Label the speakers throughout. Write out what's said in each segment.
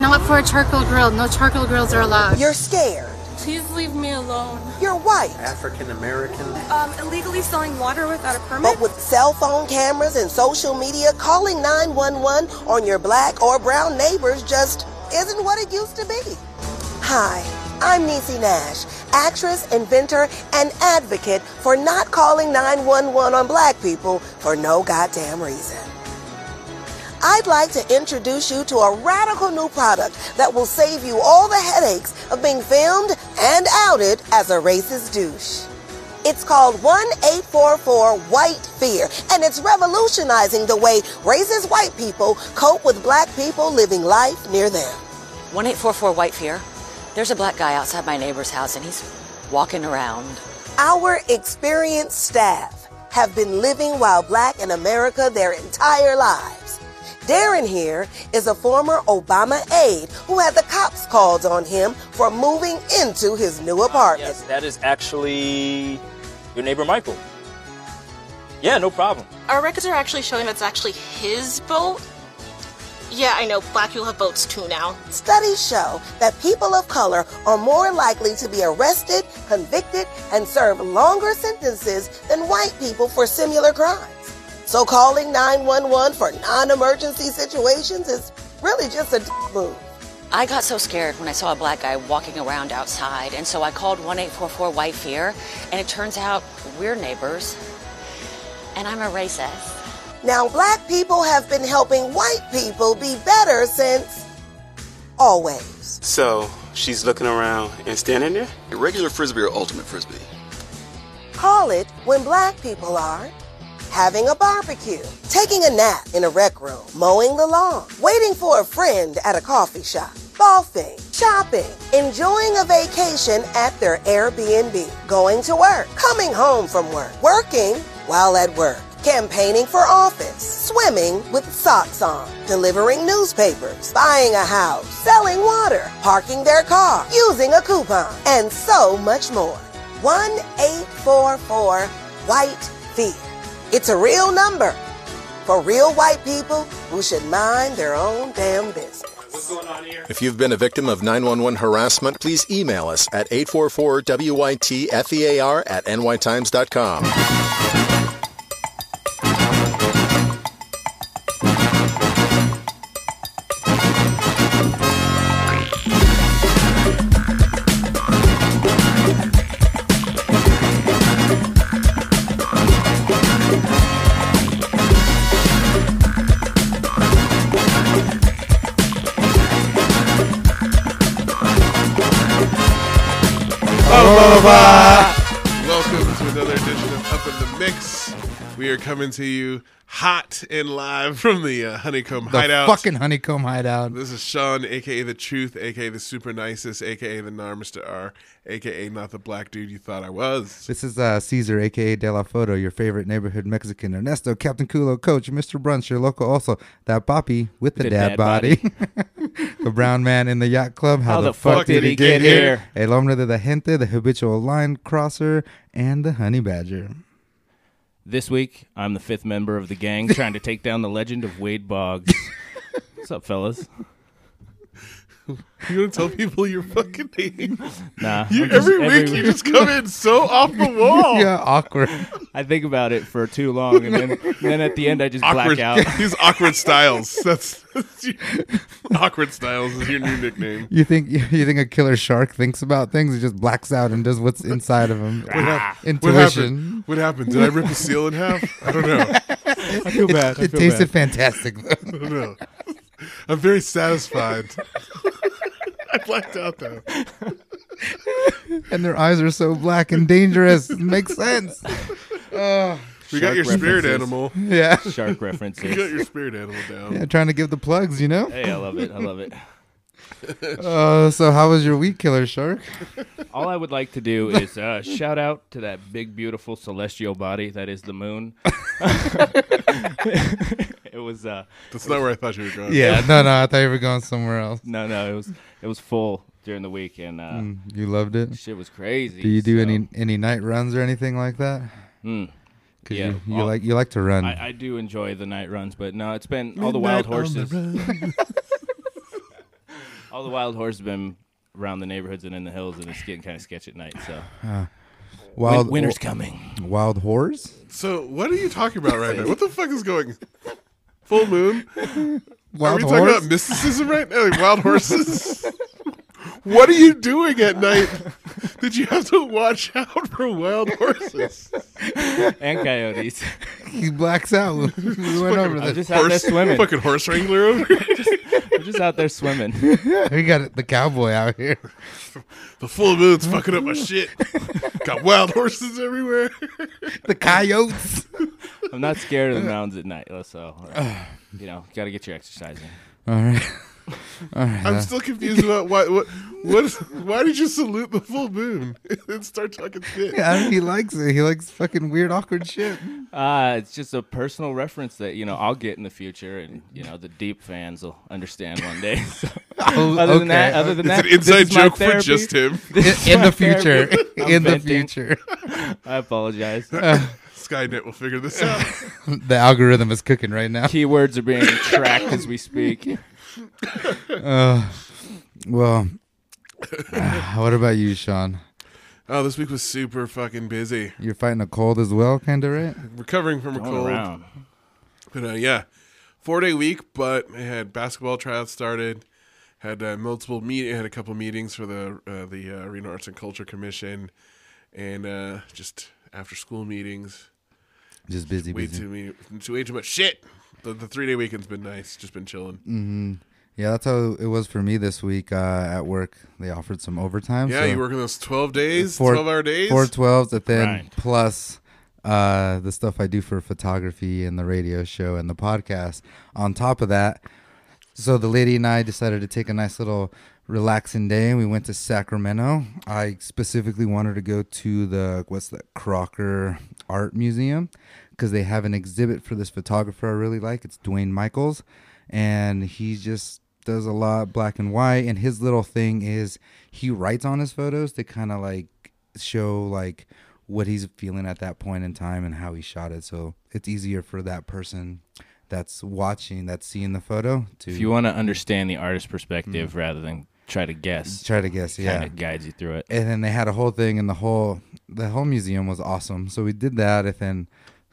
Speaker 1: Not for a charcoal grill. No charcoal grills are allowed.
Speaker 2: You're scared.
Speaker 1: Please leave me alone.
Speaker 2: You're white.
Speaker 3: African American.
Speaker 4: Um, illegally selling water without a permit?
Speaker 2: But with cell phone cameras and social media, calling 911 on your black or brown neighbors just isn't what it used to be. Hi, I'm Niecy Nash, actress, inventor, and advocate for not calling 911 on black people for no goddamn reason. I'd like to introduce you to a radical new product that will save you all the headaches of being filmed and outed as a racist douche. It's called 1844 White Fear, and it's revolutionizing the way racist white people cope with black people living life near them.
Speaker 5: 1844 White Fear. There's a black guy outside my neighbor's house and he's walking around.
Speaker 2: Our experienced staff have been living while black in America their entire lives. Darren here is a former Obama aide who had the cops called on him for moving into his new apartment.
Speaker 6: Yes, that is actually your neighbor Michael. Yeah, no problem.
Speaker 4: Our records are actually showing that's actually his boat. Yeah, I know. Black people have boats too now.
Speaker 2: Studies show that people of color are more likely to be arrested, convicted, and serve longer sentences than white people for similar crimes. So calling 911 for non emergency situations is really just a d- move.
Speaker 5: I got so scared when I saw a black guy walking around outside, and so I called 1844 White Fear, and it turns out we're neighbors, and I'm a racist.
Speaker 2: Now, black people have been helping white people be better since always.
Speaker 7: So she's looking around and standing there.
Speaker 8: Regular frisbee or ultimate frisbee?
Speaker 2: Call it when black people are having a barbecue, taking a nap in a rec room, mowing the lawn, waiting for a friend at a coffee shop, golfing, shopping, enjoying a vacation at their Airbnb, going to work, coming home from work, working while at work. Campaigning for office, swimming with socks on, delivering newspapers, buying a house, selling water, parking their car, using a coupon, and so much more. 1844 White Fear. It's a real number for real white people who should mind their own damn business.
Speaker 9: If you've been a victim of 911 harassment, please email us at 844-WYT-FEAR E at nytimes.com.
Speaker 10: Welcome to another edition of Up in the Mix. We are coming to you hot and live from the uh, Honeycomb
Speaker 11: The
Speaker 10: Hideout.
Speaker 11: fucking honeycomb hideout.
Speaker 10: This is Sean, aka the Truth, aka the Super Nicest, aka the Narmister R, aka not the black dude you thought I was.
Speaker 11: This is uh, Caesar, aka De La Foto, your favorite neighborhood Mexican. Ernesto, Captain Culo, Coach, Mr. Brunch, your local also. That Poppy with the,
Speaker 6: The
Speaker 11: dad,
Speaker 6: dad
Speaker 11: body. the brown man in the yacht club. How, the, fuck, did he get, here? El hombre de la gente, the habitual line crosser, and the honey badger.
Speaker 6: This week, I'm the fifth member of the gang trying to take down the legend of Wade Boggs. What's up, fellas?
Speaker 10: You want to tell people your fucking name?
Speaker 6: Nah,
Speaker 10: You,
Speaker 6: I'm just-
Speaker 10: every week you just come in so off the wall.
Speaker 11: Yeah, awkward.
Speaker 6: I think about it for too long, and then, and then at the end, I just
Speaker 10: Awkward.
Speaker 6: black out.
Speaker 10: These awkward styles. That's, that's your, awkward styles is your new nickname.
Speaker 11: You think you think a killer shark thinks about things? He just blacks out and does what's inside of him. Without
Speaker 10: What
Speaker 11: Intuition.
Speaker 10: happened? What happened? Did I rip a seal in half? I don't know.
Speaker 6: I feel bad. I
Speaker 11: It
Speaker 6: feel
Speaker 11: tasted
Speaker 6: bad.
Speaker 11: fantastic.
Speaker 10: I don't know. I'm very satisfied. I blacked out though.
Speaker 11: and their eyes are so black and dangerous. Makes sense. Oh,
Speaker 10: We got
Speaker 6: Shark
Speaker 10: your spirit
Speaker 6: references.
Speaker 10: animal.
Speaker 11: yeah.
Speaker 6: Shark
Speaker 10: We got
Speaker 6: references.
Speaker 10: your spirit animal down.
Speaker 6: Um,
Speaker 11: Yeah, trying to give the plugs, you know.
Speaker 6: Hey, I love it. I love it.
Speaker 11: Uh, so how was your week, Killer Shark?
Speaker 6: All I would like to do is uh, shout out to that big, beautiful celestial body that is the moon. it was uh,
Speaker 10: That's not where I thought you were going.
Speaker 11: no, no, I thought you were going somewhere else.
Speaker 6: no, no. It was it was full during the week, and uh,
Speaker 11: You loved it.
Speaker 6: shit was crazy.
Speaker 11: Mm. Do you do
Speaker 6: so-
Speaker 11: any any night runs or anything like that?
Speaker 6: Mm.
Speaker 11: 'Cause
Speaker 6: Yeah,
Speaker 11: you, you
Speaker 6: all-
Speaker 11: like you like to run.
Speaker 6: I, I do enjoy the night runs, but no, it's been all the wild
Speaker 10: Midnight on
Speaker 6: horses.
Speaker 10: the run.
Speaker 6: All the wild horses have been around the neighborhoods and in the hills, and it's getting kind of sketchy at night. So
Speaker 11: Wild
Speaker 6: winter's
Speaker 11: wh-
Speaker 6: coming.
Speaker 11: Wild horse.
Speaker 10: So what are you talking about right now? What the fuck is going? Full moon? Are
Speaker 11: Wild
Speaker 10: we talking about mysticism right now? Like wild horses? what are you doing at night? Did you have to watch out for wild horses?
Speaker 6: and coyotes.
Speaker 11: he blacks out. we went over
Speaker 6: I'm
Speaker 11: this.
Speaker 6: just out there swimming.
Speaker 10: Fucking horse wrangler over here.
Speaker 6: I'm just out there swimming.
Speaker 11: we got it- the cowboy out here.
Speaker 10: The full moon's fucking up my shit. Got wild horses everywhere.
Speaker 11: The coyotes.
Speaker 6: I'm not scared of the mountains at night. So uh, you know, got to get your exercise in.
Speaker 11: All right. uh,
Speaker 10: I'm still confused about why what what why did you salute the full moon and start talking shit?
Speaker 11: I don't, he likes it. He likes fucking weird, awkward shit.
Speaker 6: Uh, it's just a personal reference that you know I'll get in the future, and you know the deep fans will understand one day. So,
Speaker 11: Oh,
Speaker 6: other than that,
Speaker 11: okay.
Speaker 6: other than
Speaker 10: It's
Speaker 6: that,
Speaker 10: an inside
Speaker 6: this is my
Speaker 10: joke for
Speaker 6: therapy.
Speaker 10: just him.
Speaker 6: This is
Speaker 11: in
Speaker 6: my
Speaker 11: the future,
Speaker 6: therapy. I'm
Speaker 11: in the
Speaker 6: venting.
Speaker 11: future,
Speaker 6: I apologize.
Speaker 10: Skynet will figure this out.
Speaker 11: the algorithm is cooking right now.
Speaker 6: Keywords are being tracked as we speak.
Speaker 11: Well, ah, what about you, Sean?
Speaker 10: Oh, this week was super fucking busy.
Speaker 11: You're fighting a cold as well, kind of, right?
Speaker 10: Recovering from a
Speaker 6: Going
Speaker 10: cold.
Speaker 6: around.
Speaker 10: But uh, yeah, four day week. But I had basketball tryouts started. Had uh, multiple meet. Had a couple meetings for the uh, the uh, Arena Arts and Culture Commission, and uh, just after school meetings.
Speaker 11: Just busy,
Speaker 10: Way
Speaker 11: busy.
Speaker 10: too many, too way too much shit. The, the three day weekend's been nice. Just been chilling.
Speaker 11: Mm-hmm. Yeah, that's how it was for me this week uh, at work. They offered some overtime.
Speaker 10: Yeah,
Speaker 11: so
Speaker 10: you working those twelve days,
Speaker 11: four-
Speaker 10: twelve hour days.
Speaker 11: Four 12s, and then
Speaker 6: Right.
Speaker 11: plus uh, the stuff I do for photography and the radio show and the podcast. On top of that, so the lady and I decided to take a nice little relaxing day, and we went to Sacramento. I specifically wanted to go to the what's that Crocker Art Museum because they have an exhibit for this photographer I really like. It's Dwayne Michaels, and he just does a lot black and white. And his little thing is he writes on his photos to kind of like show like what he's feeling at that point in time and how he shot it. So it's easier for that person that's watching, that's seeing the photo to
Speaker 6: If you want to understand the artist perspective rather than try to guess,
Speaker 11: Hmm. try to guess.
Speaker 6: kind
Speaker 11: Yeah.
Speaker 6: of guides you through it.
Speaker 11: And then they had a whole thing, and the whole the whole museum was awesome. So we did that, and then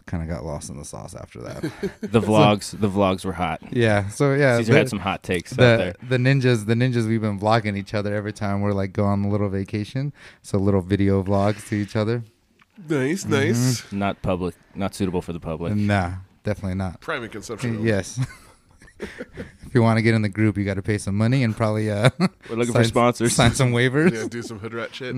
Speaker 11: kind of got lost in the sauce after that.
Speaker 6: The vlogs, the vlogs were hot.
Speaker 11: yeah. So yeah,
Speaker 6: Caesar
Speaker 11: the-
Speaker 6: had some hot takes out
Speaker 11: the the
Speaker 6: there.
Speaker 11: ninjas the ninjas we've been vlogging each other every time we're like go on a little vacation. So little video vlogs to each other.
Speaker 10: Nice, nice.
Speaker 6: Not public, not suitable for the public.
Speaker 11: Nah, definitely not.
Speaker 10: Private consumption.
Speaker 11: Yes. if you want to get in the group, you got to pay some money and probably uh,
Speaker 6: We're looking
Speaker 11: sign-
Speaker 6: for sponsors.
Speaker 11: sign some waivers.
Speaker 10: Yeah, do some hood rat shit.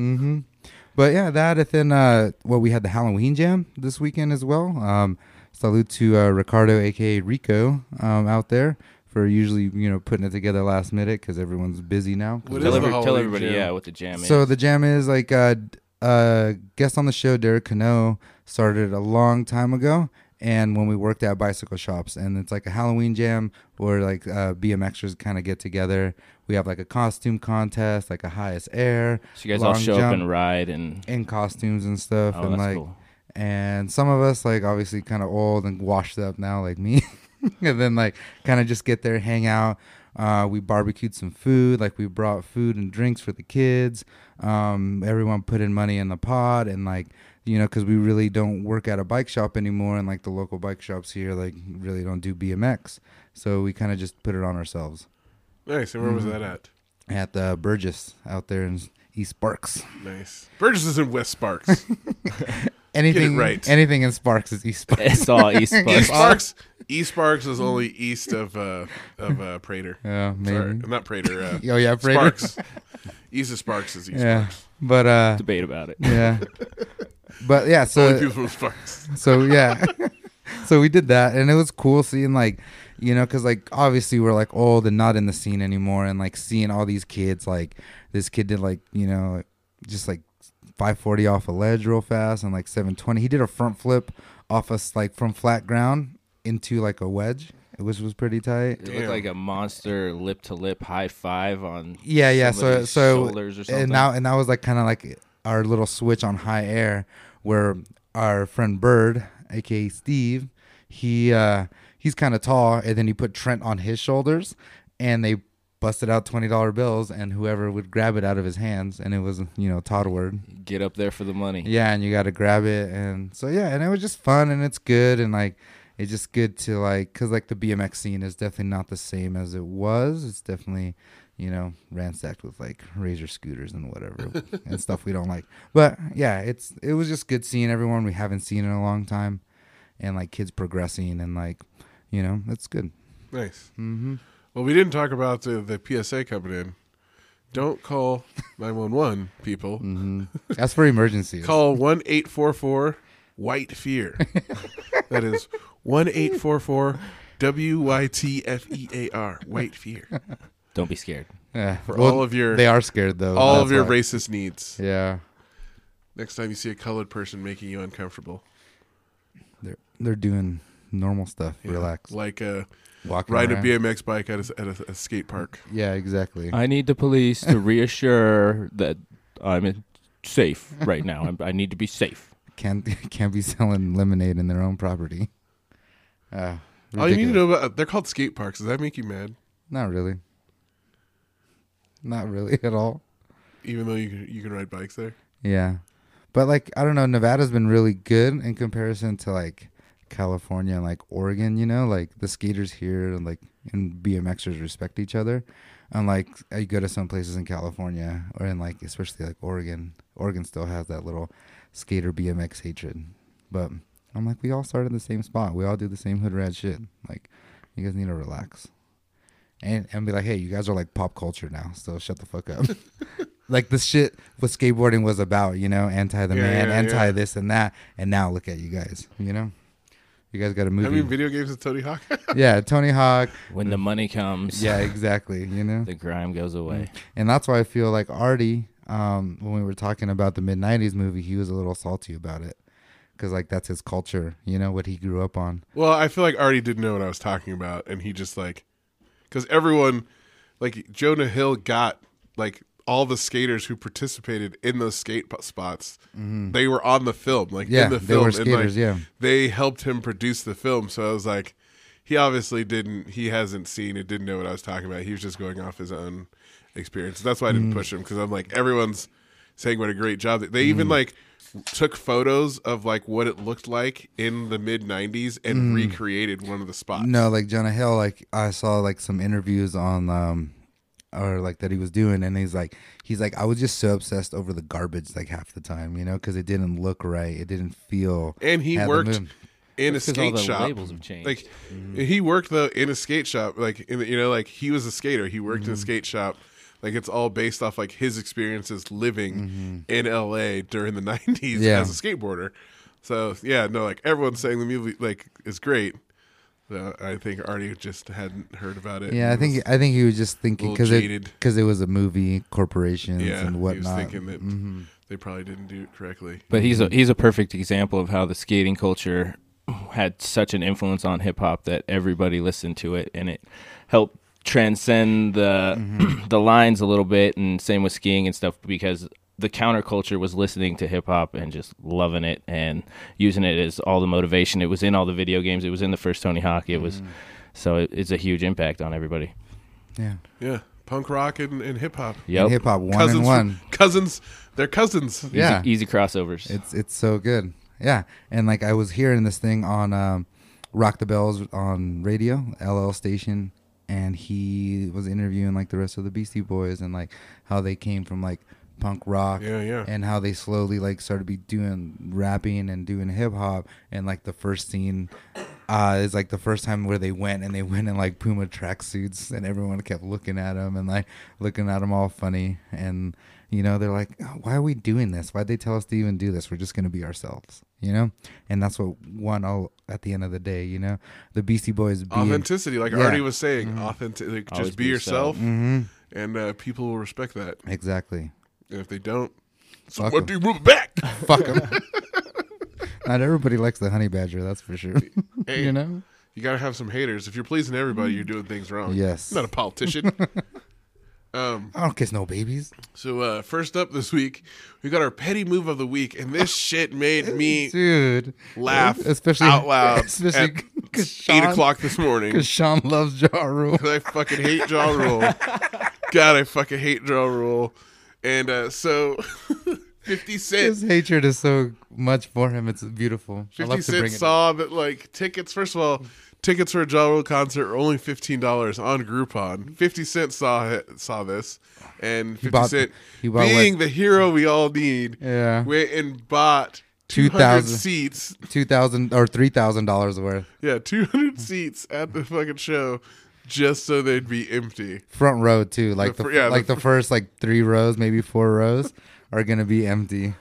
Speaker 11: But yeah, that and then uh, well, we had the Halloween jam this weekend as well. Um, salute to uh, Ricardo, aka Rico, um, out there for usually you know putting it together last minute because everyone's busy now.
Speaker 10: What
Speaker 6: Tell,
Speaker 10: is the
Speaker 6: every- tell
Speaker 10: Halloween
Speaker 6: everybody,
Speaker 10: jam?
Speaker 6: yeah, what the jam is.
Speaker 11: So the jam is like uh, d- uh, guest on the show, Derek Cano, started a long time ago, and when we worked at bicycle shops, and it's like a Halloween jam where like uh, BMXers kind of get together. We have like a costume contest, like a highest air.
Speaker 6: So you guys all
Speaker 11: long
Speaker 6: show up
Speaker 11: jump
Speaker 6: and ride and
Speaker 11: in costumes and stuff,
Speaker 6: Oh,
Speaker 11: and
Speaker 6: that's
Speaker 11: like,
Speaker 6: cool.
Speaker 11: and some of us like obviously kind of old and washed up now, like me, and then like kind of just get there, hang out. Uh, we barbecued some food, like we brought food and drinks for the kids. Um, everyone put in money in the pot, and like you know, because we really don't work at a bike shop anymore, and like the local bike shops here, like really don't do BMX, so we kind of just put it on ourselves Mm-hmm.
Speaker 10: Nice. And where was that at?
Speaker 11: at the Burgess out there in East Sparks.
Speaker 10: Nice. Burgess is in West Sparks.
Speaker 11: Anything,
Speaker 10: right.
Speaker 11: anything in Sparks is East Sparks.
Speaker 6: it's all East
Speaker 10: East
Speaker 6: Bucks.
Speaker 10: Sparks. East Sparks is only east of uh, of uh, Prater.
Speaker 11: Yeah,
Speaker 10: Sorry,
Speaker 11: maybe.
Speaker 10: not Prater. Uh,
Speaker 11: Oh yeah, Prater.
Speaker 10: Sparks. east of Sparks is east.
Speaker 11: Yeah, but uh,
Speaker 6: Debate about it.
Speaker 11: yeah, but yeah.
Speaker 10: Only
Speaker 11: So
Speaker 10: people from Sparks.
Speaker 11: so yeah, so we did that, and it was cool seeing like, you know, because like obviously we're like old and not in the scene anymore, and like seeing all these kids like this kid did like you know just like 540 off a ledge real fast and like 720. He did a front flip off us like from flat ground into like a wedge, which was pretty tight.
Speaker 6: It looked like a monster lip to lip high five on
Speaker 11: yeah yeah so
Speaker 6: somebody's
Speaker 11: so
Speaker 6: shoulders or something.
Speaker 11: and now and that was like kind of like our little switch on high air where our friend bird aka steve he uh he's kind of tall and then he put trent on his shoulders and they busted out twenty dollar bills, and whoever would grab it out of his hands, and it was you know toddward.
Speaker 6: Get up there for the money.
Speaker 11: Yeah, and you got to grab it, and so yeah, and it was just fun, and it's good, and like it's just good to like, cause like the BMX scene is definitely not the same as it was. It's definitely you know ransacked with like razor scooters and whatever and stuff we don't like. But yeah, it's it was just good seeing everyone we haven't seen in a long time, and like kids progressing, and like you know that's good.
Speaker 10: Nice. Mm-hmm. Well, we didn't talk about the, the PSA coming in. Don't call 911, people.
Speaker 11: That's for emergencies.
Speaker 10: Call 1 844 White Fear. that is 1 844 W Y T F E A R, White Fear.
Speaker 6: Don't be scared.
Speaker 11: Yeah.
Speaker 10: For all of your-
Speaker 11: They are scared though.
Speaker 10: All
Speaker 11: That's
Speaker 10: of your
Speaker 11: why.
Speaker 10: racist needs.
Speaker 11: Yeah.
Speaker 10: Next time you see a colored person making you uncomfortable,
Speaker 11: They're they're doing normal stuff. Relax.
Speaker 10: like uh,
Speaker 11: Walking
Speaker 10: ride
Speaker 11: around.
Speaker 10: a BMX bike at a, at a, a skate park.
Speaker 11: Yeah, exactly.
Speaker 6: I need the police to reassure that I'm in- safe right now. I'm, I need to be safe.
Speaker 11: Can't can't be selling lemonade in their own property. Uh,
Speaker 10: All you need to
Speaker 11: ridiculous.
Speaker 10: know about they're called skate parks. Does that make you mad?
Speaker 11: Not really. Not really at all.
Speaker 10: Even though you can, you can ride bikes there.
Speaker 11: Yeah. But like I don't know, Nevada's been really good in comparison to like California and like Oregon, you know, like the skaters here and like and BMXers respect each other. And like I go to some places in California or in like especially like Oregon. Oregon still has that little skater BMX hatred. But I'm like, we all start in the same spot. We all do the same hood rat shit. Like, you guys need to relax. And and be like, hey, you guys are like pop culture now, so shut the fuck up. like the shit what skateboarding was about, you know, anti the
Speaker 10: Yeah,
Speaker 11: man,
Speaker 10: yeah,
Speaker 11: anti
Speaker 10: yeah.
Speaker 11: this and that, and now look at you guys, you know, you guys got a
Speaker 10: I
Speaker 11: movie,
Speaker 10: mean, video games with Tony Hawk.
Speaker 11: yeah, Tony Hawk,
Speaker 6: When the money comes,
Speaker 11: yeah, exactly, you know,
Speaker 6: the grime goes away.
Speaker 11: and that's why I feel like Artie, um, when we were talking about the mid '90s movie, he was a little salty about it, because like that's his culture, you know, what he grew up on,
Speaker 10: well, I feel like Artie didn't know what I was talking about, and he just like, because everyone, like Jonah Hill, got like all the skaters who participated in those skate po- spots. They were on the film, like
Speaker 11: Mm-hmm. Yeah,
Speaker 10: in the
Speaker 11: they were
Speaker 10: film, and like
Speaker 11: skaters, yeah.
Speaker 10: they helped him produce the film. So I was like, he obviously didn't, he hasn't seen it, didn't know what I was talking about. He was just going off his own experience. That's why I
Speaker 11: Mm.
Speaker 10: didn't push him because I'm like, everyone's saying what a great job. They even
Speaker 11: Mm.
Speaker 10: like took photos of like what it looked like in the mid 90s and recreated one of the spots.
Speaker 11: Mm. No, like Jonah Hill, like I saw like some interviews on um or like that he was doing and he's like he's like I was just so obsessed over the garbage like half the time, you know, cuz it didn't look right, it didn't feel
Speaker 10: and he
Speaker 11: had the
Speaker 10: worked
Speaker 11: move.
Speaker 10: in a
Speaker 6: That's 'cause all
Speaker 10: skate
Speaker 6: the
Speaker 10: shop.
Speaker 6: labels have changed. Mm-hmm.
Speaker 10: Like he worked though in a skate shop. Like in the, you know, like he was a skater. He worked
Speaker 6: Mm-hmm.
Speaker 10: in a skate shop. Like it's all based off like his experiences living in L.A. during the '90s
Speaker 11: Mm-hmm. Yeah.
Speaker 10: as a skateboarder. So yeah, no, like everyone's saying the movie like is great. So I think Artie just hadn't heard about it.
Speaker 11: Yeah, I
Speaker 10: and
Speaker 11: think
Speaker 10: was-
Speaker 11: I think he was just thinking
Speaker 10: little
Speaker 11: cuz
Speaker 10: jaded.
Speaker 11: it cuz it was a movie, corporations
Speaker 10: yeah,
Speaker 11: and
Speaker 10: he was
Speaker 11: whatnot. Mm-hmm.
Speaker 10: thinking that they probably didn't do it correctly.
Speaker 6: But he's a he's a perfect example of how the skating culture had such an influence on hip hop that everybody listened to it and it helped transcend the
Speaker 11: Mm-hmm.
Speaker 6: the lines a little bit and same with skiing and stuff because the counterculture was listening to hip hop and just loving it and using it as all the motivation. It was in all the video games. It was in the first Tony Hawk. It
Speaker 11: Mm-hmm.
Speaker 6: was so it, it's a huge impact on everybody.
Speaker 11: yeah.
Speaker 10: Yeah, punk rock and, and hip hop.
Speaker 6: Yep.
Speaker 11: Hip hop 1
Speaker 10: cousins,
Speaker 11: and
Speaker 10: from-
Speaker 11: 1.
Speaker 10: cousins, they're cousins.
Speaker 6: Easy-
Speaker 11: Yeah.
Speaker 6: Easy, crossovers.
Speaker 11: It's it's so good. Yeah, and like I was hearing this thing on um, Rock the Bells on radio, LL station, and he was interviewing like the rest of the Beastie Boys and like how they came from like punk rock,
Speaker 10: Yeah, yeah.
Speaker 11: and how they slowly like started be doing rapping and doing hip hop, and like the first scene. Uh, is like the first time where they went and they went in like Puma tracksuits and everyone kept looking at them and like looking at them all funny and you know, they're like, "Oh, why are we doing this? Why'd they tell us to even do this? We're just going to be ourselves, you know? And that's what won all at the end of the day, you know? The Beastie Boys being.
Speaker 10: authenticity like
Speaker 11: Yeah. Mm-hmm.
Speaker 10: artie was saying authentic like,
Speaker 6: Always
Speaker 10: just be
Speaker 6: be
Speaker 10: yourself
Speaker 6: yourself.
Speaker 10: and uh, people will respect that
Speaker 11: Exactly.
Speaker 10: and if they don't so
Speaker 11: Fuck
Speaker 10: what
Speaker 11: 'em.
Speaker 10: do you move back
Speaker 11: Fuck them. Not everybody likes the honey badger, that's for sure.
Speaker 10: Hey.
Speaker 11: you know?
Speaker 10: you gotta have some haters if you're pleasing everybody you're doing things wrong
Speaker 11: Yes.
Speaker 10: I'm not a politician um
Speaker 11: I don't kiss no babies.
Speaker 10: so uh first up this week we got our petty move of the week and this shit made me
Speaker 11: Dude.
Speaker 10: laugh
Speaker 11: Especially,
Speaker 10: out loud
Speaker 11: Especially
Speaker 10: at
Speaker 11: because
Speaker 10: eight o'clock this morning
Speaker 11: Because Sean loves Ja Rule.
Speaker 10: I fucking hate John Rule. God, I fucking hate drum roll. And uh, so, 50 Cent.
Speaker 11: His hatred is so much for him. It's beautiful. I
Speaker 10: 50
Speaker 11: love to
Speaker 10: Cent
Speaker 11: bring it. up.
Speaker 10: saw that like tickets. First of all, tickets for a Ja Rule concert are only fifteen dollars on Groupon. Fifty Cent saw it, saw this, and Fifty
Speaker 11: bought-
Speaker 10: Cent,
Speaker 11: he bought
Speaker 10: being
Speaker 11: what-
Speaker 10: the hero we all need,
Speaker 11: Yeah.
Speaker 10: went and bought two
Speaker 11: 2,000.
Speaker 10: hundred seats.
Speaker 11: two thousand or three thousand dollars worth.
Speaker 10: Yeah, two hundred seats at the fucking show, just so they'd be empty.
Speaker 11: Front row too. Like
Speaker 10: The
Speaker 11: the,
Speaker 10: fr- yeah,
Speaker 11: like
Speaker 10: the
Speaker 11: the, first like three rows, maybe four rows, are gonna be empty.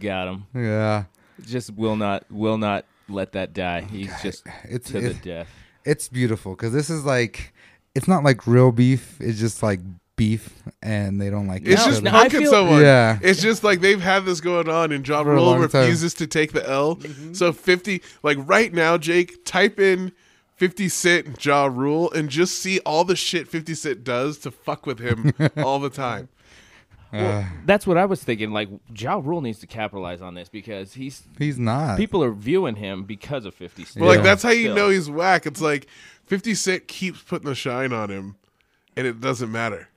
Speaker 6: Got him.
Speaker 11: Yeah.
Speaker 6: Just will not will not let that die. He's just
Speaker 11: Oh, it's-
Speaker 6: to the
Speaker 11: it-
Speaker 6: death.
Speaker 11: It's beautiful because this is like, it's not like real beef. It's just like beef, and they don't like.
Speaker 10: It's
Speaker 11: each
Speaker 10: just
Speaker 11: other.
Speaker 6: no, I
Speaker 10: punking
Speaker 6: feel-
Speaker 10: someone.
Speaker 11: Yeah.
Speaker 10: It's just like they've had this going on and John
Speaker 11: For a
Speaker 10: Roll
Speaker 11: long time.
Speaker 10: refuses to take the L.
Speaker 6: Mm-hmm.
Speaker 10: So 50, like right now, Jake, type in 50 Cent Jaw Rule and just see all the shit 50 Cent does to fuck with him all the time.
Speaker 6: Well, that's what I was thinking. Like Ja Rule needs to capitalize on this because he's
Speaker 11: he's not.
Speaker 6: people are viewing him because of Fifty Cent.
Speaker 10: But like, that's how you
Speaker 6: Still.
Speaker 10: know he's whack. It's like 50 Cent keeps putting the shine on him and it doesn't matter.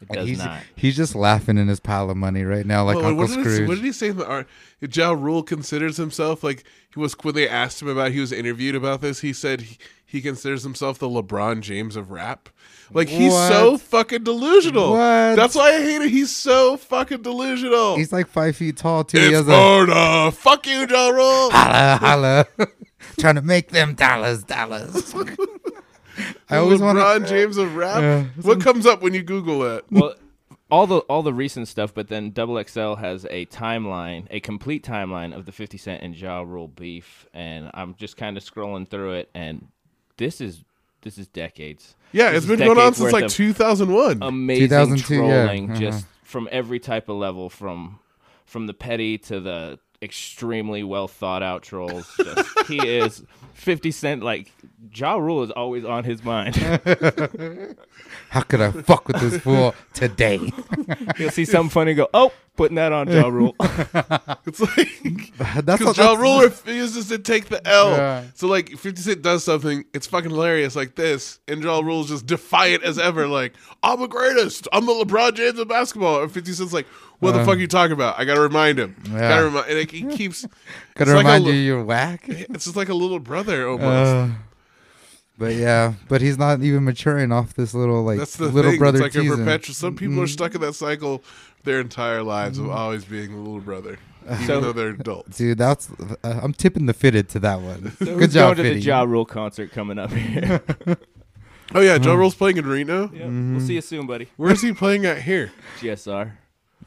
Speaker 6: it does
Speaker 11: he's,
Speaker 6: not.
Speaker 11: he's just laughing in his pile of money right now, like
Speaker 10: Oh, and
Speaker 11: Uncle
Speaker 10: what, did he,
Speaker 11: Scrooge.
Speaker 10: what did he say in the art? Ja Rule considers himself like he was when they asked him about he was interviewed about this. He said he, he considers himself the LeBron James of rap. Like he's so
Speaker 11: What?
Speaker 10: fucking delusional.
Speaker 11: What?
Speaker 10: That's why I hate it. He's so fucking delusional.
Speaker 11: he's like five feet tall too. he
Speaker 10: it's
Speaker 11: has a
Speaker 10: Florida. Fuck you, Ja Rule.
Speaker 11: holla holla, trying to make them dollars dollars. I always want
Speaker 10: LeBron
Speaker 11: to.
Speaker 10: James of rap.
Speaker 11: Yeah.
Speaker 10: What comes up when you Google it?
Speaker 6: well, all the all the recent stuff, but then Double XL has a timeline, a complete timeline of the Fifty Cent and Ja Rule beef, and I'm just kind of scrolling through it, and this is this is decades.
Speaker 10: Yeah,
Speaker 6: This
Speaker 10: it's
Speaker 6: is
Speaker 10: been going on
Speaker 6: decades
Speaker 10: since
Speaker 6: worth
Speaker 10: like
Speaker 6: of Um,
Speaker 10: 2001.
Speaker 6: Amazing
Speaker 11: 2002, yeah,
Speaker 6: trolling,
Speaker 11: uh-huh.
Speaker 6: just from every type of level, from from the petty to the extremely well thought out trolls. Just, he is Fifty Cent. Like Ja Rule is always on his mind.
Speaker 11: How could I fuck with this fool today?
Speaker 6: He'll see something funny, and go, oh, putting that on Ja Rule.
Speaker 10: it's like
Speaker 11: That's
Speaker 10: Because
Speaker 11: what
Speaker 10: Ja
Speaker 11: that's,
Speaker 10: Rule refuses to take the L.
Speaker 11: Yeah.
Speaker 10: So like 50 Cent does something, it's fucking hilarious like this, and Ja Rule's just defiant as ever, like, I'm the greatest. I'm the LeBron James of basketball. And 50 Cent's like, what the fuck are you talking about? I gotta remind him.
Speaker 11: Uh. Yeah.
Speaker 10: Gotta remind and like, he keeps it's,
Speaker 11: Gotta
Speaker 10: like a,
Speaker 11: remind
Speaker 10: li-
Speaker 11: you, you're whack.
Speaker 10: it's just like a little brother almost.
Speaker 11: Uh, but yeah, but he's not even maturing off this little like
Speaker 10: That's the
Speaker 11: little
Speaker 10: thing.
Speaker 11: brother
Speaker 10: it's like a
Speaker 11: teasing. Mm-hmm.
Speaker 10: perpetual some people are stuck in that cycle their entire lives of always being the little brother. Even
Speaker 6: So-
Speaker 10: though they're adults.
Speaker 11: Dude, that's uh, I'm tipping the fitted to that one. Good
Speaker 6: Who's
Speaker 11: job,
Speaker 6: going to the
Speaker 11: fitty.
Speaker 6: Ja Rule concert coming up here?
Speaker 10: Oh yeah,
Speaker 11: Mm-hmm.
Speaker 10: Ja Rule's playing in Reno.
Speaker 6: Yep, We'll see you soon, buddy.
Speaker 10: Where's he playing at here?
Speaker 6: GSR.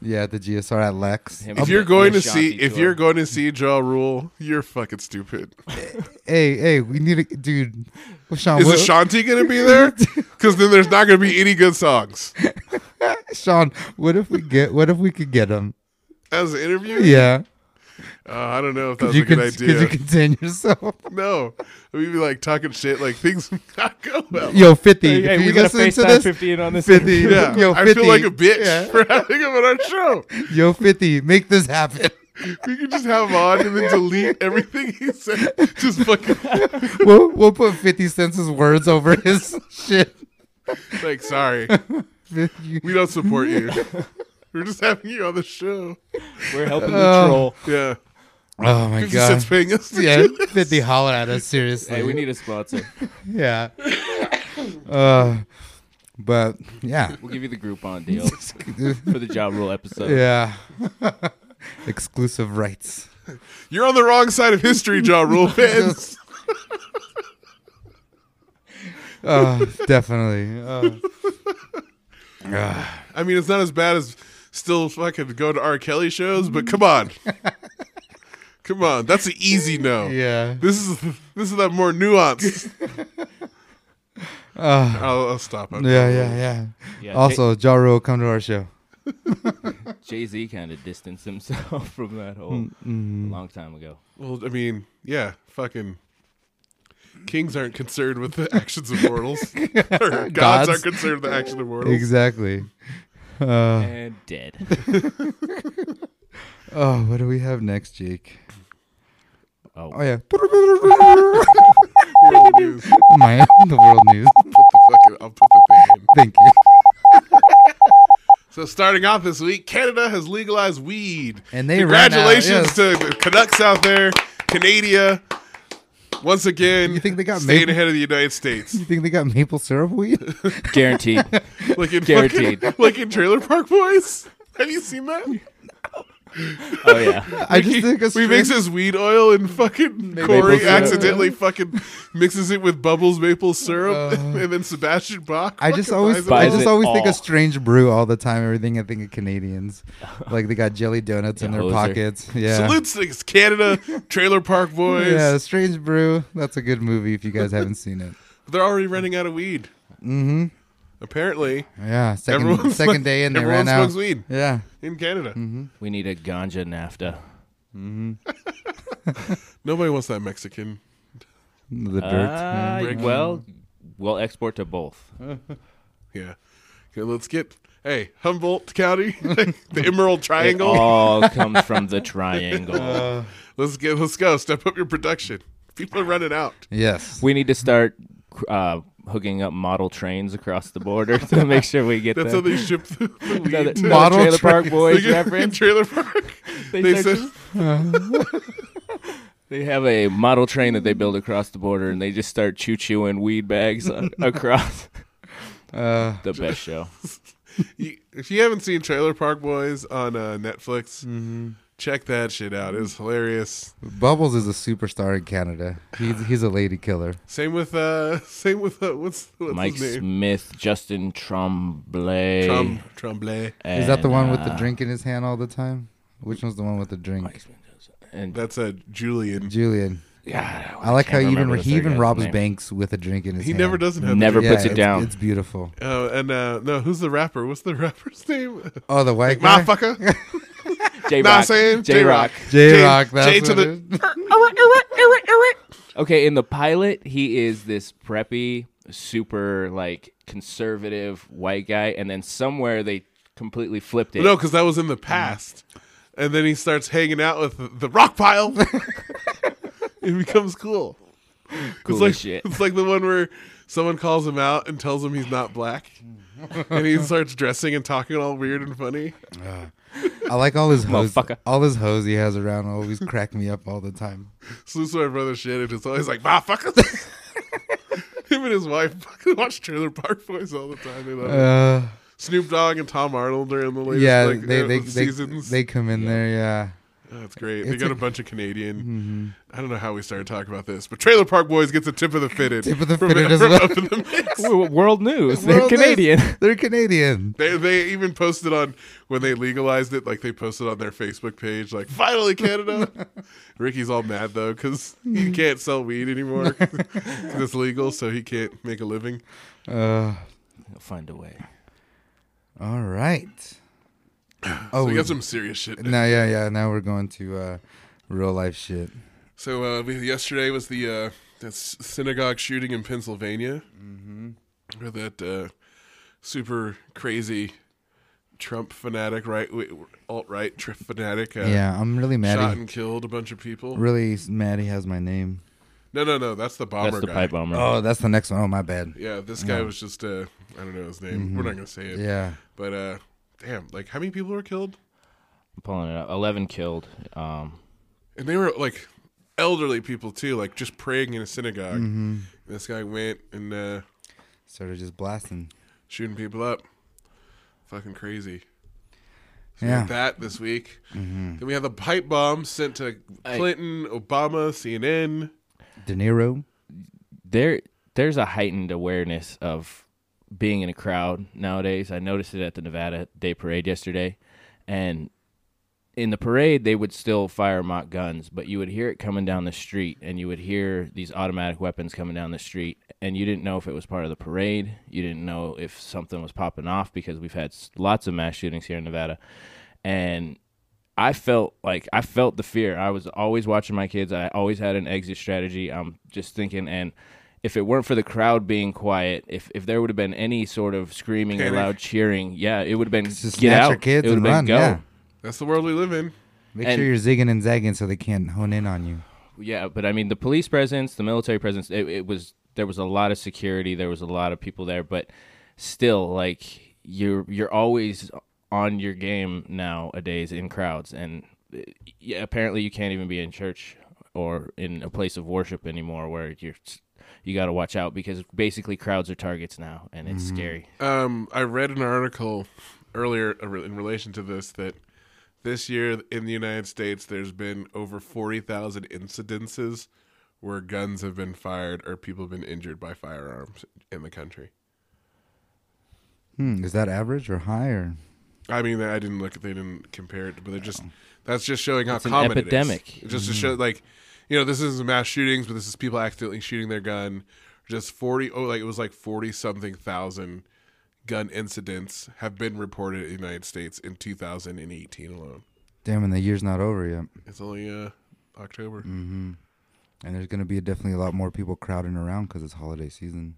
Speaker 11: Yeah, the GSR at Lex.
Speaker 6: Him
Speaker 10: if
Speaker 6: and
Speaker 10: you're
Speaker 6: the-
Speaker 10: going
Speaker 6: the
Speaker 10: to see
Speaker 6: Ashanti
Speaker 10: if
Speaker 6: tour.
Speaker 10: you're going to see Jaw Rule, you're fucking stupid.
Speaker 11: Hey, hey, we need a dude. Well, Sean,
Speaker 10: Is
Speaker 11: what-
Speaker 10: Ashanti going to be there? Because then there's not going to be any good songs.
Speaker 11: Sean, what if we get? What if we could get him?
Speaker 10: As an interview,
Speaker 11: Yeah,
Speaker 10: Uh, I don't know if
Speaker 11: could
Speaker 10: that's
Speaker 11: you
Speaker 10: a good
Speaker 11: con- could
Speaker 10: idea.
Speaker 11: you contain yourself?
Speaker 10: no, we'd be like talking shit, like things not go well.
Speaker 11: Yo, fifty.
Speaker 6: Hey, hey,
Speaker 11: if
Speaker 6: we
Speaker 11: you
Speaker 6: got
Speaker 11: listen to
Speaker 6: FaceTime
Speaker 11: this,
Speaker 6: 50 in on this.
Speaker 11: 50.
Speaker 10: yeah,
Speaker 11: Yo,
Speaker 10: I feel
Speaker 11: 50.
Speaker 10: like a bitch
Speaker 11: Yeah.
Speaker 10: for having him on our show.
Speaker 11: yo, fifty, make this happen.
Speaker 10: We could just have him on and then delete everything he said. Just fucking
Speaker 11: we'll we'll put fifty cents' words over his shit.
Speaker 10: like, sorry,
Speaker 11: You-
Speaker 10: we don't support you. We're just having you on the show.
Speaker 6: We're helping
Speaker 11: Oh.
Speaker 6: the troll.
Speaker 10: Yeah,
Speaker 11: Oh my
Speaker 10: Fifty Cent's
Speaker 11: god.
Speaker 10: paying us. To
Speaker 11: Yeah,
Speaker 10: do this.
Speaker 11: fifty holler at us seriously.
Speaker 6: Hey, we need a sponsor.
Speaker 11: yeah. Uh, but yeah,
Speaker 6: We'll give you the Groupon deal for the Ja Rule episode.
Speaker 11: yeah. Exclusive rights.
Speaker 10: You're on the wrong side of history, Ja Rule fans.
Speaker 11: Oh, definitely. Oh. Ah,
Speaker 10: I mean, it's not as bad as still fucking go to R. Kelly shows, but come on, come on, that's an easy no.
Speaker 11: yeah.
Speaker 10: This is this is that more nuanced. I'll, I'll stop. I'm
Speaker 11: Yeah, yeah, yeah.
Speaker 6: Yeah,
Speaker 11: Also, Ja Rule, come to our show.
Speaker 6: Jay Z kind of distanced himself from that whole
Speaker 11: Mm-hmm.
Speaker 6: long time ago.
Speaker 10: Well, I mean, yeah, fucking. Kings aren't concerned with the actions of mortals. Or gods,
Speaker 11: Gods.
Speaker 10: aren't concerned with the action of mortals.
Speaker 11: Exactly. Uh,
Speaker 6: And dead.
Speaker 11: oh, what do we have next, Jake?
Speaker 6: Oh.
Speaker 11: Oh yeah. My the world news.
Speaker 10: Put the fucking, I'll put the thing in.
Speaker 11: Thank you.
Speaker 10: So starting off this week, Canada has legalized weed.
Speaker 11: And they ran out,
Speaker 10: congratulations
Speaker 11: yes.
Speaker 10: to the Canucks out there, Canada. Once again,
Speaker 11: You think they got
Speaker 10: staying
Speaker 11: maple-
Speaker 10: ahead of the United States?
Speaker 11: You think they got maple syrup weed?
Speaker 6: Guaranteed.
Speaker 10: Like in
Speaker 6: Guaranteed.
Speaker 10: fucking- like in Trailer Park Boys. Have you seen that?
Speaker 6: oh yeah.
Speaker 11: I
Speaker 10: He,
Speaker 11: just think a
Speaker 10: he
Speaker 11: string,
Speaker 10: makes his weed oil and fucking Corey
Speaker 6: syrup.
Speaker 10: accidentally fucking mixes it with Bubbles maple syrup, and then Sebastian Bach.
Speaker 11: Uh, I just
Speaker 10: fucking
Speaker 11: always
Speaker 10: buys it.
Speaker 11: I
Speaker 6: Buys
Speaker 11: just
Speaker 6: it
Speaker 11: always think
Speaker 6: all.
Speaker 11: of strange brew all the time. Everything I think of Canadians, like they got jelly donuts in
Speaker 6: Yeah,
Speaker 11: their
Speaker 6: loser.
Speaker 11: pockets. Yeah.
Speaker 10: Salutes to Canada, Trailer Park Boys.
Speaker 11: Yeah, Strange Brew. That's a good movie if you guys haven't seen it.
Speaker 10: They're already running out of weed. Mm-hmm. Apparently,
Speaker 11: Yeah, second
Speaker 10: Everyone
Speaker 11: second
Speaker 10: smokes-
Speaker 11: day and they
Speaker 10: everyone
Speaker 11: ran out.
Speaker 10: smokes weed.
Speaker 11: Yeah, Mm-hmm.
Speaker 10: in Canada,
Speaker 6: We need a ganja NAFTA.
Speaker 10: nobody wants that Mexican.
Speaker 11: the dirt.
Speaker 6: Uh, well, we'll export to both.
Speaker 10: Yeah. Okay, let's get hey Humboldt County, the Emerald
Speaker 6: It
Speaker 10: Triangle.
Speaker 6: all comes from the triangle.
Speaker 10: Uh. let's get let's go. Step up your production. People are running out.
Speaker 11: yes.
Speaker 6: we need to start uh, hooking up model trains across the border to make sure we get
Speaker 10: That's how
Speaker 6: them.
Speaker 10: they ship the, the weed.
Speaker 6: Another-
Speaker 10: to-
Speaker 11: Model
Speaker 6: Trailer Park
Speaker 11: trains.
Speaker 10: They
Speaker 6: Boys
Speaker 10: get- in
Speaker 6: reference.
Speaker 10: Trailer Park.
Speaker 6: They,
Speaker 10: They
Speaker 6: start-
Speaker 10: said
Speaker 6: they have a model train that they build across the border, and they just start choo chooing weed bags a- across. the best show.
Speaker 10: you- if you haven't seen Trailer Park Boys on uh, Netflix, check that shit out. It's hilarious.
Speaker 11: Mm-hmm. Bubbles is a superstar in Canada. He's he's a lady killer.
Speaker 10: Same with uh, same with uh, what's what's
Speaker 6: Mike
Speaker 10: his name?
Speaker 6: Smith, Justin Tremblay.
Speaker 10: Trum, Tremblay.
Speaker 11: Is that the
Speaker 6: and,
Speaker 11: one with the
Speaker 6: uh,
Speaker 11: drink in his hand all the time? Which one's the one with the drink?
Speaker 6: Mike Smith does- And
Speaker 10: That's a Julian.
Speaker 11: Julian.
Speaker 6: yeah,
Speaker 11: I like how
Speaker 6: can't
Speaker 11: even
Speaker 6: remember the
Speaker 11: he
Speaker 6: third
Speaker 11: even
Speaker 6: guy's
Speaker 11: robs
Speaker 6: name.
Speaker 11: banks with a drink in his
Speaker 10: He
Speaker 11: hand.
Speaker 10: never doesn't have
Speaker 6: Never
Speaker 10: The,
Speaker 11: Yeah,
Speaker 6: puts it
Speaker 11: it's-
Speaker 6: down.
Speaker 11: It's beautiful.
Speaker 10: uh, and uh, no, who's the rapper? What's the rapper's name?
Speaker 11: Oh, the white guy.
Speaker 10: Motherfucker.
Speaker 6: J
Speaker 10: Nah, I'm
Speaker 6: Rock.
Speaker 10: saying
Speaker 6: J Rock.
Speaker 11: J Rock.
Speaker 10: J-
Speaker 11: That's
Speaker 10: J to
Speaker 11: what it
Speaker 10: the-
Speaker 11: is.
Speaker 6: Okay, in the pilot, he is this preppy, super like conservative white guy, and then somewhere they completely flipped it.
Speaker 10: No, because that was in the past. And then he starts hanging out with the, the rock pile. it becomes cool.
Speaker 6: cool
Speaker 10: it's like
Speaker 6: as shit.
Speaker 10: it's like the one where someone calls him out and tells him he's not black, and he starts dressing and talking all weird and funny.
Speaker 11: I like all his hoes.
Speaker 6: Motherfucker.
Speaker 11: All his hoes he has around always crack me up all the time.
Speaker 10: Salutes to my brother shit, and it's always like motherfuckers. him and his wife fucking watch Trailer Park Boys all the time. They love it.
Speaker 11: Uh,
Speaker 10: Snoop Dogg and Tom Arnold are in the latest
Speaker 11: yeah,
Speaker 10: like,
Speaker 11: they,
Speaker 10: uh,
Speaker 11: they, they,
Speaker 10: seasons.
Speaker 11: they come in there. Yeah.
Speaker 10: That's great. they
Speaker 11: It's
Speaker 10: got a,
Speaker 11: a-
Speaker 10: bunch of Canadian.
Speaker 11: Mm-hmm.
Speaker 10: I don't know how we started talking about this, but Trailer Park Boys gets a tip of the fitted.
Speaker 11: Tip of the
Speaker 10: from-
Speaker 11: fitted as
Speaker 10: from
Speaker 11: well.
Speaker 10: Up in the Mix.
Speaker 6: W- World news. They're
Speaker 11: Well, they-
Speaker 6: Canadian.
Speaker 11: They're Canadian.
Speaker 10: They, they even posted on when they legalized it, like they posted on their Facebook page, like finally Canada. Ricky's all mad though because
Speaker 11: Hmm.
Speaker 10: he can't sell weed anymore 'cause it's legal, so he can't make a living.
Speaker 11: Uh,
Speaker 6: They'll find a way.
Speaker 11: all right.
Speaker 10: So
Speaker 11: Oh,
Speaker 10: we got some serious shit.
Speaker 11: no, yeah, yeah. Now we're going to uh, real life shit.
Speaker 10: So uh, we, yesterday was the uh, that s- synagogue shooting in Pennsylvania,
Speaker 11: Mm-hmm.
Speaker 10: where that uh, super crazy Trump fanatic, right, alt right fanatic, uh,
Speaker 11: yeah, I'm really mad.
Speaker 10: shot
Speaker 11: he-
Speaker 10: and killed a bunch of people.
Speaker 11: really s- mad he has my name.
Speaker 10: No, no, no, that's the bomber
Speaker 6: That's the
Speaker 10: guy. Uh,
Speaker 6: pipe bomber.
Speaker 11: Oh, that's the next one. Oh, my bad. Mm-hmm.
Speaker 10: Yeah, this guy was just uh, I don't know his name. We're not gonna say it.
Speaker 11: Yeah.
Speaker 10: but uh, damn, like how many people were killed?
Speaker 6: I'm pulling it up. Eleven killed. Um,
Speaker 10: and they were like elderly people too, like just praying in a synagogue. This guy went and uh,
Speaker 11: Mm-hmm. Started just blasting.
Speaker 10: shooting people up. Fucking crazy. So
Speaker 11: Yeah. Mm-hmm.
Speaker 10: We had that this week. Then we had the pipe bomb sent to Clinton, Obama, CNN.
Speaker 11: De Niro.
Speaker 6: there, there's a heightened awareness of being in a crowd nowadays. I noticed it at the Nevada Day Parade yesterday, and in the parade they would still fire mock guns but you would hear it coming down the street and you would hear these automatic weapons coming down the street and you didn't know if it was part of the parade you didn't know if something was popping off because we've had s- lots of mass shootings here in nevada and i felt like i felt the fear i was always watching my kids i always had an exit strategy i'm just thinking and if it weren't for the crowd being quiet, if, if there would have been any sort of screaming or
Speaker 10: Panic.
Speaker 6: loud cheering, yeah, it would have been
Speaker 11: Just
Speaker 6: get
Speaker 11: snatch
Speaker 6: out.
Speaker 11: your kids
Speaker 6: it would
Speaker 11: and
Speaker 6: have
Speaker 11: run.
Speaker 6: been go.
Speaker 11: Yeah.
Speaker 10: That's the world we live in.
Speaker 11: Make
Speaker 6: And-
Speaker 11: sure you're zigging and zagging so they can't hone in on you.
Speaker 6: Yeah, but I mean, the police presence, the military presence, it, it was there was a lot of security, there was a lot of people there, but still, like you're you're always on your game nowadays in crowds, and uh, yeah, apparently you can't even be in church or in a place of worship anymore where you're you got to watch out because basically crowds are targets now, and it's
Speaker 11: Mm-hmm.
Speaker 6: scary.
Speaker 10: Um, I read an article earlier uh, in relation to this that this year in the United States there's been over forty thousand incidences where guns have been fired or people have been injured by firearms in the country.
Speaker 11: Hmm, is that average or Oh. higher?
Speaker 10: I mean, I didn't look; they didn't compare it, but they're just that's just showing how
Speaker 6: an
Speaker 10: common it is.
Speaker 6: epidemic.
Speaker 10: It's
Speaker 11: Hmm.
Speaker 10: Just to show, like, you know, this isn't mass shootings, but this is people accidentally shooting their gun. Just forty, oh, like it was like forty something thousand gun incidents have been reported in the United States in 2018 alone.
Speaker 11: Damn, and the year's not over yet. Mm-hmm.
Speaker 10: It's only uh, October.
Speaker 11: And there's going to be definitely a lot more people crowding around because it's holiday season.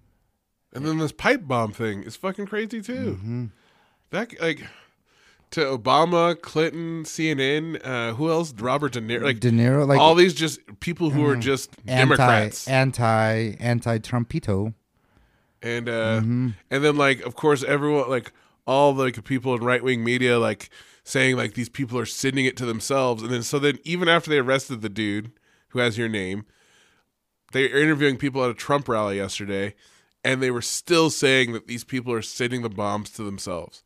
Speaker 10: And then this pipe bomb thing is fucking crazy too.
Speaker 11: Mm-hmm.
Speaker 10: That like to Obama, Clinton, CNN, uh, who else? Robert De Niro, like
Speaker 11: De Niro, like- mm-hmm.
Speaker 10: all these just people who are just Democrats,
Speaker 11: anti, anti Trumpito.
Speaker 10: and uh, and then like of course everyone like all the like, people in right wing media like saying like these people are sending it to themselves, and then so then even after they arrested the dude who has your name, they were interviewing people at a Trump rally yesterday, and they were still saying that these people are sending the bombs to themselves.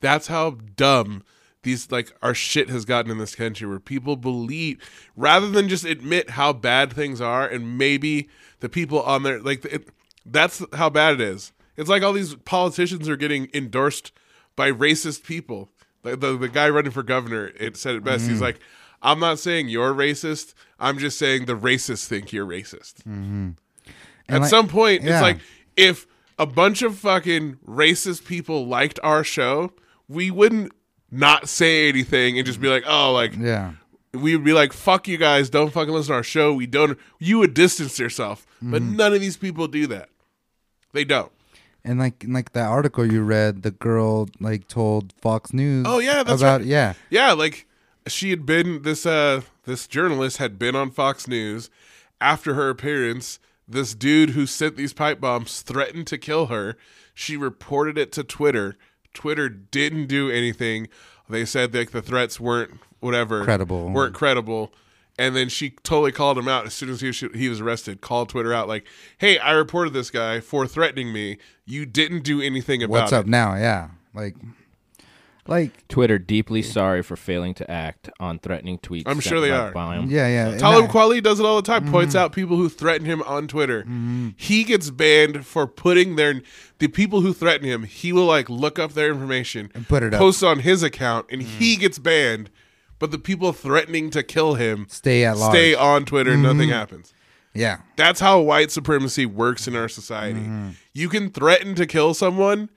Speaker 10: That's how dumb these like our shit has gotten in this country where people believe rather than just admit how bad things are and maybe the people on there like it, that's how bad it is. It's like all these politicians are getting endorsed by racist people. The, the, the guy running for governor it said it best. He's like, I'm not saying you're racist. I'm just saying the racists think you're racist. At
Speaker 11: like-
Speaker 10: some point,
Speaker 11: yeah.
Speaker 10: it's like if a bunch of fucking racist people liked our show, we wouldn't not say anything and just be like, oh, like
Speaker 11: Yeah.
Speaker 10: we would be like, fuck you guys, don't fucking listen to our show. We don't. You would distance yourself, but
Speaker 11: Mm-hmm.
Speaker 10: none of these people do that. They don't.
Speaker 11: And like in like that article you read, the girl like told Fox News.
Speaker 10: Oh, yeah, that's
Speaker 11: about
Speaker 10: right.
Speaker 11: yeah.
Speaker 10: Yeah, like she had been this uh this journalist had been on Fox News after her appearance. This dude who sent these pipe bombs threatened to kill her. She reported it to Twitter. Twitter didn't do anything. They said like the threats weren't whatever
Speaker 11: Credible.
Speaker 10: weren't credible. And then she totally called him out as soon as he was, he was arrested. Called Twitter out like, "Hey, I reported this guy for threatening me. You didn't do anything about
Speaker 11: What's
Speaker 10: it."
Speaker 11: up now? Yeah, like, like
Speaker 6: Twitter deeply sorry for failing to act on threatening tweets.
Speaker 10: I'm
Speaker 6: sent
Speaker 10: sure they
Speaker 6: by
Speaker 10: are.
Speaker 6: Biome.
Speaker 11: yeah, yeah. and
Speaker 10: Talib
Speaker 11: that- Mm-hmm.
Speaker 10: Kweli does it all the time. Points out people who threaten him on Twitter. He gets banned for putting their the people who threaten him. He will like look up their information and
Speaker 11: put it up. Mm.
Speaker 10: post on his account, and he gets banned. But the people threatening to kill him
Speaker 11: Stay at large. Mm-hmm.
Speaker 10: stay on Twitter, and nothing happens.
Speaker 11: yeah, Mm-hmm.
Speaker 10: That's how white supremacy works in our society. You can threaten to kill someone,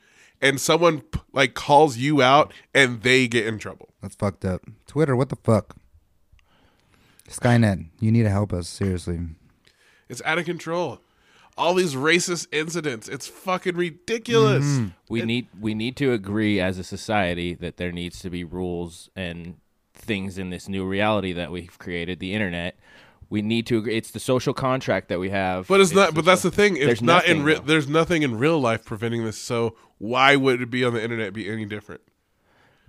Speaker 10: and someone p- like calls you out, and they get in trouble.
Speaker 11: that's fucked up. Twitter, what the fuck? Skynet, you need to help us seriously.
Speaker 10: It's out of control. All these racist incidents. It's fucking ridiculous.
Speaker 6: We need we need to agree as a society that there needs to be rules and things in this new reality that we've created, the internet. We need to agree. It's the social contract that we have.
Speaker 10: But it's not. But that's the thing. It's
Speaker 6: there's
Speaker 10: not in.
Speaker 6: nothing,
Speaker 10: Re-
Speaker 6: though.
Speaker 10: there's nothing in real life preventing this. So why would it be on the internet be any different?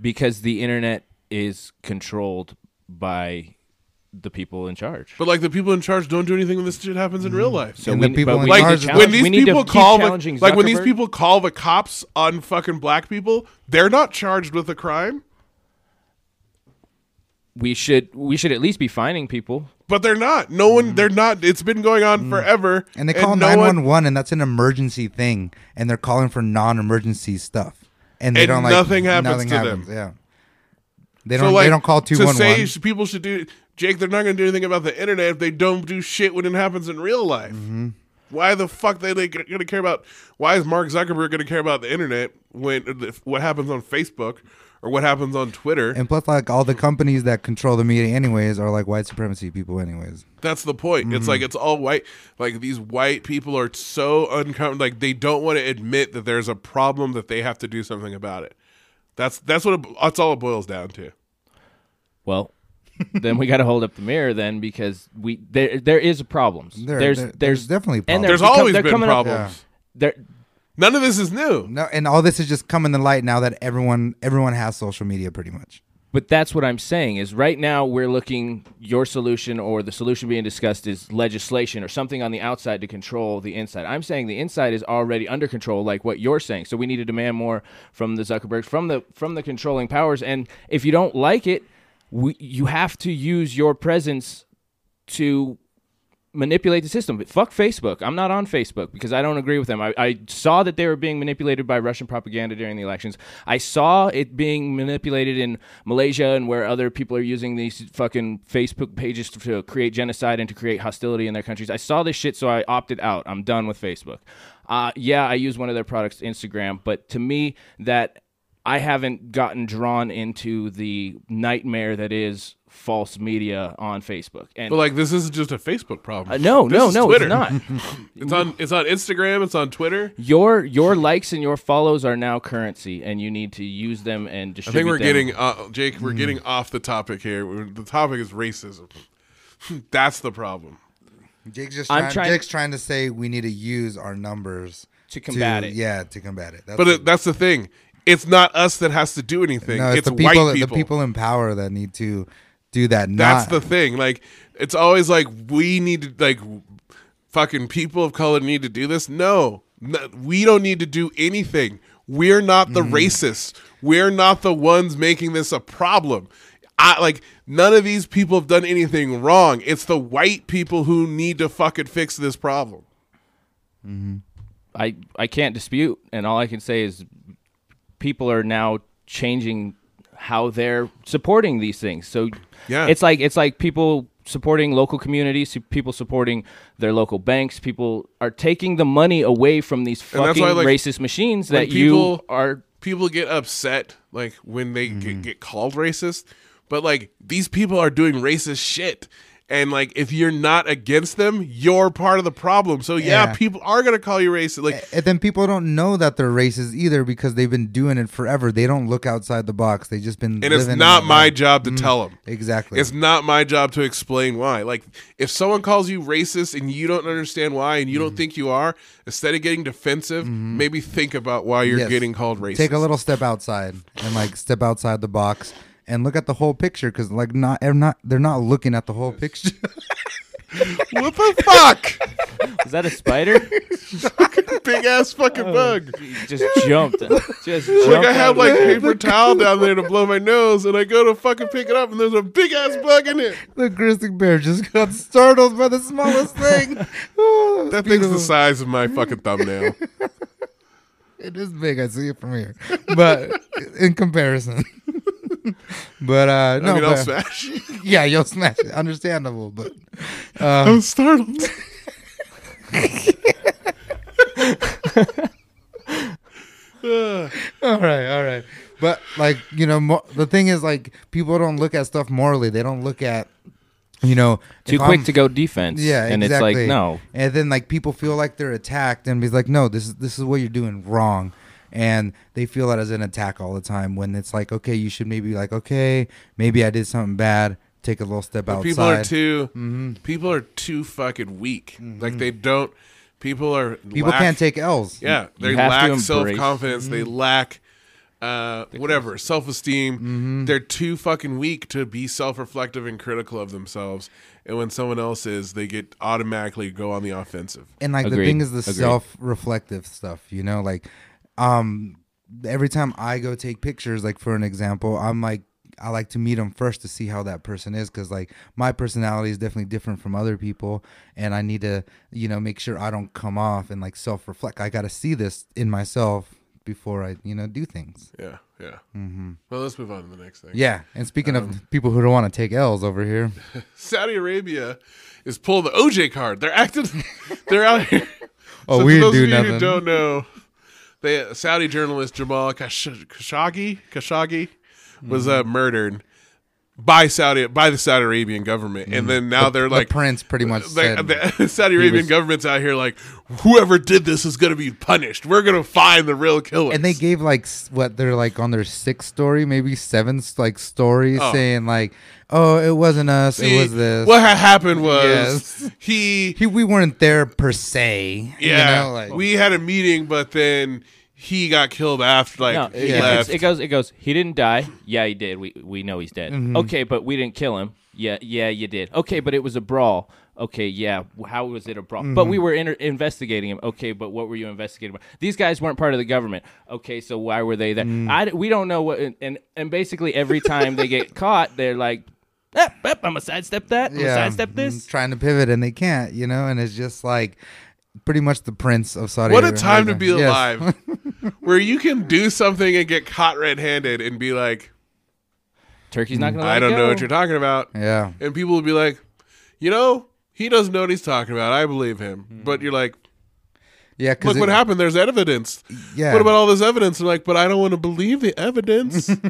Speaker 6: because the internet is controlled by the people in charge.
Speaker 10: But like the people in charge don't do anything when this shit happens in real life.
Speaker 6: Mm-hmm. So
Speaker 11: And
Speaker 6: we,
Speaker 11: the people
Speaker 6: but
Speaker 11: in
Speaker 6: we
Speaker 11: Like,
Speaker 6: need to
Speaker 11: charge-
Speaker 6: challenge-
Speaker 10: when these
Speaker 6: we need to
Speaker 10: people
Speaker 6: keep
Speaker 10: call the,
Speaker 6: challenging
Speaker 10: like when these
Speaker 6: Zuckerberg.
Speaker 10: people call the cops on fucking black people, they're not charged with a crime,
Speaker 6: we should we should at least be finding people.
Speaker 10: but they're not. No one, they're not. It's been going on forever,
Speaker 11: Mm-hmm. Mm. And they call
Speaker 10: no
Speaker 11: nine
Speaker 10: one-
Speaker 11: one one, and that's an emergency thing, and they're calling for non-emergency stuff, and they
Speaker 10: And
Speaker 11: don't like
Speaker 10: nothing happens to them.
Speaker 11: Yeah, they don't.
Speaker 10: like,
Speaker 11: they don't call two
Speaker 10: to
Speaker 11: one
Speaker 10: say
Speaker 11: one.
Speaker 10: sh- people should do Jake. They're not going to do anything about the internet if they don't do shit when it happens in real life.
Speaker 11: Mm-hmm.
Speaker 10: Why the fuck they they going to care about? Why is Mark Zuckerberg going to care about the internet when what happens on Facebook or what happens on Twitter?
Speaker 11: And plus, like all the companies that control the media, anyways, are like white supremacy people, anyways.
Speaker 10: That's the point. It's like it's all white. Like these white people are so uncomfortable. Like they don't want to admit that there's a problem that they have to do something about it. That's that's what it, that's all it boils down to.
Speaker 6: Well, then we got to hold up the mirror then because we there there is problems.
Speaker 11: There-
Speaker 6: there's
Speaker 11: there-
Speaker 6: there's
Speaker 11: there's definitely problems.
Speaker 6: and they're
Speaker 10: There's
Speaker 6: become-
Speaker 10: always
Speaker 6: they're
Speaker 10: been
Speaker 6: coming up-
Speaker 10: problems.
Speaker 6: They're
Speaker 10: None of this is new.
Speaker 11: No, and all this is just coming to light now that everyone everyone has social media pretty much.
Speaker 6: But that's what I'm saying is right now we're looking your solution or the solution being discussed is legislation or something on the outside to control the inside. I'm saying the inside is already under control like what you're saying. So we need to demand more from the Zuckerbergs, from the from the controlling powers and if you don't like it, we, you have to use your presence to manipulate the system. But fuck Facebook. I'm not on Facebook because I don't agree with them. I, I saw that they were being manipulated by Russian propaganda during the elections. I saw it being manipulated in Malaysia and where other people are using these fucking Facebook pages to, to create genocide and to create hostility in their countries. I saw this shit, so I opted out. I'm done with Facebook. Uh, yeah, I use one of their products, Instagram, but to me, that I haven't gotten drawn into the nightmare that is false media on Facebook. And
Speaker 10: But like, this isn't just a Facebook problem.
Speaker 6: uh, no,
Speaker 10: This
Speaker 6: no,
Speaker 10: is
Speaker 6: no,
Speaker 10: Twitter.
Speaker 6: it's not.
Speaker 10: It's on. It's on Instagram. It's on Twitter.
Speaker 6: Your your likes and your follows are now currency, and you need to use them
Speaker 10: I
Speaker 6: and distribute.
Speaker 10: think we're
Speaker 6: them.
Speaker 10: getting uh, Jake.
Speaker 6: Hmm.
Speaker 10: We're getting off the topic here. We're- The topic is racism. That's the problem.
Speaker 11: Jake's just
Speaker 6: I'm
Speaker 11: trying,
Speaker 6: trying-
Speaker 11: Jake's trying to say we need to use our numbers
Speaker 6: To combat it.
Speaker 11: Yeah, to combat it. That's
Speaker 10: But
Speaker 11: what-
Speaker 10: it, that's the thing. It's not us that has to do anything.
Speaker 11: no,
Speaker 10: it's
Speaker 11: the
Speaker 10: white
Speaker 11: people,
Speaker 10: people.
Speaker 11: the people in power that need to do that.
Speaker 10: That's the
Speaker 11: Not
Speaker 10: thing. Like it's always like we need to like fucking people of color need to do this. No, no we don't need to do anything. We're not the racists. We're not the ones making this a problem. I like none of these people have done anything wrong. It's the white people who need to fucking fix this problem.
Speaker 6: I I can't dispute, and all I can say is people are now changing how they're supporting these things. So
Speaker 10: Yeah.
Speaker 6: it's like it's like people supporting local communities, su- people supporting their local banks. People are taking the money away from these
Speaker 10: And that's
Speaker 6: fucking
Speaker 10: why, like,
Speaker 6: racist machines
Speaker 10: when
Speaker 6: that you
Speaker 10: people-
Speaker 6: are.
Speaker 10: People get upset like when they
Speaker 6: Mm-hmm.
Speaker 10: get, get called racist, but like these people are doing racist shit. And like if you're not against them, you're part of the problem. So yeah,
Speaker 11: Yeah.
Speaker 10: people are gonna call you racist. Like
Speaker 11: and then people don't know that they're racist either because they've been doing it forever. They don't look outside the box. They've just been.
Speaker 10: and it's
Speaker 11: living in
Speaker 10: not
Speaker 11: that
Speaker 10: my
Speaker 11: world.
Speaker 10: job to tell them.
Speaker 11: Exactly.
Speaker 10: It's not my job to explain why. Like if someone calls you racist and you don't understand why and you
Speaker 11: Mm.
Speaker 10: don't think you are, instead of getting defensive, maybe think about why you're
Speaker 11: Mm-hmm. Yes.
Speaker 10: getting called racist.
Speaker 11: Take a little step outside and like step outside the box and look at the whole picture because like not they're not they're not looking at the whole picture.
Speaker 10: what the fuck?
Speaker 6: Is that a spider?
Speaker 10: Big ass
Speaker 11: Uh,
Speaker 10: fucking bug.
Speaker 6: just jumped. Just jumped.
Speaker 10: Like I have
Speaker 6: out of
Speaker 10: like
Speaker 6: the-
Speaker 10: paper towel down there to blow my nose, and I go to fucking pick it up, and there's a big ass bug in it.
Speaker 11: the grizzly bear just got startled by the smallest thing. Oh,
Speaker 10: That thing's the size of my fucking thumbnail.
Speaker 11: It is big. I see it from here, but in comparison. but uh no,
Speaker 10: I mean, I'll
Speaker 11: but-
Speaker 10: smash.
Speaker 11: yeah, you'll smash it. Understandable, but um,
Speaker 10: I'm startled. Uh,
Speaker 11: all right, all right. But like you know, mo- the thing is like people don't look at stuff morally. They don't look at you know
Speaker 6: too
Speaker 11: if
Speaker 6: quick
Speaker 10: um,
Speaker 11: I'm-
Speaker 6: to go defense.
Speaker 11: Yeah,
Speaker 6: and
Speaker 11: exactly.
Speaker 6: it's like no,
Speaker 11: And then like people feel like they're attacked and be like, no, this is this is what you're doing wrong. And they feel that as an attack all the time when it's like, okay, you should maybe like, okay, maybe I did something bad. Take a little step outside.
Speaker 10: people
Speaker 11: Mm-hmm.
Speaker 10: are too. People are too fucking weak. Like they don't. People are.
Speaker 11: People
Speaker 10: lack-
Speaker 11: can't take L's. Mm-hmm.
Speaker 10: Yeah, they
Speaker 6: you have to
Speaker 10: lack
Speaker 6: embrace-
Speaker 10: self confidence. They lack uh, whatever self esteem.
Speaker 11: Mm-hmm.
Speaker 10: They're too fucking weak to be self reflective and critical of themselves. And when someone else is, they get automatically go on the offensive.
Speaker 11: and like the
Speaker 6: Agreed.
Speaker 11: thing is the
Speaker 6: Agreed.
Speaker 11: self-reflective stuff you know like um every time i go take pictures like for an example i'm like i like to meet them first to see how that person is because like my personality is definitely different from other people and i need to you know make sure i don't come off and like self-reflect i gotta see this in myself before i you know do things
Speaker 10: Yeah, yeah. Well, let's move on to the next thing.
Speaker 11: yeah and speaking
Speaker 10: Um,
Speaker 11: of people who don't want to take l's over here
Speaker 10: Saudi Arabia is pulling the OJ card. They're acting. they're out here.
Speaker 11: Oh,
Speaker 10: for
Speaker 11: we
Speaker 10: those
Speaker 11: do
Speaker 10: of you Who
Speaker 11: nothing.
Speaker 10: don't know. They Saudi journalist Jamal Khash- Khashoggi Khashoggi was uh, murdered. by Saudi by the Saudi Arabian government, and then now they're like
Speaker 11: Mm. the prince pretty much
Speaker 10: the,
Speaker 11: said
Speaker 10: the Saudi Arabian
Speaker 11: was-
Speaker 10: government's out here like whoever did this is going to be punished. We're going to find the real killers.
Speaker 11: and they gave like s- what they're like on their sixth story, maybe seventh like story,
Speaker 10: Oh.
Speaker 11: saying like, "Oh, it wasn't us.
Speaker 10: See,
Speaker 11: it was this.
Speaker 10: What had happened was
Speaker 11: Yes.
Speaker 10: he,
Speaker 11: he, we weren't there per se. you
Speaker 10: yeah,
Speaker 11: know, like-
Speaker 10: we had a meeting, but then he got killed after like
Speaker 6: No,
Speaker 10: he
Speaker 6: it,
Speaker 10: left.
Speaker 6: it's- it goes. It goes. He didn't die. Yeah, he did. We we know he's dead.
Speaker 10: Mm-hmm.
Speaker 6: Okay, but we didn't kill him. Yeah, yeah, you did. Okay, but it was a brawl. Okay, yeah. How was it a brawl?
Speaker 10: Mm-hmm.
Speaker 6: But we were inter- investigating him. Okay, but what were you investigating? About? These guys weren't part of the government. Okay, so why were they there?
Speaker 10: Mm.
Speaker 6: I d we don't know what. and- And and basically every time they get caught, they're like, "Eh, eh, I'm gonna sidestep that. I'm gonna sidestep this.
Speaker 11: mm, trying to pivot and they can't, you know, and it's just like pretty much the prince of Saudi.
Speaker 10: what a
Speaker 11: Arabia.
Speaker 10: time to be
Speaker 11: Yes.
Speaker 10: alive, where you can do something and get caught red-handed and be like,
Speaker 6: Turkey's not gonna. Let
Speaker 10: Mm, I
Speaker 6: it
Speaker 10: don't know
Speaker 6: go.
Speaker 10: what you're talking about.
Speaker 11: Yeah.
Speaker 10: and people would be like, you know, he doesn't know what he's talking about. I believe him.
Speaker 11: Hmm.
Speaker 10: But you're like,
Speaker 11: Yeah, 'cause
Speaker 10: look
Speaker 11: it-
Speaker 10: what happened. There's evidence.
Speaker 11: Yeah.
Speaker 10: What about all this evidence? I'm like, but I don't want to believe the evidence. it's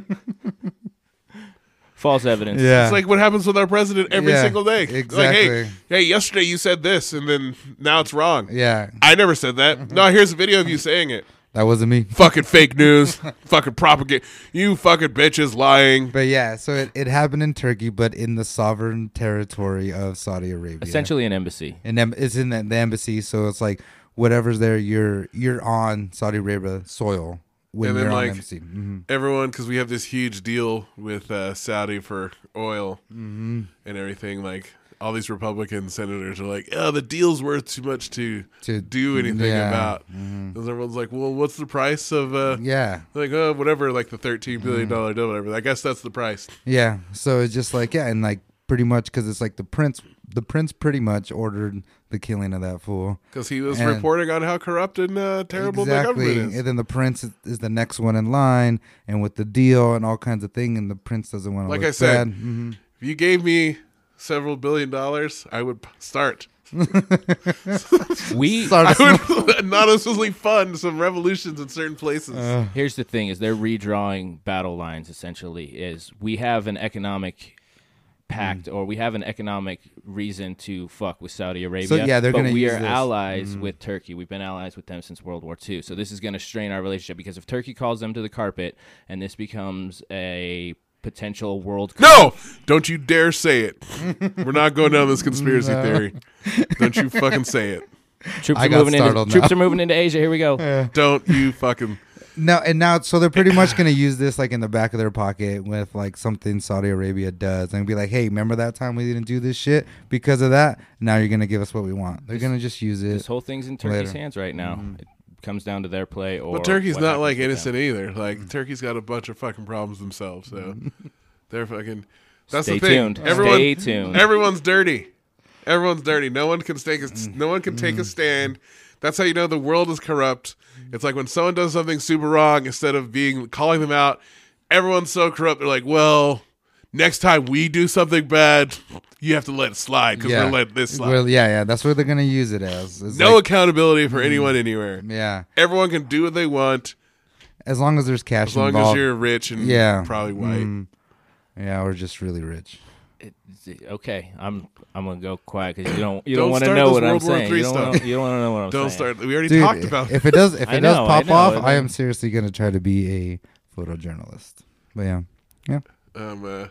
Speaker 6: False evidence.
Speaker 11: Yeah.
Speaker 10: like what happens with our president every
Speaker 11: Yeah,
Speaker 10: single day. Like, hey,
Speaker 11: exactly.
Speaker 10: hey, yesterday you said this, and then now it's wrong.
Speaker 11: yeah,
Speaker 10: I never said that. No, here's a video of you saying it.
Speaker 11: that wasn't me.
Speaker 10: Fucking fake news. fucking propaganda. You fucking bitches lying.
Speaker 11: But yeah, so it, it happened in Turkey, but in the sovereign territory of Saudi Arabia.
Speaker 6: Essentially an embassy.
Speaker 11: and em- it's in the, the embassy, so it's like whatever's there, you're you're on Saudi Arabia soil when
Speaker 10: And then,
Speaker 11: you're on
Speaker 10: like-
Speaker 11: embassy. hmm
Speaker 10: Everyone, because we have this huge deal with uh, Saudi for oil
Speaker 11: Mm-hmm.
Speaker 10: and everything. Like all these Republican senators are like, "Oh, the deal's worth too much to,
Speaker 11: To-
Speaker 10: do anything
Speaker 11: yeah. Mm-hmm.
Speaker 10: about." And everyone's like, "Well, what's the price of?" Uh,
Speaker 11: Yeah, Mm-hmm.
Speaker 10: Like oh whatever like the thirteen billion dollar deal whatever I guess that's the price
Speaker 11: Yeah. So it's just like yeah, and like pretty much because it's like the prince, the prince pretty much ordered the killing of that fool.
Speaker 10: because he was
Speaker 11: And-
Speaker 10: reporting on how corrupt and uh, terrible the
Speaker 11: Exactly.
Speaker 10: government is.
Speaker 11: And then the prince is- is the next one in line, and with the deal and all kinds of thing, and the prince doesn't want to.
Speaker 10: Like
Speaker 11: look
Speaker 10: I said.
Speaker 11: bad. Mhm.
Speaker 10: if you gave me several billion dollars, I would p- start.
Speaker 6: We
Speaker 11: Start
Speaker 10: I would anonymously fund some revolutions in certain places.
Speaker 11: Uh-huh.
Speaker 6: Here's the thing: is they're redrawing battle lines. Essentially, is we have an economic pact,
Speaker 11: Hmm.
Speaker 6: or we have an economic reason to fuck with Saudi Arabia.
Speaker 11: yeah, they're
Speaker 6: but
Speaker 11: gonna
Speaker 6: we
Speaker 11: use
Speaker 6: are
Speaker 11: this. Hmm.
Speaker 6: allies with Turkey. We've been allies with them since World War II. So this is going to strain our relationship because if Turkey calls them to the carpet, and this becomes a potential world
Speaker 10: No! Don't you dare say it. We're not going down this conspiracy theory. Don't you fucking say it.
Speaker 6: troops
Speaker 11: I
Speaker 6: are
Speaker 11: got
Speaker 6: moving into
Speaker 11: startled
Speaker 6: troops
Speaker 11: now.
Speaker 6: are moving into Asia. Here we go.
Speaker 10: Don't you fucking.
Speaker 11: No, and now so they're pretty much gonna use this like in the back of their pocket with like something Saudi Arabia does, and be like, "Hey, remember that time we didn't do this shit because of that? Now you're gonna give us what we want." They're gonna just use it.
Speaker 6: This whole thing's in Turkey's
Speaker 11: Later. Hmm.
Speaker 6: hands right now. It comes down to their play. Or
Speaker 10: But Turkey's
Speaker 6: what
Speaker 10: not
Speaker 6: happens
Speaker 10: like
Speaker 6: with them.
Speaker 10: innocent either.
Speaker 11: Mm.
Speaker 10: Like, Turkey's got a bunch of fucking problems themselves. So
Speaker 11: Mm-hmm.
Speaker 10: they're fucking. That's
Speaker 6: Stay
Speaker 10: the thing.
Speaker 6: tuned. Stay tuned.
Speaker 10: Everyone's dirty. Everyone's dirty. No one can take a, no one can take a stand. That's how you know the world is corrupt. It's like when someone does something super wrong, instead of being calling them out, everyone's so corrupt. They're like, "Well, next time we do something bad, you have to let it slide because we're letting this slide."
Speaker 11: Well, yeah, yeah. That's what they're gonna use it as. It's
Speaker 10: no
Speaker 11: like- Mm.
Speaker 10: accountability for anyone anywhere.
Speaker 11: yeah.
Speaker 10: Everyone can do what they want
Speaker 11: As long as there's cash
Speaker 10: as long as
Speaker 11: involved.
Speaker 10: you're rich and
Speaker 11: Yeah. Mm.
Speaker 10: probably white.
Speaker 11: yeah, or just really rich.
Speaker 6: Okay, I'm I'm gonna go quiet because you don't you
Speaker 10: Don't
Speaker 6: don't, want to
Speaker 10: start
Speaker 6: know
Speaker 10: this
Speaker 6: what I'm
Speaker 10: World War
Speaker 6: saying.
Speaker 10: III
Speaker 6: You don't, wanna,
Speaker 10: stuff.
Speaker 6: you don't want to know what I'm
Speaker 10: Don't
Speaker 6: saying.
Speaker 10: start. We already
Speaker 11: Dude,
Speaker 10: talked about
Speaker 11: if it does if
Speaker 6: I
Speaker 11: it does
Speaker 6: know, I
Speaker 11: pop
Speaker 6: know,
Speaker 11: off,
Speaker 6: and
Speaker 11: I
Speaker 6: then-
Speaker 11: am seriously gonna try to be a photojournalist. But yeah, yeah.
Speaker 10: Um, uh,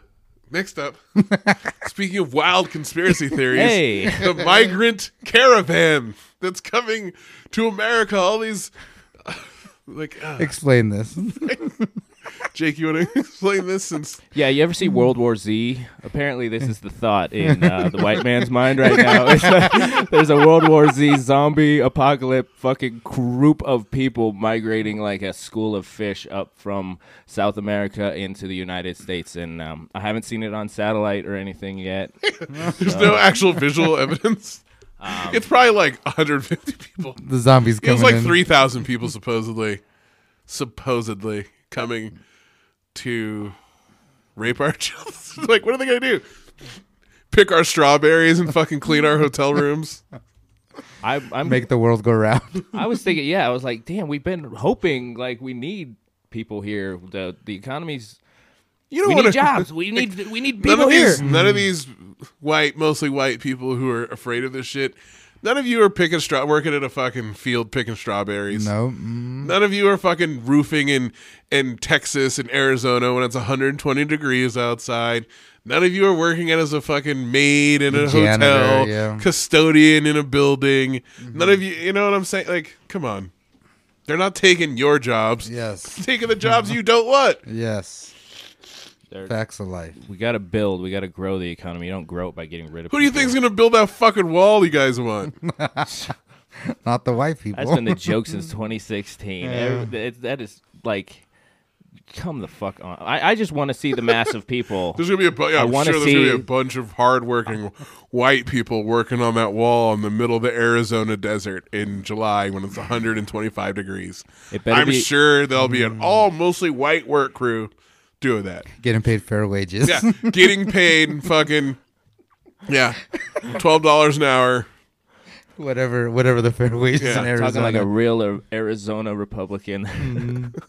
Speaker 10: next up, speaking of wild conspiracy theories,
Speaker 6: Hey.
Speaker 10: the migrant caravan that's coming to America. All these, like, uh,
Speaker 11: Explain this.
Speaker 10: Jake, you want to explain this? Since
Speaker 6: Yeah, you ever see World War Z? Apparently, this is the thought in uh, the white man's mind right now. It's like, there's a World War Z zombie apocalypse fucking group of people migrating like a school of fish up from South America into the United States, and um, I haven't seen it on satellite or anything yet.
Speaker 10: there's
Speaker 11: Uh,
Speaker 10: no actual visual evidence, it's probably like 150 people.
Speaker 11: Um, The zombies
Speaker 10: It
Speaker 11: coming.
Speaker 10: was like
Speaker 11: in.
Speaker 10: 3,000 people supposedly, supposedly coming to rape our children. like, what are they gonna do? Pick our strawberries and fucking clean our hotel rooms.
Speaker 6: I, I'm
Speaker 11: Make the world go round.
Speaker 6: I was thinking, yeah, I was like, damn, we've been hoping like we need people here. The the economy's
Speaker 10: You don't
Speaker 6: we
Speaker 10: wanna-
Speaker 6: need jobs. We need we need
Speaker 10: none
Speaker 6: people
Speaker 10: of
Speaker 6: here.
Speaker 10: these none of these white mostly white people who are afraid of this shit none of you are picking straw working in a fucking field picking strawberries
Speaker 11: No, mm,
Speaker 10: none of you are fucking roofing in in texas and arizona when it's 120 degrees outside none of you are working as a fucking maid in a
Speaker 11: Janitor,
Speaker 10: hotel
Speaker 11: yeah. Mm-hmm.
Speaker 10: custodian in a building none of you you know what i'm saying like come on they're not taking your jobs
Speaker 11: yes,
Speaker 10: taking the jobs you don't want
Speaker 11: yes.
Speaker 6: There-
Speaker 11: Facts of life.
Speaker 6: We got to build. We got to grow the economy. You don't grow it by getting rid of.
Speaker 10: who do you
Speaker 6: people.
Speaker 10: think's gonna build that fucking wall you guys want
Speaker 11: Not the white people.
Speaker 6: That's been the joke since 2016. Every- that- that is like, come the fuck on. I, I just want to see the mass of people.
Speaker 10: There's gonna be a bu- yeah,
Speaker 6: I
Speaker 10: I'm sure
Speaker 6: wanna
Speaker 10: there's gonna be a
Speaker 6: see-
Speaker 10: bunch of hardworking white people working on that wall in the middle of the Arizona desert in July when it's 125 degrees.
Speaker 6: It better
Speaker 10: I'm
Speaker 6: be-
Speaker 10: sure there'll be an all mostly white work crew doing that.
Speaker 11: Hmm. Getting paid fair wages.
Speaker 10: Yeah, getting paid fucking yeah, twelve dollars an hour.
Speaker 11: whatever, whatever the fair wages
Speaker 10: Yeah,
Speaker 11: in
Speaker 10: talking
Speaker 11: Arizona.
Speaker 6: Talking like a real uh, Arizona Republican.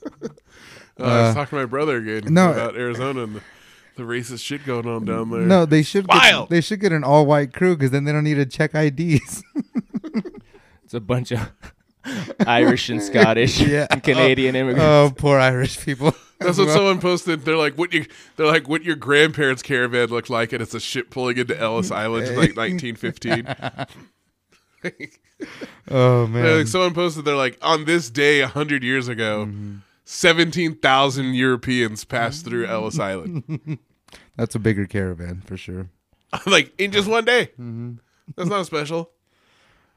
Speaker 10: Uh, I was talking to my brother again
Speaker 11: no.
Speaker 10: about Arizona and the, the racist shit going on down there.
Speaker 11: no, they should
Speaker 10: Wild.
Speaker 11: get, they should get an all white crew because then they don't need to check IDs.
Speaker 6: it's a bunch of Irish and Scottish
Speaker 11: Yeah.
Speaker 6: and Canadian immigrants.
Speaker 11: oh, poor Irish people.
Speaker 10: That's what someone posted. They're like, "What you? They're like, what your grandparents' caravan looked like?" And it's a ship pulling into Ellis Island in like 1915.
Speaker 11: oh man,
Speaker 10: They're like, someone posted, "They're like, on this day hundred years ago,
Speaker 11: Mm-hmm.
Speaker 10: seventeen thousand Europeans passed through Ellis Island,
Speaker 11: that's a bigger caravan for sure.
Speaker 10: like in just one day."
Speaker 11: Mm-hmm.
Speaker 10: That's not special.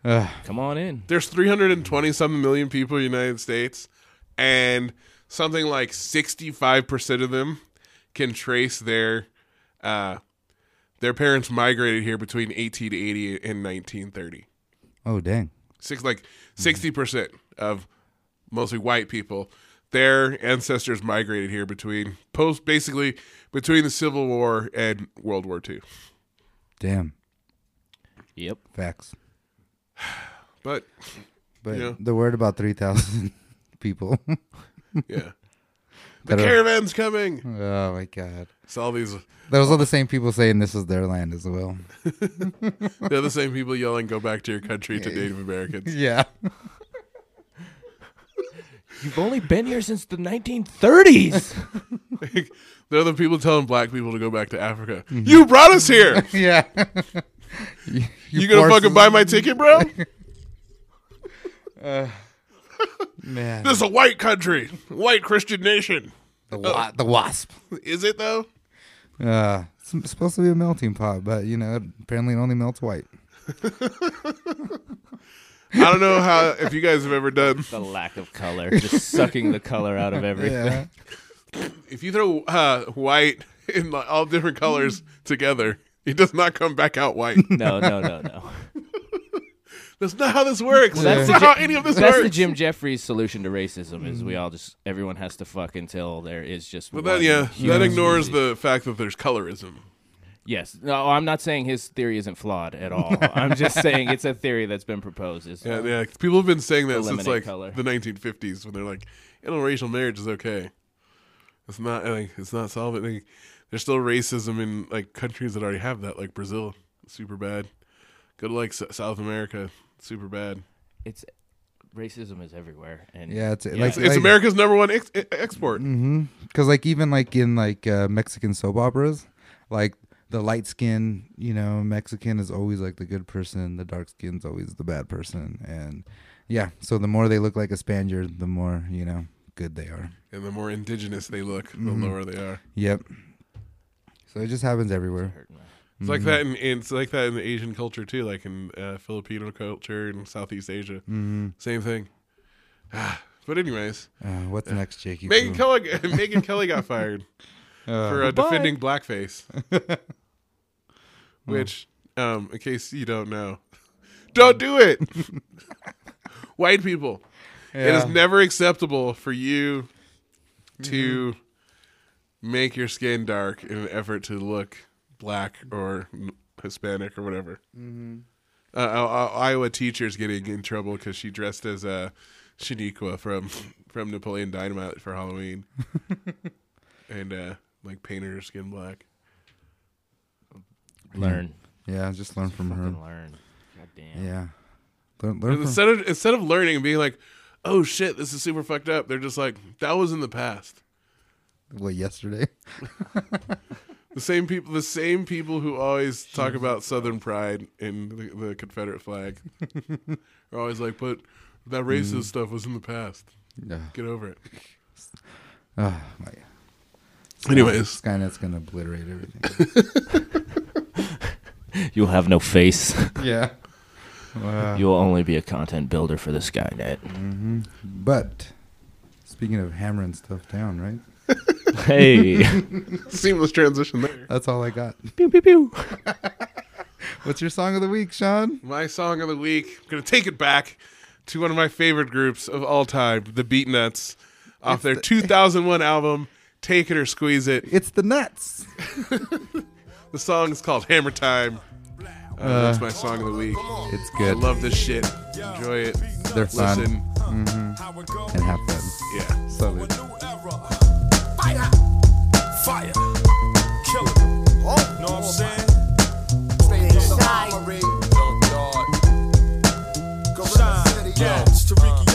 Speaker 6: Come on in.
Speaker 10: There's 320 something million people in the United States, and something like 65% of them can trace their uh, their parents migrated here between 1880 and 1930.
Speaker 11: Oh dang.
Speaker 10: Six like 60% of mostly white people their ancestors migrated here between post basically between the Civil War and World War II.
Speaker 11: Damn.
Speaker 6: Yep.
Speaker 11: Facts.
Speaker 10: But
Speaker 11: But
Speaker 10: Yeah.
Speaker 11: the word about 3,000 people. oh
Speaker 10: yeah. The
Speaker 11: Better-
Speaker 10: caravan's coming.
Speaker 11: Oh, my God.
Speaker 10: It's all these
Speaker 11: Those are the same people saying this is their land as well.
Speaker 10: They're the same people yelling, "Go back to your country" to Native Americans.
Speaker 11: Yeah.
Speaker 6: You've only been here since the 1930s.
Speaker 10: They're the people telling black people to go back to Africa. You brought us here.
Speaker 11: Mm-hmm. yeah. you,
Speaker 10: You, gonna fucking buy my ticket, bro?
Speaker 11: Uh, Man.
Speaker 10: this is a white country, white Christian nation. Uh,
Speaker 11: the, wa- the wasp.
Speaker 10: Is it though?
Speaker 11: Uh, it's supposed to be a melting pot, but, you know, apparently it only melts white.
Speaker 10: I don't know how. If you guys have ever done,
Speaker 6: the lack of color, just sucking the color out of
Speaker 11: Yeah.
Speaker 6: everything.
Speaker 10: if you throw uh, white in like, all different colors together, it does not come back out white.
Speaker 6: No, no, no, no.
Speaker 10: That's not how this works.
Speaker 6: that's
Speaker 10: that's not
Speaker 6: the
Speaker 10: how
Speaker 6: J-
Speaker 10: any of this
Speaker 6: That's the
Speaker 10: works.
Speaker 6: Jim Jeffries solution to racism is we all just everyone has to fuck until there is just.
Speaker 10: But
Speaker 6: one
Speaker 10: then, yeah, that
Speaker 6: human
Speaker 10: ignores
Speaker 6: species.
Speaker 10: the fact that there's colorism.
Speaker 6: Yes, no, I'm not saying his theory isn't flawed at all. I'm just saying it's a theory that's been proposed. It's-
Speaker 10: Yeah, yeah. People have been saying that since
Speaker 6: Eliminate
Speaker 10: like
Speaker 6: color.
Speaker 10: the 1950s when they're like, interracial marriage is okay. It's not like it's not solving. Like, there's still racism in like countries that already have that, like Brazil, super bad. Go to like S- South America, super bad.
Speaker 6: It's racism is everywhere, and
Speaker 11: Yeah, it's-
Speaker 6: yeah,
Speaker 11: like-
Speaker 10: It's America's number one ex- e- export.
Speaker 11: Because like even like in like uh, Mexican soap operas, like the light skin, you know, Mexican is always like the good person. The dark skin's always the bad person. And yeah, so the more they look like a Spaniard, the more you know good they are. Mm-hmm.
Speaker 10: And the more indigenous they look, the lower they are.
Speaker 11: Yep. So it just happens everywhere. Mm-hmm.
Speaker 10: It's like that, in, in- it's like that in the Asian culture too, like in uh, Filipino culture and Southeast Asia.
Speaker 11: Mm-hmm.
Speaker 10: Same thing. Ah, but anyways,
Speaker 11: Uh, what's next, Jakey?
Speaker 10: Megan
Speaker 11: Poo?
Speaker 10: Kelly, Megan Kelly got fired for uh, defending blackface, which, um, in case you don't know, don't do it. White people, it is
Speaker 11: Yeah.
Speaker 10: never acceptable for you to
Speaker 11: Mm-hmm.
Speaker 10: make your skin dark in an effort to look black or n- Hispanic or whatever. Uh, our- our Iowa teacher's getting in trouble because she dressed as a Shaniqua from from Napoleon Dynamite for Halloween, and uh, like like painted her skin black.
Speaker 6: Learn.
Speaker 11: Yeah, just learn from her.
Speaker 6: Fucking learn. God damn.
Speaker 11: Yeah. Learn,
Speaker 10: And
Speaker 11: learn from,
Speaker 10: instead of instead of learning and being like, "Oh shit, this is super fucked up," they're just like, "That was in the past."
Speaker 11: what yesterday?
Speaker 10: The same people, the same people who always talk about Southern pride and the, the Confederate flag, are always like, "But that racist stuff was in the past.
Speaker 11: Mm. Yeah.
Speaker 10: Get over it."
Speaker 11: Oh, my.
Speaker 10: Anyways,
Speaker 11: Skynet's gonna obliterate everything.
Speaker 6: You'll have no face.
Speaker 11: yeah. Uh,
Speaker 6: You'll only be a content builder for the Skynet.
Speaker 11: mm-hmm. But speaking of hammering stuff down, right?
Speaker 6: Hey.
Speaker 10: seamless transition there.
Speaker 11: That's all I got.
Speaker 6: pew, pew, pew.
Speaker 11: What's your song of the week, Sean?
Speaker 10: My song of the week. I'm gonna take it back to one of my favorite groups of all time, the Beatnuts, off their 2001 album, "Take It or Squeeze It."
Speaker 11: It's the nuts.
Speaker 10: The song is called "Hammer Time." Uh, that's my song of the week.
Speaker 11: It's
Speaker 10: I
Speaker 11: good.
Speaker 10: love this shit. Enjoy it.
Speaker 11: They're fun Mm-hmm.
Speaker 10: Listen.
Speaker 11: and have fun.
Speaker 10: Yeah.
Speaker 11: Salute.
Speaker 3: Fire! Fire! Kill it. Know what Oh, I'm saying? Stay inside. Shine. Yeah, it's Tariq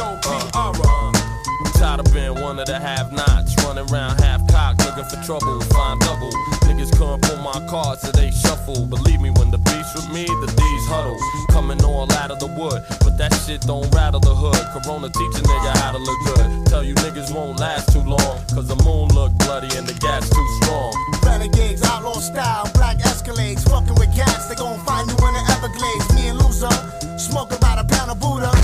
Speaker 3: Tired of being one of the have nots. Running around half cocked, looking for trouble. Find double. Niggas come pull my cards, so they shuffle. Believe me, when the beats with me, the D's huddle. Coming all out of the wood, but that shit don't rattle the hood. Corona teach a nigga how to look good. Tell you niggas won't last too long, cause the moon look bloody and the gas too strong.
Speaker 12: Renegades, outlaw style, black escalades. Fucking with cats, they gon' find you in the Everglades. Me and loser, smoke about a pound of Buddha.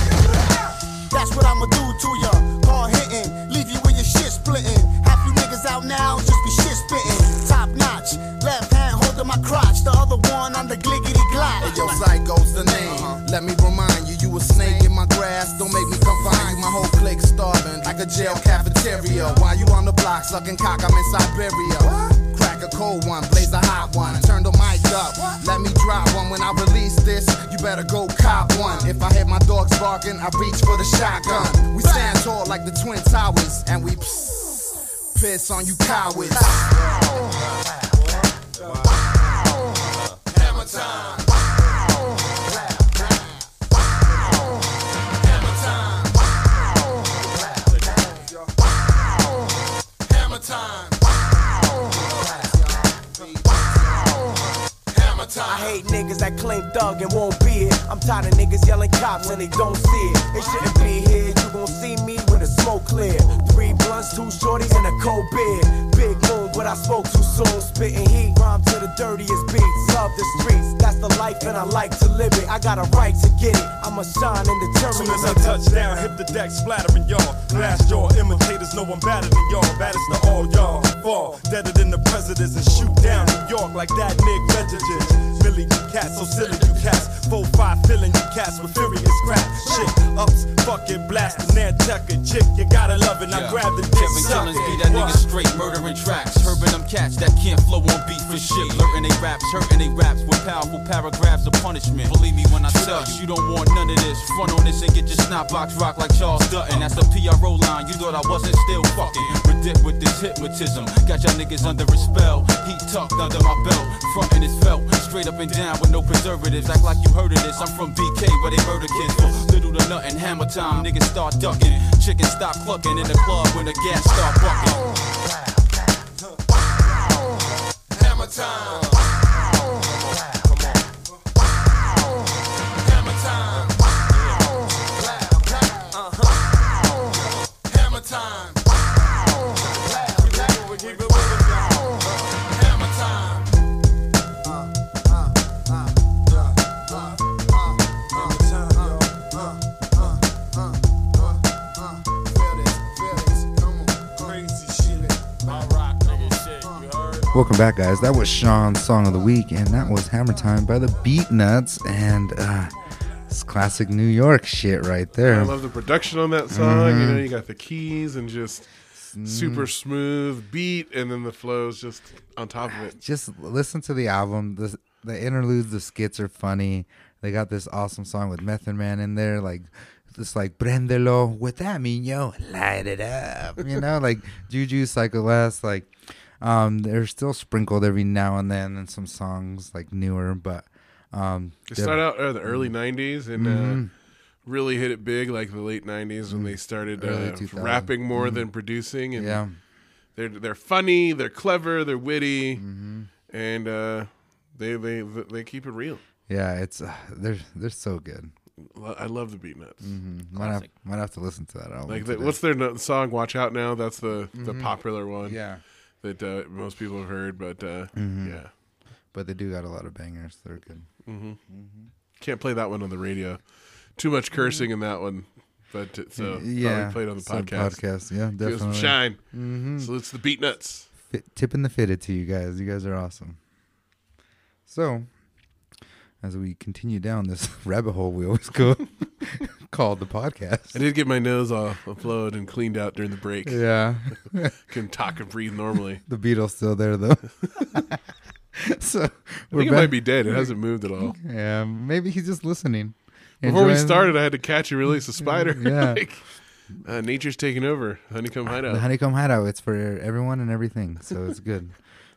Speaker 12: That's what I'ma do to ya. Hard hitting, leave you with your shit splitting. Half you niggas out now, just be shit spitting. Top notch, left hand holding my crotch, the other one on the gliggity Uh-huh. glot.
Speaker 3: Hey, yo, Psycho's the name. Let me remind you, you a snake in my grass. Don't make me confine you. My whole clique starving like a jail cafeteria. While you on the block sucking cock, I'm in Siberia. Crack a cold one, blaze a hot one. Turn the mic up. Let me drop one. When I release this, you better go cop one. If I hear my dogs barking, I reach for the shotgun. We stand tall like the Twin Towers, and we piss on you cowards.
Speaker 12: I hate niggas that claim thug and won't be it. I'm tired of niggas yelling cops and they don't see it. They shouldn't be here. You gon' see me when the smoke clear. Three blunts, two shorties, and a cold beer. Big moon, but I spoke too soon. Spitting heat, rhyme to the dirtiest beats. Love the streets, that's the life and I like to live it. I got a right to get it. I'ma shine and determine.
Speaker 3: Soon as I touch down, hit the deck, splattering y'all. Blast y'all, imitators know I'm better than y'all. Baddest to all y'all. Fall, deader than the presidents, and shoot down New York like that Nick Vegetages. Millie, you cats, so silly you cats. 4-5 filling you cats with furious crap. Shit, ups, fucking blasting, near tucker. Chick, you gotta love it, now grab the dick,
Speaker 12: Kevin
Speaker 3: suck
Speaker 12: Killers
Speaker 3: it.
Speaker 12: be that
Speaker 3: What?
Speaker 12: nigga straight, murdering tracks. Herbin' them cats that can't flow on beat for shit. Lurking they raps, hurting they raps with powerful paragraphs of punishment. Believe me when I tell you, you don't want none of this. Front on this and get your snot box rock like Charles Dutton. That's the PRO line, you thought I wasn't still fucking. With dick with this hypnotism. Got y'all niggas under a spell. Heat tucked under my belt. Frontin' is felt. Straight up and down with no preservatives. Act like you heard of this. I'm from BK where they murder kids. For little to nothing, hammer time. Niggas start ducking. Chickens stop clucking in the club when the gas start bucking.
Speaker 11: Welcome back, guys. That was Sean's song of the week, and that was Hammer Time by the Beatnuts, and uh, it's classic New York shit right
Speaker 10: I
Speaker 11: there.
Speaker 10: love the production on that song. You
Speaker 11: Mm-hmm.
Speaker 10: know, you got the keys and just super
Speaker 11: Mm.
Speaker 10: smooth beat, and then the flows just on top of it.
Speaker 11: Just listen to the album. The the interludes, the skits are funny. They got this awesome song with Method Man in there, like this like prendelo, what that mean, yo, light it up, you know, like Juju Psycho Last, like Um, they're still sprinkled every now and then, and some songs like newer, but um,
Speaker 10: They
Speaker 11: they're-
Speaker 10: started out in the
Speaker 11: Mm-hmm.
Speaker 10: early '90s and
Speaker 11: Mhm.
Speaker 10: uh, really hit it big, like the late '90s when they started
Speaker 11: Early
Speaker 10: uh,
Speaker 11: 2000.
Speaker 10: rapping more
Speaker 11: Mhm.
Speaker 10: than producing. And
Speaker 11: Yeah.
Speaker 10: they're they're funny, they're clever, they're witty,
Speaker 11: Mm-hmm.
Speaker 10: and uh, they they they keep it real.
Speaker 11: yeah, it's uh, they're they're so good. Mm-hmm.
Speaker 10: Lo- I love the Beat Nuts.
Speaker 11: Might have, might have to listen to that album.
Speaker 10: Like the,
Speaker 11: today.
Speaker 10: what's their no- song? Watch out now. That's the the
Speaker 11: Mhm.
Speaker 10: popular one.
Speaker 11: Yeah.
Speaker 10: That uh, most people have heard, but uh,
Speaker 11: Mhm.
Speaker 10: yeah,
Speaker 11: but they do got a lot of bangers. They're good.
Speaker 10: hmm can't play that one on the radio. Too much cursing in that one. But uh, so yeah,
Speaker 11: Yeah,
Speaker 10: we played on the
Speaker 11: some
Speaker 10: podcast.
Speaker 11: podcast, yeah,
Speaker 10: Give us some
Speaker 11: definitely.
Speaker 10: shine.
Speaker 11: Mhm.
Speaker 10: So it's the Beat Nuts.
Speaker 11: Fit, tipping the fitted to you guys. You guys are awesome. So, as we continue down this rabbit hole, we always go called the podcast.
Speaker 10: I did get my nose all flowed and cleaned out during the break.
Speaker 11: Yeah.
Speaker 10: couldn't talk and breathe normally.
Speaker 11: The Beatles still there though. so we're
Speaker 10: think it
Speaker 11: back-
Speaker 10: might be dead. It hasn't moved at all.
Speaker 11: Yeah, maybe he's just listening.
Speaker 10: Before we
Speaker 11: Enjoying-
Speaker 10: started, I had to catch and release a spider.
Speaker 11: Yeah.
Speaker 10: Like, uh, nature's taking over. Honeycomb hideout.
Speaker 11: The honeycomb hideout. It's for everyone and everything, so it's good.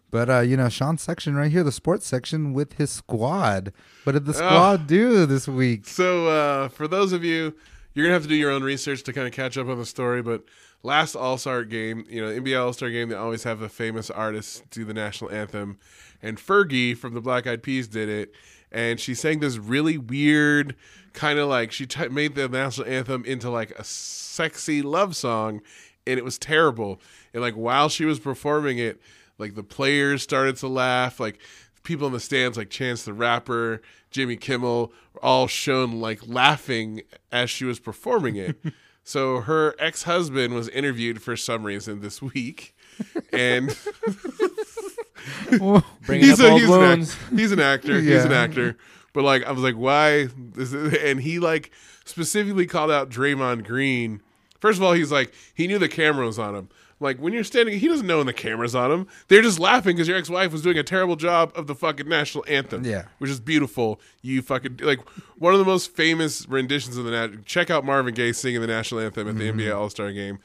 Speaker 11: But uh, you know, Sean's section right here, the sports section with his squad. What did the
Speaker 10: Oh.
Speaker 11: squad do this week?
Speaker 10: So, uh, for those of you, you're gonna have to do your own research to kind of catch up on the story. But last All Star game, you know, NBA All Star game, they always have a famous artist do the national anthem, and Fergie from the Black Eyed Peas did it, and she sang this really weird kind of like she t- made the national anthem into like a sexy love song, and it was terrible. And like while she was performing it, like the players started to laugh, like people in the stands like Chance the Rapper, Jimmy Kimmel, all shown like laughing as she was performing it. so her ex husband was interviewed for some reason this week, and
Speaker 6: Bringing up old
Speaker 10: he's, an act-
Speaker 6: wounds.
Speaker 10: he's an actor. He's an
Speaker 6: Yeah.
Speaker 10: actor. But like, I was like, why? This is, and he like specifically called out Draymond Green. First of all, he's like, he knew the camera was on him. Like when you're standing, he doesn't know when the camera's on him. They're just laughing because your ex-wife was doing a terrible job of the fucking national anthem.
Speaker 11: Yeah.
Speaker 10: which is beautiful. You fucking like one of the most famous renditions of the national. Check out Marvin Gaye singing the national anthem at the
Speaker 11: Mhm.
Speaker 10: NBA All-Star game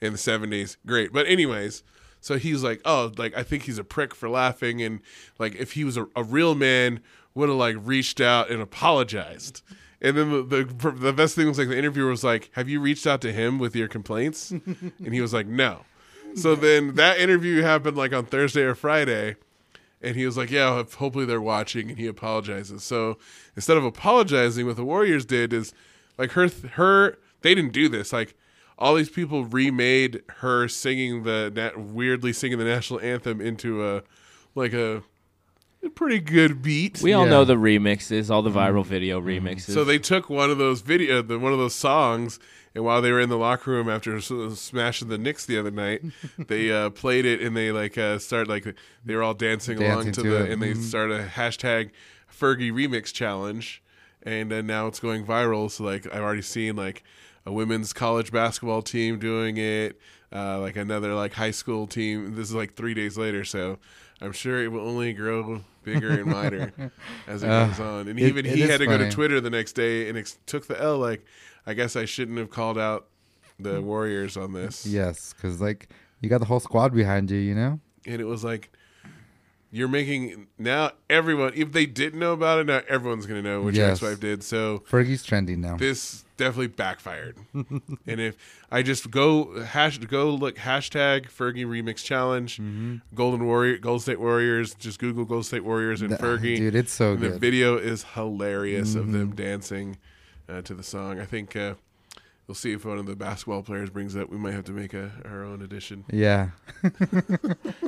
Speaker 10: in the 70s. Great. But anyways, so he's like, oh, like I think he's a prick for laughing and like if he was a, a real man would have like reached out and apologized. And then the, the the best thing was like the interviewer was like, "Have you reached out to him with your complaints?" and he was like, "No." So then that interview happened like on Thursday or Friday, and he was like, "Yeah, ho- hopefully they're watching," and he apologizes. So instead of apologizing, what the Warriors did is, like her, her, they didn't do this. Like all these people remade her singing the na- weirdly singing the national anthem into a like a, a pretty good beat.
Speaker 6: We all know the remixes, all the
Speaker 11: Mm-hmm.
Speaker 6: viral video remixes.
Speaker 10: So they took one of those video, the, one of those songs, and while they were in the locker room after s- smashing the Knicks the other night, they uh, played it and they like uh, started like they were all dancing, along
Speaker 11: Dancing
Speaker 10: to,
Speaker 11: to
Speaker 10: the
Speaker 11: it.
Speaker 10: and they
Speaker 11: Mhm.
Speaker 10: started a hashtag Fergie remix challenge, and uh, now it's going viral. So like I've already seen like a women's college basketball team doing it. Uh, like another like high school team. This is like three days later, so I'm sure it will only grow bigger and wider as it
Speaker 11: Uh,
Speaker 10: goes on. And
Speaker 11: it-
Speaker 10: even
Speaker 11: it
Speaker 10: he
Speaker 11: is
Speaker 10: had to go to
Speaker 11: funny.
Speaker 10: Twitter the next day and ex- took the L. Like, I guess I shouldn't have called out the Warriors on this.
Speaker 11: Yes, because like you got the whole squad behind you, you know.
Speaker 10: And it was like, you're making now everyone. If they didn't know about it, now everyone's gonna know what your
Speaker 11: Yes.
Speaker 10: ex-wife did. So
Speaker 11: Fergie's trending now.
Speaker 10: This definitely backfired. and if I just go hash go look hashtag Fergie remix challenge,
Speaker 11: Mm-hmm.
Speaker 10: Golden Warrior, Gold State Warriors. Just Google Gold State Warriors and
Speaker 11: Th-
Speaker 10: Fergie.
Speaker 11: dude, it's so
Speaker 10: And The
Speaker 11: good.
Speaker 10: video is hilarious of
Speaker 11: Mhm.
Speaker 10: them dancing uh, to the song. I think. Uh, We'll see if one of the basketball players brings it up. We might have to make a, our own edition.
Speaker 11: Yeah.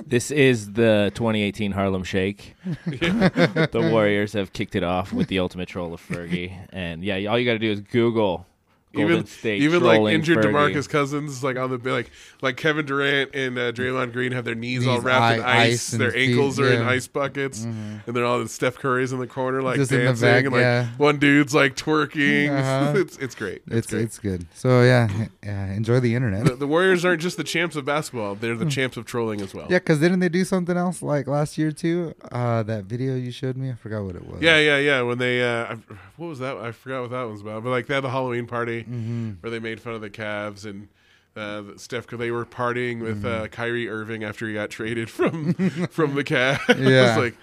Speaker 6: this is the 2018 Harlem Shake.
Speaker 10: Yeah.
Speaker 6: the Warriors have kicked it off with the ultimate troll of Fergie, and yeah, all you got to do is Google Golden
Speaker 10: even
Speaker 6: State
Speaker 10: even like
Speaker 6: trolling
Speaker 10: injured
Speaker 6: Fergie.
Speaker 10: Demarcus Cousins, like on the like like Kevin Durant and uh, Draymond Green have their knees all
Speaker 11: Knees,
Speaker 10: wrapped in
Speaker 11: eye-
Speaker 10: ice,
Speaker 11: ice and
Speaker 10: their
Speaker 11: feet,
Speaker 10: ankles are in
Speaker 11: yeah. Mm-hmm.
Speaker 10: ice buckets, and they're all in Steph Curry's in the corner like
Speaker 11: Just in the
Speaker 10: dancing,
Speaker 11: back,
Speaker 10: and like
Speaker 11: yeah.
Speaker 10: one dude's like twerking.
Speaker 11: Uh-huh.
Speaker 10: it's it's great.
Speaker 11: It's
Speaker 10: great.
Speaker 11: it's good. So yeah, yeah enjoy the internet.
Speaker 10: The, the Warriors aren't just the champs of basketball; they're the champs of trolling as well.
Speaker 11: Yeah, because didn't they do something else like last year too? Uh, that video you showed me, I forgot what it was.
Speaker 10: Yeah, yeah, yeah. When they, uh, I- what was that? I forgot what that was about. But like they had the Halloween party
Speaker 11: Mhm.
Speaker 10: where they made fun of the Cavs and uh, Steph, because they were partying with
Speaker 11: Mm-hmm.
Speaker 10: uh, Kyrie Irving after he got traded from from the Cavs.
Speaker 6: Yeah.
Speaker 10: like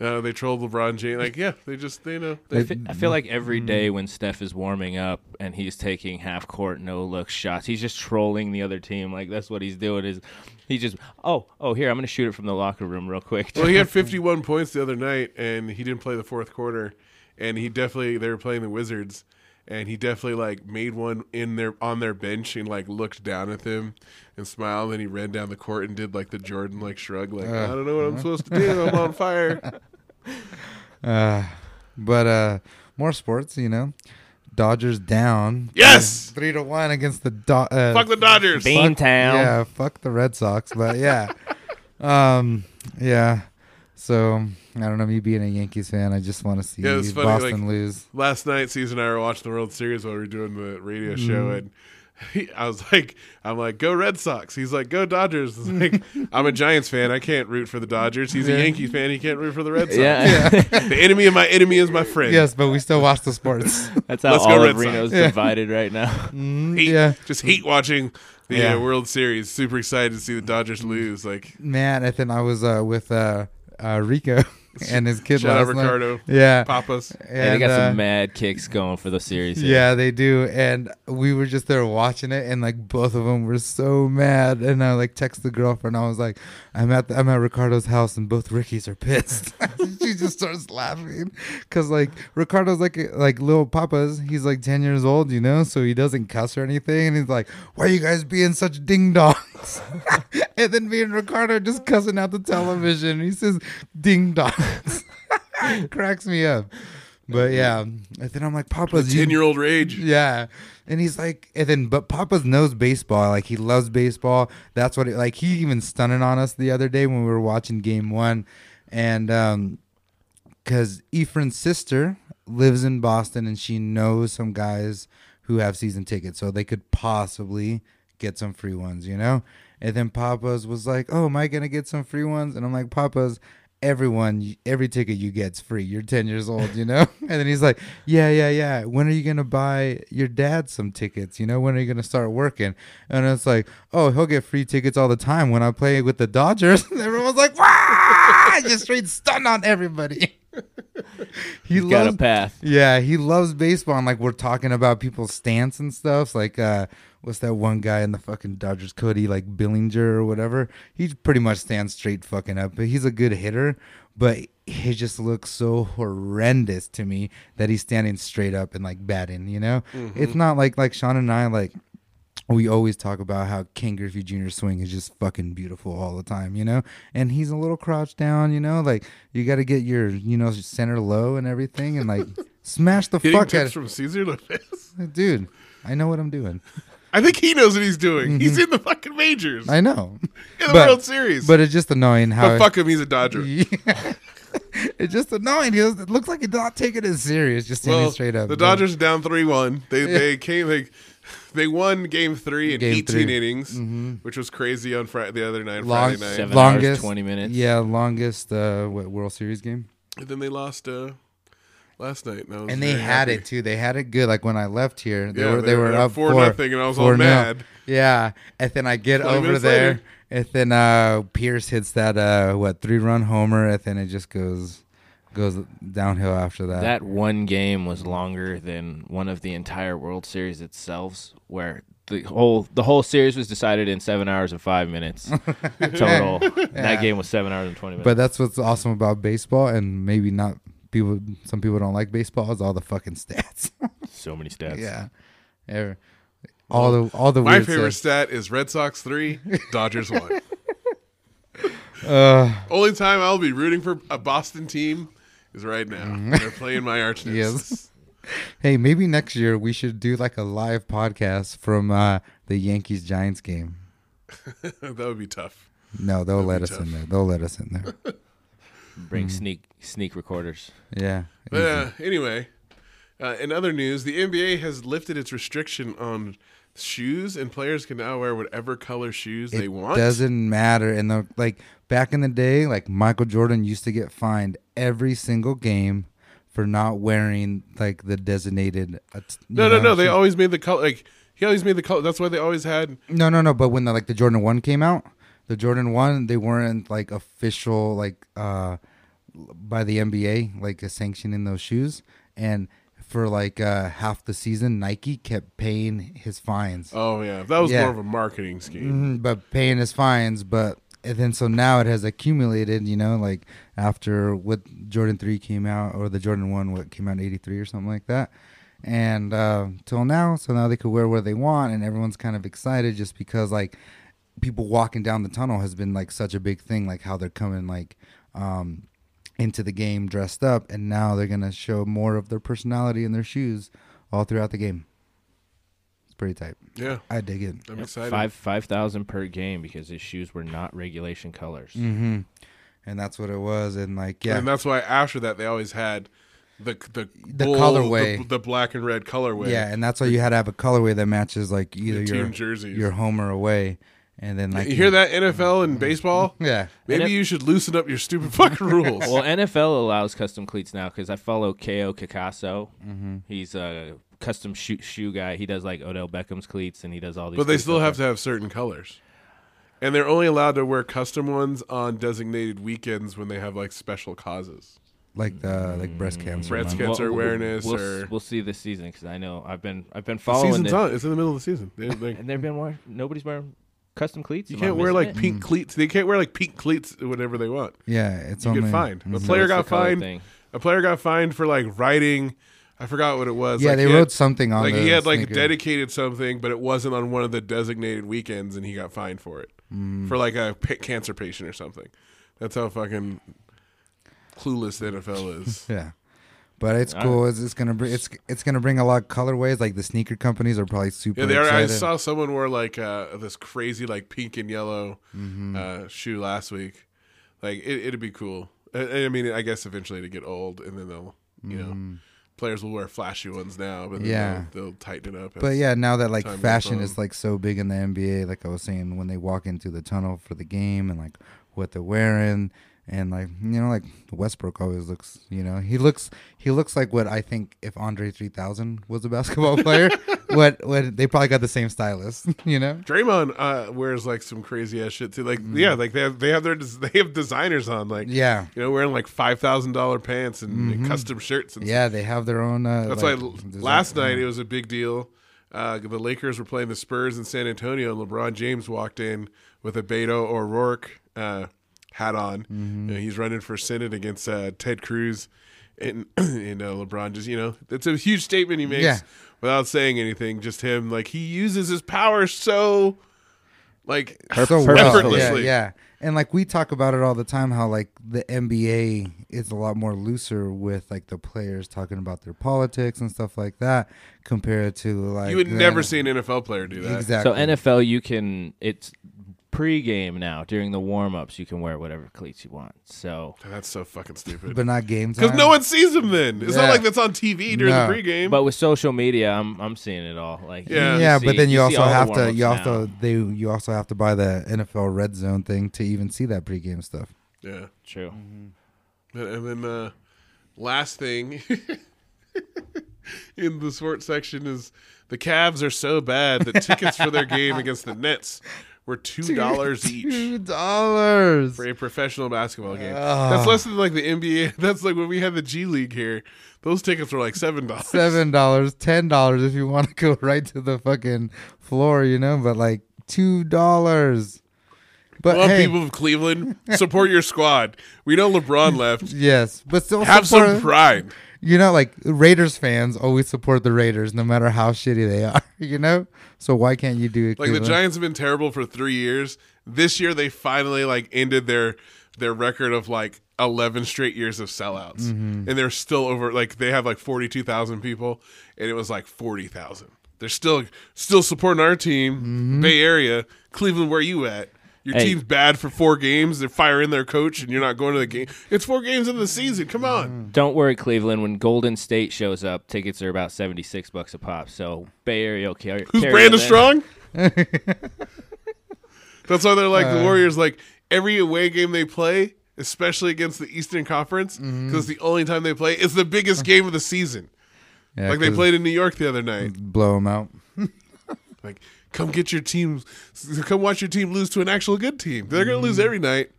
Speaker 10: uh, they trolled LeBron James. Like, yeah, they just they know.
Speaker 6: I fe- I feel like every day when Steph is warming up and he's taking half court no look shots, he's just trolling the other team. Like that's what he's doing. Is he just oh oh here I'm gonna shoot it from the locker room real quick.
Speaker 10: Well, he had 51 points the other night, and he didn't play the fourth quarter. And he definitely they were playing the Wizards, and he definitely like made one in their on their bench and like looked down at them and smiled. And he ran down the court and did like the Jordan like shrug, like I don't know what I'm
Speaker 11: Uh-huh.
Speaker 10: supposed to do. I'm on fire.
Speaker 11: Uh, but uh, more sports, you know. Dodgers down.
Speaker 10: Yes!
Speaker 11: three to one against the Do- uh,
Speaker 10: Fuck the Dodgers.
Speaker 11: Fuck-
Speaker 10: Beantown.
Speaker 11: Yeah, fuck the Red Sox. But yeah, um, yeah. So I don't know. Me being a Yankees fan, I just want to see
Speaker 10: Yeah, it's funny.
Speaker 11: Boston
Speaker 10: like
Speaker 11: lose.
Speaker 10: last night, Caesar and I were watching the World Series while we were doing the radio show,
Speaker 11: Mhm.
Speaker 10: and he, I was like, "I'm like, go Red Sox." He's like, "Go Dodgers." It's like, I'm a Giants fan. I can't root for the Dodgers. He's
Speaker 11: Yeah.
Speaker 10: a Yankees fan. He can't root for the Red Sox.
Speaker 11: Yeah.
Speaker 10: the enemy of my enemy is my friend.
Speaker 11: Yes, but we still watch the sports.
Speaker 6: That's how
Speaker 10: Let's go
Speaker 6: all
Speaker 10: Red
Speaker 6: of Reno's
Speaker 10: Sox. Yeah.
Speaker 6: divided right now.
Speaker 10: Hate-
Speaker 11: Mm, yeah.
Speaker 10: just hate watching the
Speaker 11: Yeah.
Speaker 10: uh, World Series. Super excited to see the Dodgers lose. Like,
Speaker 11: Man, and then I was uh, with uh, uh, Rico and his kid
Speaker 10: Shout out
Speaker 11: last night.
Speaker 10: Ricardo.
Speaker 11: Yeah,
Speaker 10: Papas.
Speaker 6: And, they got
Speaker 11: uh,
Speaker 6: some mad kicks going for the series. here.
Speaker 11: Yeah, they do. And we were just there watching it, and like both of them were so mad. And I like text the girlfriend. I was like, "I'm at the, I'm at Ricardo's house, and both Rickies are pissed." she just starts laughing because like Ricardo's like like little papas. He's like ten years old, you know, so he doesn't cuss or anything. And he's like, "Why are you guys being such ding dongs?" and then me and Ricardo are just cussing out the television. He says, "Ding dongs." cracks me up. But yeah, and then I'm like, Papa's you-
Speaker 10: 10-year-old rage.
Speaker 11: Yeah, and he's like, and then but Papa's knows baseball. Like he loves baseball. That's what it, like he even stunted on us the other day when we were watching Game One, and um, because Ephraim's sister lives in Boston and she knows some guys who have season tickets, so they could possibly get some free ones, you know? And then Papa's was like, Oh, am I going to get some free ones? And I'm like, Papa's, everyone, every ticket you get's free. You're 10 years old, you know? and then he's like, Yeah, yeah, yeah. When are you going to buy your dad some tickets? You know, when are you going to start working? And it's like, Oh, he'll get free tickets all the time when I play with the Dodgers. And everyone's like, Wow! Just straight stun on everybody. he
Speaker 6: He's got a path.
Speaker 11: Yeah, he loves baseball. And like we're talking about people's stance and stuff. Like, uh, what's that one guy in the fucking Dodgers, Cody, like Billinger or whatever? He pretty much stands straight fucking up. But he's a good hitter. But he just looks so horrendous to me that he's standing straight up and like batting. You know,
Speaker 13: Mhm.
Speaker 6: Mm-hmm.
Speaker 11: it's not like like Sean and I like we always talk about how Ken Griffey Jr.'s swing is just fucking beautiful all the time, you know? And he's a little crouched down, you know? Like, you got to get your, you know, center low and everything and, like, smash the
Speaker 10: Getting
Speaker 11: fuck out
Speaker 10: tips
Speaker 11: of
Speaker 10: from Caesar Lopez.
Speaker 11: Dude, I know what I'm doing.
Speaker 10: I think he knows what he's doing. He's
Speaker 11: Mhm.
Speaker 10: in the fucking majors.
Speaker 11: I know.
Speaker 10: In the World Series.
Speaker 11: But it's just annoying how.
Speaker 10: But fuck him, he's a Dodger.
Speaker 11: Yeah. it's just annoying. He doesn't- It looks like he's not taking it serious, just standing
Speaker 10: Well,
Speaker 11: straight up.
Speaker 10: The
Speaker 11: But-
Speaker 10: Dodgers are down three one. They
Speaker 11: Yeah.
Speaker 10: they came they they won game three in
Speaker 11: Game
Speaker 10: eighteen
Speaker 11: three.
Speaker 10: innings,
Speaker 11: Mhm.
Speaker 10: which was crazy on Friday the other night,
Speaker 11: Long-
Speaker 10: Friday night.
Speaker 11: longest,
Speaker 6: minutes.
Speaker 11: Yeah, longest uh, what, World Series game.
Speaker 10: And then they lost uh, last night. And, I was
Speaker 11: and they
Speaker 10: very
Speaker 11: had
Speaker 10: happy.
Speaker 11: it too. They had it good. Like when I left here, they
Speaker 10: Yeah,
Speaker 11: were they, were up
Speaker 10: four
Speaker 11: four
Speaker 10: nothing, and I was all
Speaker 11: four nil.
Speaker 10: mad.
Speaker 11: Yeah, and then I get
Speaker 10: 20
Speaker 11: over
Speaker 10: minutes
Speaker 11: there,
Speaker 10: later.
Speaker 11: and then uh, Pierce hits that uh, what three run homer, and then it just goes goes downhill after that.
Speaker 6: That one game was longer than one of the entire World Series itself, where the whole the whole series was decided in seven hours and five minutes total.
Speaker 11: Yeah.
Speaker 6: That game was seven hours and twenty minutes.
Speaker 11: But that's what's awesome about baseball, and maybe not people. Some people don't like baseball. Is all the fucking stats.
Speaker 6: so many stats.
Speaker 11: yeah, Ever- all the all the
Speaker 10: My
Speaker 11: weird
Speaker 10: favorite
Speaker 11: stuff.
Speaker 10: stat is Red Sox three, Dodgers one.
Speaker 11: Uh,
Speaker 10: Only time I'll be rooting for a Boston team is right now.
Speaker 11: Mhm.
Speaker 10: They're playing my arch nemesis.
Speaker 11: Yes. Hey, maybe next year we should do like a live podcast from uh, the Yankees Giants game.
Speaker 10: that would be tough.
Speaker 11: No,
Speaker 10: That'd
Speaker 11: they'll let
Speaker 10: be
Speaker 11: us
Speaker 10: tough.
Speaker 11: in there. They'll let us in there.
Speaker 6: Bring
Speaker 11: Mhm.
Speaker 6: sneak sneak recorders.
Speaker 11: Yeah.
Speaker 10: But
Speaker 11: Mm-hmm.
Speaker 10: uh, anyway, uh, in other news, the NBA has lifted its restriction on shoes, and players can now wear whatever color shoes they want.
Speaker 11: Doesn't matter. And the like back in the day, like Michael Jordan used to get fined every single game for not wearing like the designated. uh, t-
Speaker 10: No,
Speaker 11: you
Speaker 10: no,
Speaker 11: know,
Speaker 10: no. They
Speaker 11: shoe-
Speaker 10: always made the color like He always made the color. That's why they always had.
Speaker 11: No, no, no. But when the, like the Jordan One came out, the Jordan One they weren't like official like uh by the NBA like sanctioning those shoes, and for like uh half the season, Nike kept paying his fines.
Speaker 10: Oh yeah, that was more of a marketing scheme.
Speaker 11: Mhm, but paying his fines, but and then so now it has accumulated. You know, like after what Jordan three came out or the Jordan one what came out in eighty three or something like that, and uh, till now, so now they could wear what they want, and everyone's kind of excited just because like people walking down the tunnel has been like such a big thing, like how they're coming like. um into the game dressed up, and now they're gonna show more of their personality in their shoes all throughout the game. It's pretty tight.
Speaker 10: Yeah.
Speaker 11: I dig it.
Speaker 10: I'm excited.
Speaker 6: Five five thousand per game because his shoes were not regulation colors.
Speaker 11: Mm-hmm. And that's what it was. And like, yeah,
Speaker 10: And that's why after that they always had the the
Speaker 11: The
Speaker 10: bull-
Speaker 11: colorway.
Speaker 10: the, the black and red colorway.
Speaker 11: yeah, and that's why you had to have a colorway that matches like either
Speaker 10: team
Speaker 11: your
Speaker 10: jerseys.
Speaker 11: your home or away, and then like
Speaker 10: you hear that NFL and baseball?
Speaker 11: Yeah.
Speaker 10: Maybe
Speaker 6: And if-
Speaker 10: you should loosen up your stupid fucking rules.
Speaker 6: well, NFL allows custom cleats now because I follow Ko Kakasso.
Speaker 11: Mm-hmm.
Speaker 6: He's a custom shoe, shoe guy. He does like Odell Beckham's cleats, and he does all these.
Speaker 10: but they
Speaker 6: cleats
Speaker 10: still
Speaker 6: out
Speaker 10: have to
Speaker 6: there.
Speaker 10: have certain colors. And they're only allowed to wear custom ones on designated weekends when they have like special causes.
Speaker 11: like the like breast cancer.
Speaker 10: Breast
Speaker 11: month.
Speaker 10: cancer
Speaker 6: Mm, Well,
Speaker 10: awareness
Speaker 6: We'll,
Speaker 10: or-
Speaker 6: we'll see this season because I know I've been I've been
Speaker 10: The
Speaker 6: following.
Speaker 10: season's
Speaker 6: it.
Speaker 10: on. It's in the middle of the season. They- they-
Speaker 6: and they've been wearing nobody's wearing custom cleats.
Speaker 10: you
Speaker 6: Am I
Speaker 10: can't wear
Speaker 6: missing
Speaker 10: like
Speaker 6: it?
Speaker 10: pink cleats. They can't wear like pink cleats whenever they want.
Speaker 11: Yeah, it's
Speaker 10: you
Speaker 11: only-
Speaker 10: get fined. A
Speaker 11: mhm. So
Speaker 10: player
Speaker 6: it's the
Speaker 10: got
Speaker 6: color
Speaker 10: fined.
Speaker 6: thing.
Speaker 10: A player got fined for like writing. I forgot what it was.
Speaker 11: Yeah,
Speaker 10: Like,
Speaker 11: they
Speaker 10: he
Speaker 11: wrote something on
Speaker 10: Like
Speaker 11: the
Speaker 10: he had like
Speaker 11: sneaker.
Speaker 10: dedicated something, but it wasn't on one of the designated weekends, and he got fined for it
Speaker 11: Mm.
Speaker 10: for like a p- cancer patient or something. That's how fucking clueless the NFL is.
Speaker 11: Yeah. But it's
Speaker 10: All
Speaker 11: cool. It's, it's gonna bring it's it's gonna bring a lot of colorways. Like the sneaker companies are probably super.
Speaker 10: Yeah, they are, I
Speaker 11: excited.
Speaker 10: saw someone wore like uh, this crazy like pink and yellow
Speaker 11: Mm-hmm.
Speaker 10: uh, shoe last week. Like it, it'd be cool. I, I mean, I guess eventually to get old, and then they'll you know
Speaker 11: Mhm.
Speaker 10: players will wear flashy ones now, but then
Speaker 11: Yeah.
Speaker 10: they'll, they'll tighten it up.
Speaker 11: But
Speaker 10: as
Speaker 11: yeah, now that like
Speaker 10: time goes
Speaker 11: fashion
Speaker 10: on.
Speaker 11: is like so big in the NBA, like I was saying, when they walk into the tunnel for the game and like what they're wearing, and like you know, like Westbrook always looks, you know, he looks he looks like what I think if Andre three thousand was a basketball player, what what they probably got the same stylist, you know. Mm.
Speaker 10: Draymond uh, wears like some crazy ass shit too. Like yeah, like they have they have their des- they have designers on like
Speaker 11: Yeah.
Speaker 10: you know wearing like five thousand dollar pants and
Speaker 11: Mhm.
Speaker 10: custom shirts and
Speaker 11: Yeah, they have their own. Uh,
Speaker 10: That's
Speaker 11: like,
Speaker 10: why l-
Speaker 11: design-
Speaker 10: last night it was a big deal. Uh, the Lakers were playing the Spurs in San Antonio, and LeBron James walked in with a Beto or Rourke uh, hat on.
Speaker 11: Mm-hmm.
Speaker 10: You know, he's running for Senate against uh, Ted Cruz, and and uh, LeBron just you know it's a huge statement he makes
Speaker 11: Yeah.
Speaker 10: without saying anything. Just him like he uses his power so like
Speaker 11: so well. Yeah,
Speaker 10: effortlessly.
Speaker 11: yeah. And like we talk about it all the time, how like the NBA is a lot more looser with like the players talking about their politics and stuff like that, compared to like
Speaker 10: You would
Speaker 11: the-
Speaker 10: never see an NFL player do that.
Speaker 11: Exactly.
Speaker 6: So NFL, you can it's pregame now during the warm ups. You can wear whatever cleats you want. So
Speaker 10: that's so fucking stupid.
Speaker 11: But not game
Speaker 10: Because
Speaker 11: time.
Speaker 10: no one sees him then. It's
Speaker 11: Yeah.
Speaker 10: not like that's on TV during
Speaker 11: No.
Speaker 10: the pregame.
Speaker 6: But with social media, I'm I'm seeing it all. Like
Speaker 10: Yeah.
Speaker 11: yeah,
Speaker 6: see-
Speaker 11: but then you,
Speaker 6: see
Speaker 11: also
Speaker 6: all the
Speaker 11: have to
Speaker 6: warm-ups
Speaker 11: you
Speaker 6: now.
Speaker 11: also they you also have to buy the NFL red zone thing to even see that pregame stuff.
Speaker 10: Yeah.
Speaker 6: True.
Speaker 10: And, and then uh, last thing in the sports section is the Cavs are so bad that tickets for their game against the Nets were two dollars each
Speaker 11: Two dollars.
Speaker 10: for a professional basketball game.
Speaker 11: Ugh.
Speaker 10: That's less than like the NBA. That's like when we had the G League here. Those tickets were like seven dollars.
Speaker 11: seven dollars, ten dollars if you want to go right to the fucking floor, you know. But like two dollars. But
Speaker 10: Come on,
Speaker 11: hey,
Speaker 10: people of Cleveland, support your squad. We know LeBron left.
Speaker 11: yes, but still
Speaker 10: have some
Speaker 11: support-
Speaker 10: pride.
Speaker 11: You know, like Raiders fans always support the Raiders, no matter how shitty they are. You know, so why can't you do it?
Speaker 10: Like the
Speaker 11: Cleveland?
Speaker 10: Giants have been terrible for three years. This year they finally like ended their their record of like eleven straight years of sellouts,
Speaker 11: Mhm.
Speaker 10: and they're still over. Like they have like forty two thousand people, and it was like forty thousand. They're still still supporting our team,
Speaker 11: Mm-hmm.
Speaker 10: Bay Area, Cleveland. Where you at? Your
Speaker 6: Hey.
Speaker 10: team's bad for four games. They're firing their coach, and you're not going to the game. It's four games in the season. Come
Speaker 11: Mm.
Speaker 10: on.
Speaker 6: Don't worry, Cleveland. When Golden State shows up, tickets are about seventy six bucks a pop. So Bay Area, okay.
Speaker 10: Who's Brandon Strong? That's why they're like the
Speaker 6: Uh,
Speaker 10: Warriors. Like every away game they play, especially against the Eastern Conference, because
Speaker 11: Mm-hmm.
Speaker 10: the only time they play it's the biggest game of the season.
Speaker 11: Yeah,
Speaker 10: like they
Speaker 11: 'cause-
Speaker 10: played in New York the other night.
Speaker 11: blow them out.
Speaker 10: Like, come get your team, come watch your team lose to an actual good team. They're gonna
Speaker 11: Mm-hmm.
Speaker 10: lose every night,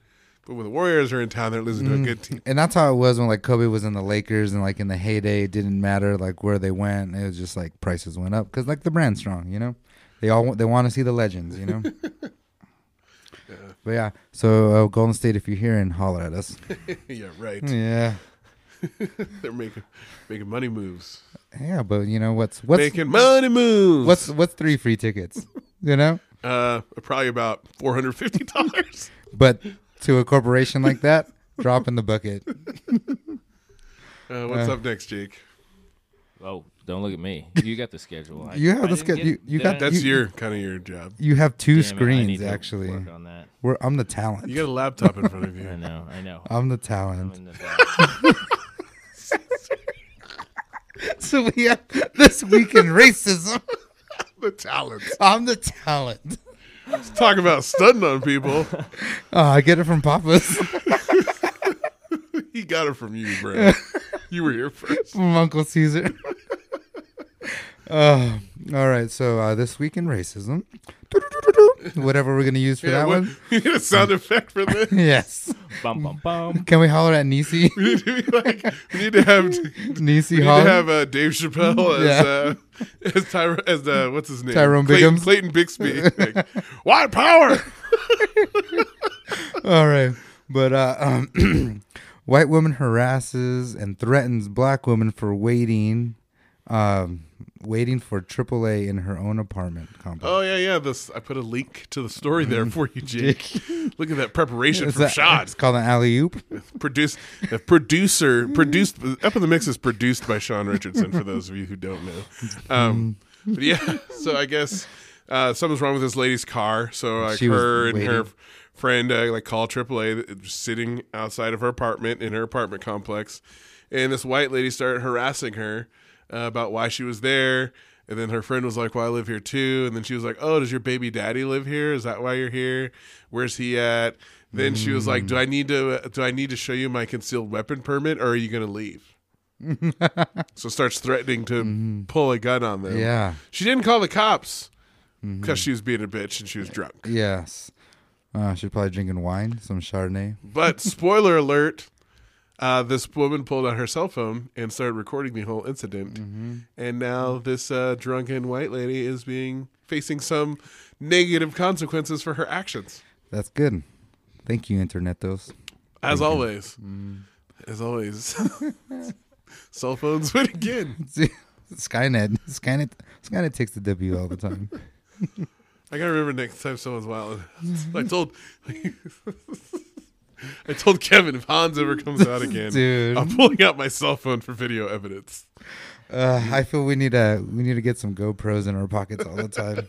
Speaker 10: but when the Warriors are in town, they're losing to a good team.
Speaker 11: Mm. And that's how it was when like Kobe was in the Lakers and like in the heyday, it didn't matter like where they went. It was just like prices went up because like the brand's strong, you know. They all want- they want to see the legends, you know. But yeah, so uh, Golden State, if you're hearing, holler at us.
Speaker 10: yeah, right.
Speaker 11: Yeah,
Speaker 10: they're making making money moves.
Speaker 11: yeah, but you know what's what's
Speaker 10: Making money moves.
Speaker 11: What's what's three free tickets? You know,
Speaker 10: Uh, probably about four hundred fifty dollars.
Speaker 11: but to a corporation like that, drop in the bucket.
Speaker 10: uh, what's
Speaker 11: Uh,
Speaker 10: up next, Jake?
Speaker 6: Oh, don't look at me. You got the schedule. I,
Speaker 11: You have
Speaker 6: I
Speaker 11: the
Speaker 6: didn't
Speaker 11: sched-
Speaker 6: get-
Speaker 11: you- you
Speaker 6: did
Speaker 11: got-
Speaker 6: I-
Speaker 10: That's
Speaker 11: you-
Speaker 10: your kind of your job.
Speaker 11: You have two
Speaker 6: Damn it, I need
Speaker 11: screens
Speaker 6: to
Speaker 11: actually.
Speaker 6: work on that.
Speaker 11: We're, I'm the talent.
Speaker 10: You got a laptop in front of you.
Speaker 6: I know. I know.
Speaker 11: I'm the talent.
Speaker 6: in the
Speaker 11: so we have this week in racism.
Speaker 10: the talent.
Speaker 11: I'm the talent.
Speaker 10: Let's talk about stunting on people.
Speaker 11: Oh, I get it from Papa's.
Speaker 10: he got it from you, bro. you were here first.
Speaker 11: from Uncle Caesar. Uh, all right, so uh, this week in racism, whatever we're gonna use for
Speaker 10: Yeah,
Speaker 11: that
Speaker 10: what-
Speaker 11: one. Um,
Speaker 10: You need a sound effect for this.
Speaker 11: yes.
Speaker 6: Bum, bum, bum.
Speaker 11: Can we holler at Nisi?
Speaker 10: We need to be like, we need to have,
Speaker 11: Niecy
Speaker 10: we need
Speaker 11: Hall.
Speaker 10: to have uh, Dave Chappelle as
Speaker 11: Yeah.
Speaker 10: uh, as Tyra, as uh, what's his name?
Speaker 11: Tyrone
Speaker 10: Clayton,
Speaker 11: Biggums.
Speaker 10: Clayton Bixby. Like, White power.
Speaker 11: All right, but uh, um, white woman harasses and threatens black woman for waiting, um, waiting for AAA in her own apartment complex. Mm-hmm.
Speaker 10: Oh yeah, yeah. This I put a link to the story there for you, Jake. Look at that preparation
Speaker 11: It's
Speaker 10: from
Speaker 11: a-
Speaker 10: Sean.
Speaker 11: It's called an alley oop.
Speaker 10: Produced, the producer produced up in the mix is produced by Sean Richardson. For those of you who don't know, um, but yeah. So I guess uh, something's wrong with this lady's car. So like
Speaker 11: She was
Speaker 10: her and her
Speaker 11: waiting.
Speaker 10: friend uh, like called AAA, sitting outside of her apartment in her apartment complex, and this white lady started harassing her uh, about why she was there. And then her friend was like, "Well, I live here too." And then she was like, "Oh, does your baby daddy live here? Is that why you're here? Where's he at?" Then she was
Speaker 11: Mm.
Speaker 10: like, "Do I need to? Do I need to show you my concealed weapon permit, or are you gonna leave?" so starts threatening to pull a gun on them.
Speaker 11: Mm-hmm. Yeah. Mm-hmm.
Speaker 10: she didn't call the cops because she was being a bitch and she was drunk.
Speaker 11: Yes. Uh, she's probably drinking wine, some Chardonnay.
Speaker 10: But spoiler alert, uh, this woman pulled out her cell phone and started recording the whole incident.
Speaker 11: Mm-hmm.
Speaker 10: And now this uh, drunken white lady is being facing some negative consequences for her actions.
Speaker 11: That's good. Thank you, Internetos.
Speaker 10: As always, as always, cell phones win again.
Speaker 11: Skynet. Skynet. Skynet takes the W all the time.
Speaker 10: I gotta remember next time someone's wild. I told. I told Kevin if Hans ever comes out again,
Speaker 11: Dude.
Speaker 10: I'm pulling out my cell phone for video evidence.
Speaker 11: Uh, I feel we need to we need to get some GoPros in our pockets all the time.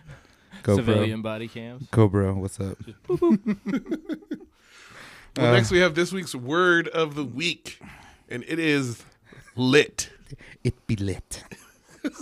Speaker 11: GoPro.
Speaker 6: Civilian body cams.
Speaker 11: Cobra, what's up? Uh,
Speaker 10: Well, next we have this week's word of the week, and it is lit.
Speaker 11: It be lit.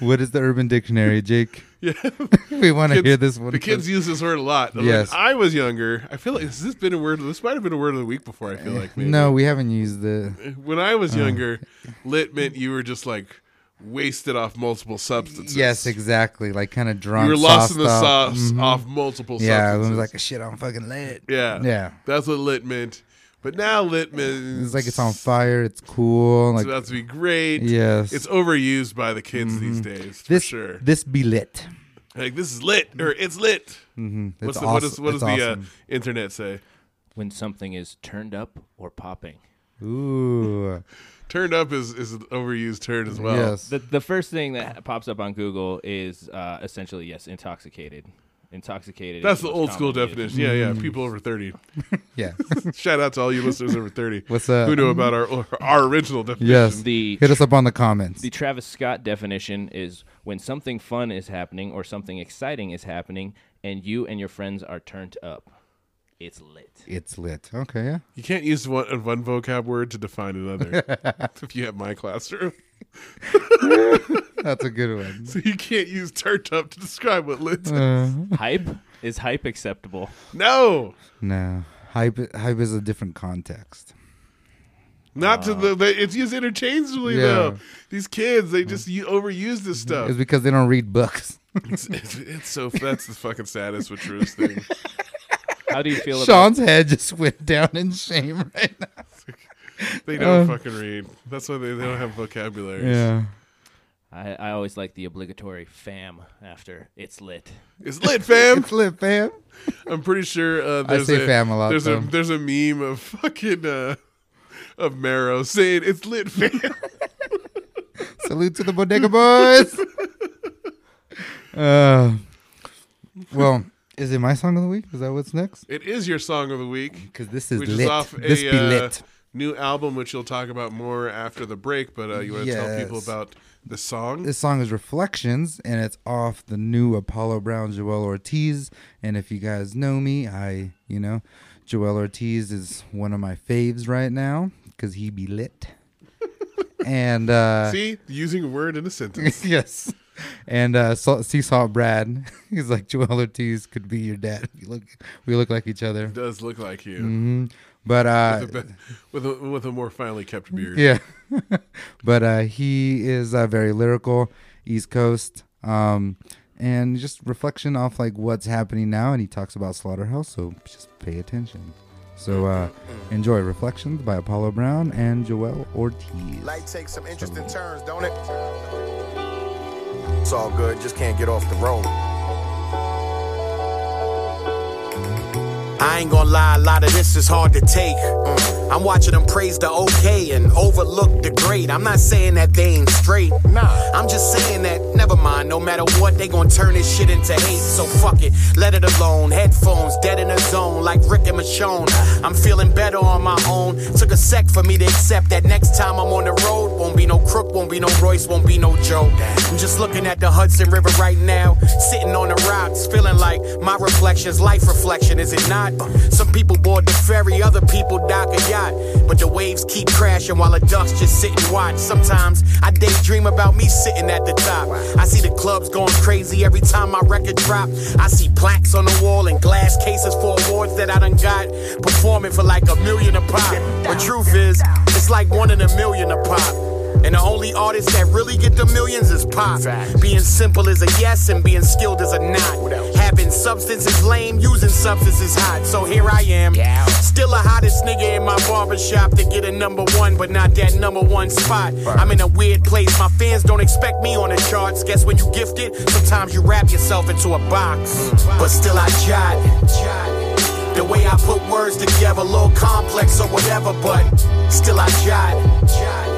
Speaker 11: what is the Urban Dictionary, Jake?
Speaker 10: Yeah,
Speaker 11: We want to
Speaker 10: Kids-
Speaker 11: hear this one.
Speaker 10: the kids
Speaker 11: first.
Speaker 10: use this word a lot. When
Speaker 11: Yes.
Speaker 10: I was younger, I feel like this has been a word. This might have been a word of the week before. I feel like maybe.
Speaker 11: no, we haven't used the. uh,
Speaker 10: When I was younger, lit meant you were just like wasted off multiple substances.
Speaker 11: Yes, exactly. Like kind of drunk.
Speaker 10: you were lost in the
Speaker 11: soft off.
Speaker 10: sauce
Speaker 11: Mhm.
Speaker 10: off multiple.
Speaker 11: Yeah, it was
Speaker 10: substances.
Speaker 11: like shit. I'm fucking lit.
Speaker 10: yeah,
Speaker 11: Yeah.
Speaker 10: That's what lit meant. But now lit means
Speaker 11: It's like it's on fire. It's cool. Like
Speaker 10: It's about to be great.
Speaker 11: Yes. Mm-hmm.
Speaker 10: it's overused by the kids these days. For
Speaker 11: this.
Speaker 10: sure.
Speaker 11: This be lit.
Speaker 10: Like this is lit or it's lit.
Speaker 11: Mm-hmm.
Speaker 10: What's the, what is what does the uh, internet say?
Speaker 6: When something is turned up or popping.
Speaker 11: Ooh.
Speaker 10: Turned up is is an overused term as well.
Speaker 11: yes.
Speaker 6: The, the first thing that pops up on Google is uh, essentially yes, intoxicated. Intoxicated.
Speaker 10: That's
Speaker 6: is
Speaker 10: the
Speaker 6: most
Speaker 10: old school
Speaker 6: commonly
Speaker 10: definition. Yeah,
Speaker 11: Mm.
Speaker 10: yeah. People over thirty.
Speaker 11: Yeah.
Speaker 10: Shout out to all you listeners over thirty.
Speaker 11: What's up?
Speaker 10: Who know about our our original definition?
Speaker 11: yes.
Speaker 6: The
Speaker 11: Hit us up on the comments.
Speaker 6: The Travis Scott definition is when something fun is happening or something exciting is happening and you and your friends are turned up. It's lit.
Speaker 11: it's lit. Okay. Yeah.
Speaker 10: You can't use one one vocab word to define another. if you have my classroom,
Speaker 11: That's a good one. Uh,
Speaker 10: so you can't use turned up to describe what lit. is.
Speaker 6: hype? Is hype acceptable?
Speaker 10: no,
Speaker 11: No. Hype. Hype is a different context.
Speaker 10: Not to the, they, it's used interchangeably
Speaker 11: Uh, Yeah. Mm.
Speaker 10: though. These kids, they just u- overuse this stuff.
Speaker 11: It's because they don't read books.
Speaker 10: it's, it's, it's so that's the fucking saddest with truest thing.
Speaker 6: How do you feel?
Speaker 11: Sean's head just went down in shame right now.
Speaker 10: They don't
Speaker 11: Uh,
Speaker 10: fucking read. That's why they, they don't have vocabulary.
Speaker 11: Yeah.
Speaker 6: I, I always like the obligatory fam after it's lit.
Speaker 10: It's lit, fam.
Speaker 11: it's lit, fam.
Speaker 10: I'm pretty sure uh,
Speaker 11: I
Speaker 10: there's
Speaker 11: say
Speaker 10: a,
Speaker 11: fam a lot,
Speaker 10: There's
Speaker 11: though.
Speaker 10: a there's a meme of fucking uh, of Marrow saying it's lit, fam.
Speaker 11: Salute to the Bodega Boys. uh, well, is it my song of the week? Is that what's next?
Speaker 10: It is your song of the week because
Speaker 11: this is
Speaker 10: which
Speaker 11: lit.
Speaker 10: is off a
Speaker 11: This be lit.
Speaker 10: Uh, new album, which you'll talk about more after the break. But uh, you want to tell people
Speaker 11: Yes.
Speaker 10: about the song?
Speaker 11: This song is Reflections, and it's off the new Apollo Brown Joel Ortiz. And if you guys know me, I, you know, Joel Ortiz is one of my faves right now because he be lit. and uh,
Speaker 10: See, using a word in a sentence.
Speaker 11: yes. And uh, Sa- Seesaw Brad, he's like Joel Ortiz could be your dad. We look, we look like each other.
Speaker 10: does look like you.
Speaker 11: hmm But uh,
Speaker 10: with, a, be- with, a, with a more finely kept beard.
Speaker 11: yeah, but uh, he is uh, very lyrical, East Coast, um, and just reflection off like what's happening now. And he talks about Slaughterhouse, so just pay attention. So uh, enjoy Reflections by Apollo Brown and Joel Ortiz.
Speaker 13: Life takes some interesting turns, don't it? It's all good, just can't get off the road.
Speaker 14: I ain't gonna lie, a lot of this is hard to take. Mm. I'm watching them praise the okay and overlook the great. I'm not saying that they ain't straight. Nah. I'm just saying that, never mind, no matter what, they gonna turn this shit into hate. So fuck it, let it alone. Headphones, dead in a zone, like Rick and Michonne. I'm feeling better on my own. Took a sec for me to accept that next time I'm on the road, won't be no crook, won't be no Royce, won't be no Joe. I'm just looking at the Hudson River right now, sitting on the rocks, feeling like my reflection's life reflection, is it not? Some people board the ferry, other people dock a yacht, but the waves keep crashing while the ducks just sit and watch. Sometimes I daydream about me sitting at the top. I see the clubs going crazy every time my record drop. I see plaques on the wall and glass cases for awards that I done got, performing for like a million a pop. But truth is, it's like one in a million a pop. And the only artists that really get the millions is pop. Being simple is a yes, and being skilled is a not. Having substance is lame, using substance is hot. So here I am, still the hottest nigga in my barbershop to get a number one, but not that number one spot. I'm in a weird place, my fans don't expect me on the charts. Guess when you gift it, sometimes you wrap yourself into a box. But still, I jot. The way I put words together, a little complex or whatever, but still, I jot.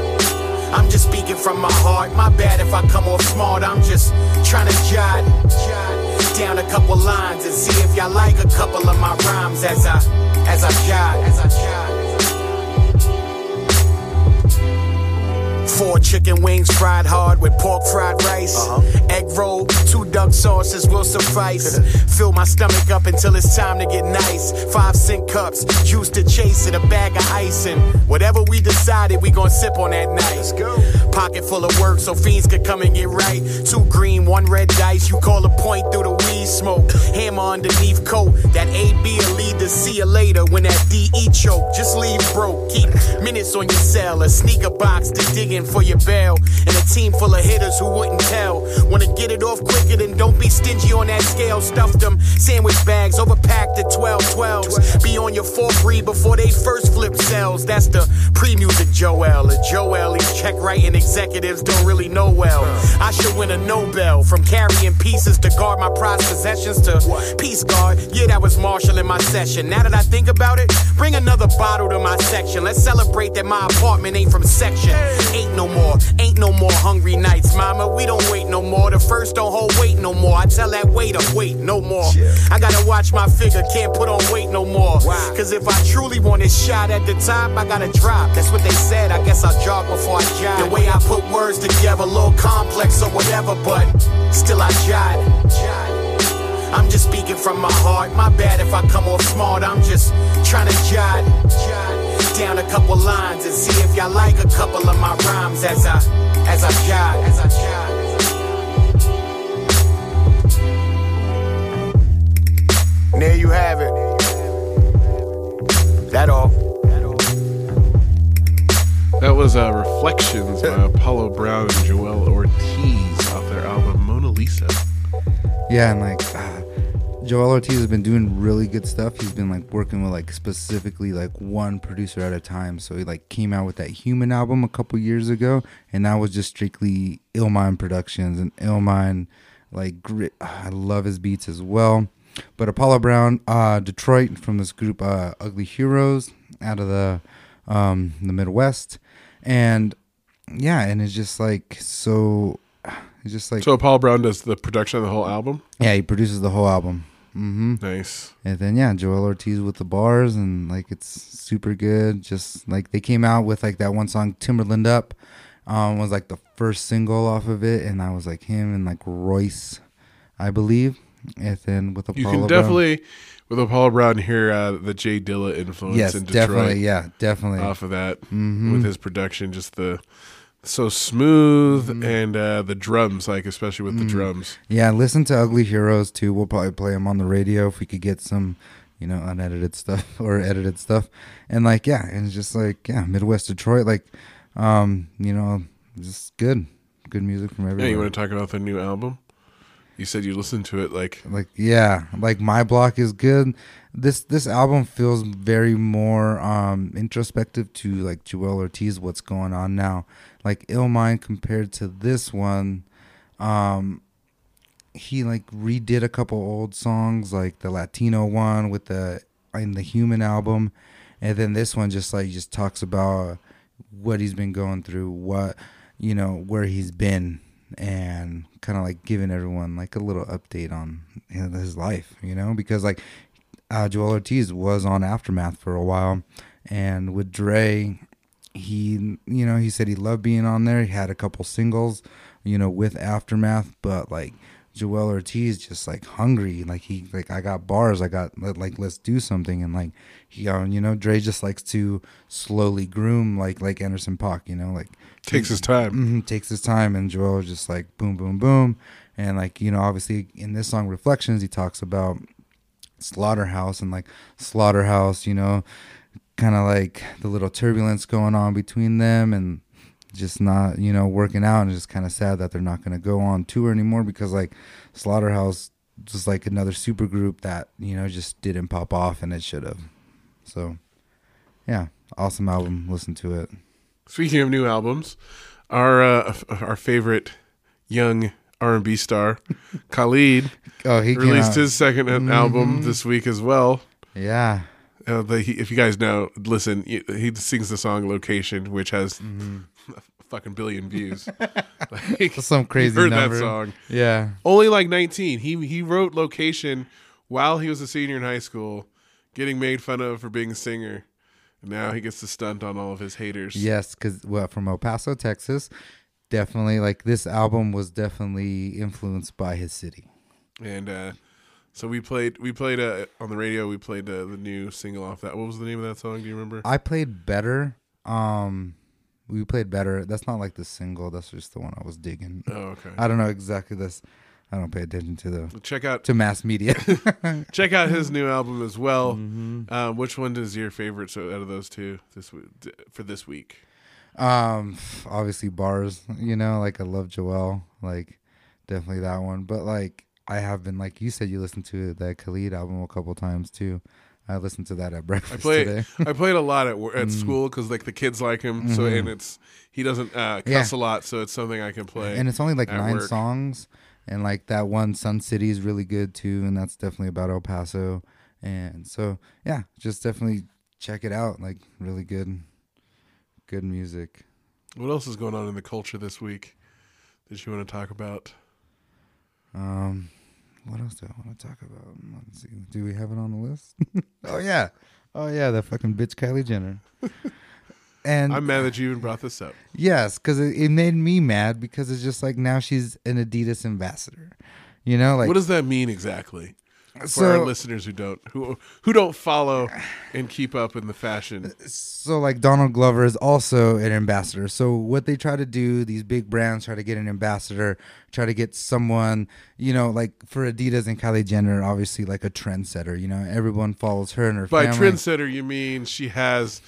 Speaker 14: I'm just speaking from my heart. My bad if I come off smart. I'm just trying to jot jot down a couple lines and see if y'all like a couple of my rhymes as I as I jot as I jot. Four chicken wings fried hard with pork fried rice. Egg roll, two duck sauces will suffice. Fill my stomach up until it's time to get nice. Five cent cups, juice to chase it, a bag of ice, and whatever we decided, we gonna sip on that night. Let's go. Pocket full of work so fiends could come and get right. Two green, one red dice. You call a point through the weed smoke. Hammer underneath coat. That AB will lead to see you later when that DE choke. Just leave broke. Keep minutes on your cell. A sneaker box to dig in for your bail. And a team full of hitters who wouldn't tell. Wanna get it off quicker than don't be stingy on that scale. Stuff them sandwich bags overpacked at 12 12s. Be on your fourth read before they first flip cells. That's the pre music Joel. A Joel, these check writing executives don't really know well. I should win a Nobel from carrying pieces to guard my prized possessions to peace guard. Yeah, that was Marshall in my session. Now that I think about it, bring another bottle to my section. Let's celebrate that my apartment ain't from section. Ain't no more, ain't no more hungry nights, mama. We don't wait no more. The first don't hold weight no more. I tell that waiter, wait no more. I gotta watch my figure, can't put on weight no more. Cause if I truly want a shot at the top, I gotta drop. That's what they said. I guess I'll jog before I jog. The way I put words together, a little complex or whatever, but still I jot. I'm just speaking from my heart. My bad if I come off smart. I'm just trying to jot jot down a couple lines and see if y'all like a couple of my rhymes as I as I jot as I jot.
Speaker 13: And there you have it. That all.
Speaker 10: was uh, Reflections by Apollo Brown and Joel Ortiz off their album Mona Lisa.
Speaker 11: Yeah, and like uh, Joel Ortiz has been doing really good stuff. He's been like working with like specifically like one producer at a time. So he like came out with that Human album a couple years ago, and that was just strictly Illmind Productions and Illmind. Like grit, uh, I love his beats as well. But Apollo Brown, uh, Detroit, from this group uh, Ugly Heroes, out of the um, the Midwest, and yeah, and it's just like so. It's just like
Speaker 10: So Apollo Brown does the production of the whole album.
Speaker 11: yeah, he produces the whole album. Mm-hmm.
Speaker 10: Nice.
Speaker 11: And then yeah, Joel Ortiz with the bars and like it's super good. Just like they came out with like that one song Timberland Up, um, was like the first single off of it, and I was like him and like Royce, I believe. And then with Apollo
Speaker 10: You can
Speaker 11: Brown.
Speaker 10: definitely, with Apollo Brown, hear uh, the Jay Dilla influence
Speaker 11: Yes,
Speaker 10: in Detroit. Uh,
Speaker 11: definitely, yeah, definitely.
Speaker 10: Off of that,
Speaker 11: Mhm.
Speaker 10: with his production, just the so smooth and uh, the drums, like especially with the
Speaker 11: Mm.
Speaker 10: drums.
Speaker 11: Yeah, listen to Ugly Heroes too. We'll probably play them on the radio if we could get some, you know, unedited stuff or edited stuff. And like, yeah, and it's just like, yeah, Midwest Detroit, like, um, you know, just good, good music from
Speaker 10: Yeah,
Speaker 11: everywhere.
Speaker 10: you want to talk about the new album? You said you listened to it like
Speaker 11: like yeah like my block is good this this album feels very more um introspective to like joel ortiz what's going on now like ill mind compared to this one um he like redid a couple old songs like the latino one with the in the human album and then this one just like just talks about what he's been going through what you know where he's been and kind of like giving everyone like a little update on you know, his life you know because like uh, joel ortiz was on aftermath for a while and with dre he you know he said he loved being on there he had a couple singles you know with aftermath but like joel ortiz just like hungry like he like i got bars i got let- like let's do something and like he um, you know dre just likes to slowly groom like like anderson Paak, you know like
Speaker 10: Takes his time.
Speaker 11: Mhm, takes his time and joel was just like boom boom boom and like you know obviously in this song reflections he talks about slaughterhouse and like slaughterhouse you know kind of like the little turbulence going on between them and just not you know working out and it's just kind of sad that they're not going to go on tour anymore because like slaughterhouse was like another super group that you know just didn't pop off and it should have so yeah awesome album listen to it
Speaker 10: Speaking of new albums, our uh, our favorite young R and B star, Khalid,
Speaker 11: Oh, he came
Speaker 10: released
Speaker 11: out-
Speaker 10: his 2nd album
Speaker 11: Mhm.
Speaker 10: this week as well.
Speaker 11: Yeah.
Speaker 10: Uh, the, he, if you guys know, listen, he, he sings the song "Location," which has a fucking billion views. like,
Speaker 11: Some
Speaker 10: you
Speaker 11: crazy
Speaker 10: heard
Speaker 11: number.
Speaker 10: that song?
Speaker 11: Yeah.
Speaker 10: only like 19. He he wrote "Location" while he was a senior in high school, getting made fun of for being a singer. Now he gets to stunt on all of his haters.
Speaker 11: Yes, because well, from El Paso, Texas, definitely like this album was definitely influenced by his city.
Speaker 10: And uh, so we played we played uh, on the radio. We played uh, the new single off that. What was the name of that song? Do you remember?
Speaker 11: I played better. Um, we played better. That's not like the single. That's just the one I was digging.
Speaker 10: Oh, okay.
Speaker 11: I don't know exactly this. I don't pay attention to the
Speaker 10: Check out-
Speaker 11: to mass media. Mm-hmm.
Speaker 10: Check out his new album as well. Uh, which one is your favorite? So out of those two, this w- d- for this week,
Speaker 11: um, obviously bars. You know, like I love Joel. Like definitely that one. But like I have been like you said, you listened to that Khalid album a couple times too. I listened to that at breakfast
Speaker 10: I played
Speaker 11: today.
Speaker 10: I played a lot at wor- at
Speaker 11: Mm.
Speaker 10: school because like the kids like him. So
Speaker 11: Mhm.
Speaker 10: and it's he doesn't uh,
Speaker 11: Yeah.
Speaker 10: cuss a lot. So it's something I can play.
Speaker 11: and it's only like
Speaker 10: at
Speaker 11: nine
Speaker 10: work.
Speaker 11: songs and like that one sun city is really good too and that's definitely about el paso and so yeah just definitely check it out like really good good music
Speaker 10: What else is going on in the culture this week that you want to talk about?
Speaker 11: um what else do i want to talk about Mm, let's see do we have it on the list oh yeah oh yeah that fucking bitch kylie jenner and
Speaker 10: I'm mad that you even brought this up.
Speaker 11: Yes, because it, it made me mad because it's just like now she's an Adidas ambassador. You know, like
Speaker 10: what does that mean exactly? for
Speaker 11: So-
Speaker 10: our listeners who don't who who don't follow and keep up in the fashion.
Speaker 11: so like Donald Glover is also an ambassador. So what they try to do, these big brands try to get an ambassador, try to get someone, you know, like for Adidas and Kylie Jenner, obviously like a trendsetter. You know, everyone follows her and her
Speaker 10: By
Speaker 11: family.
Speaker 10: trendsetter, you mean she has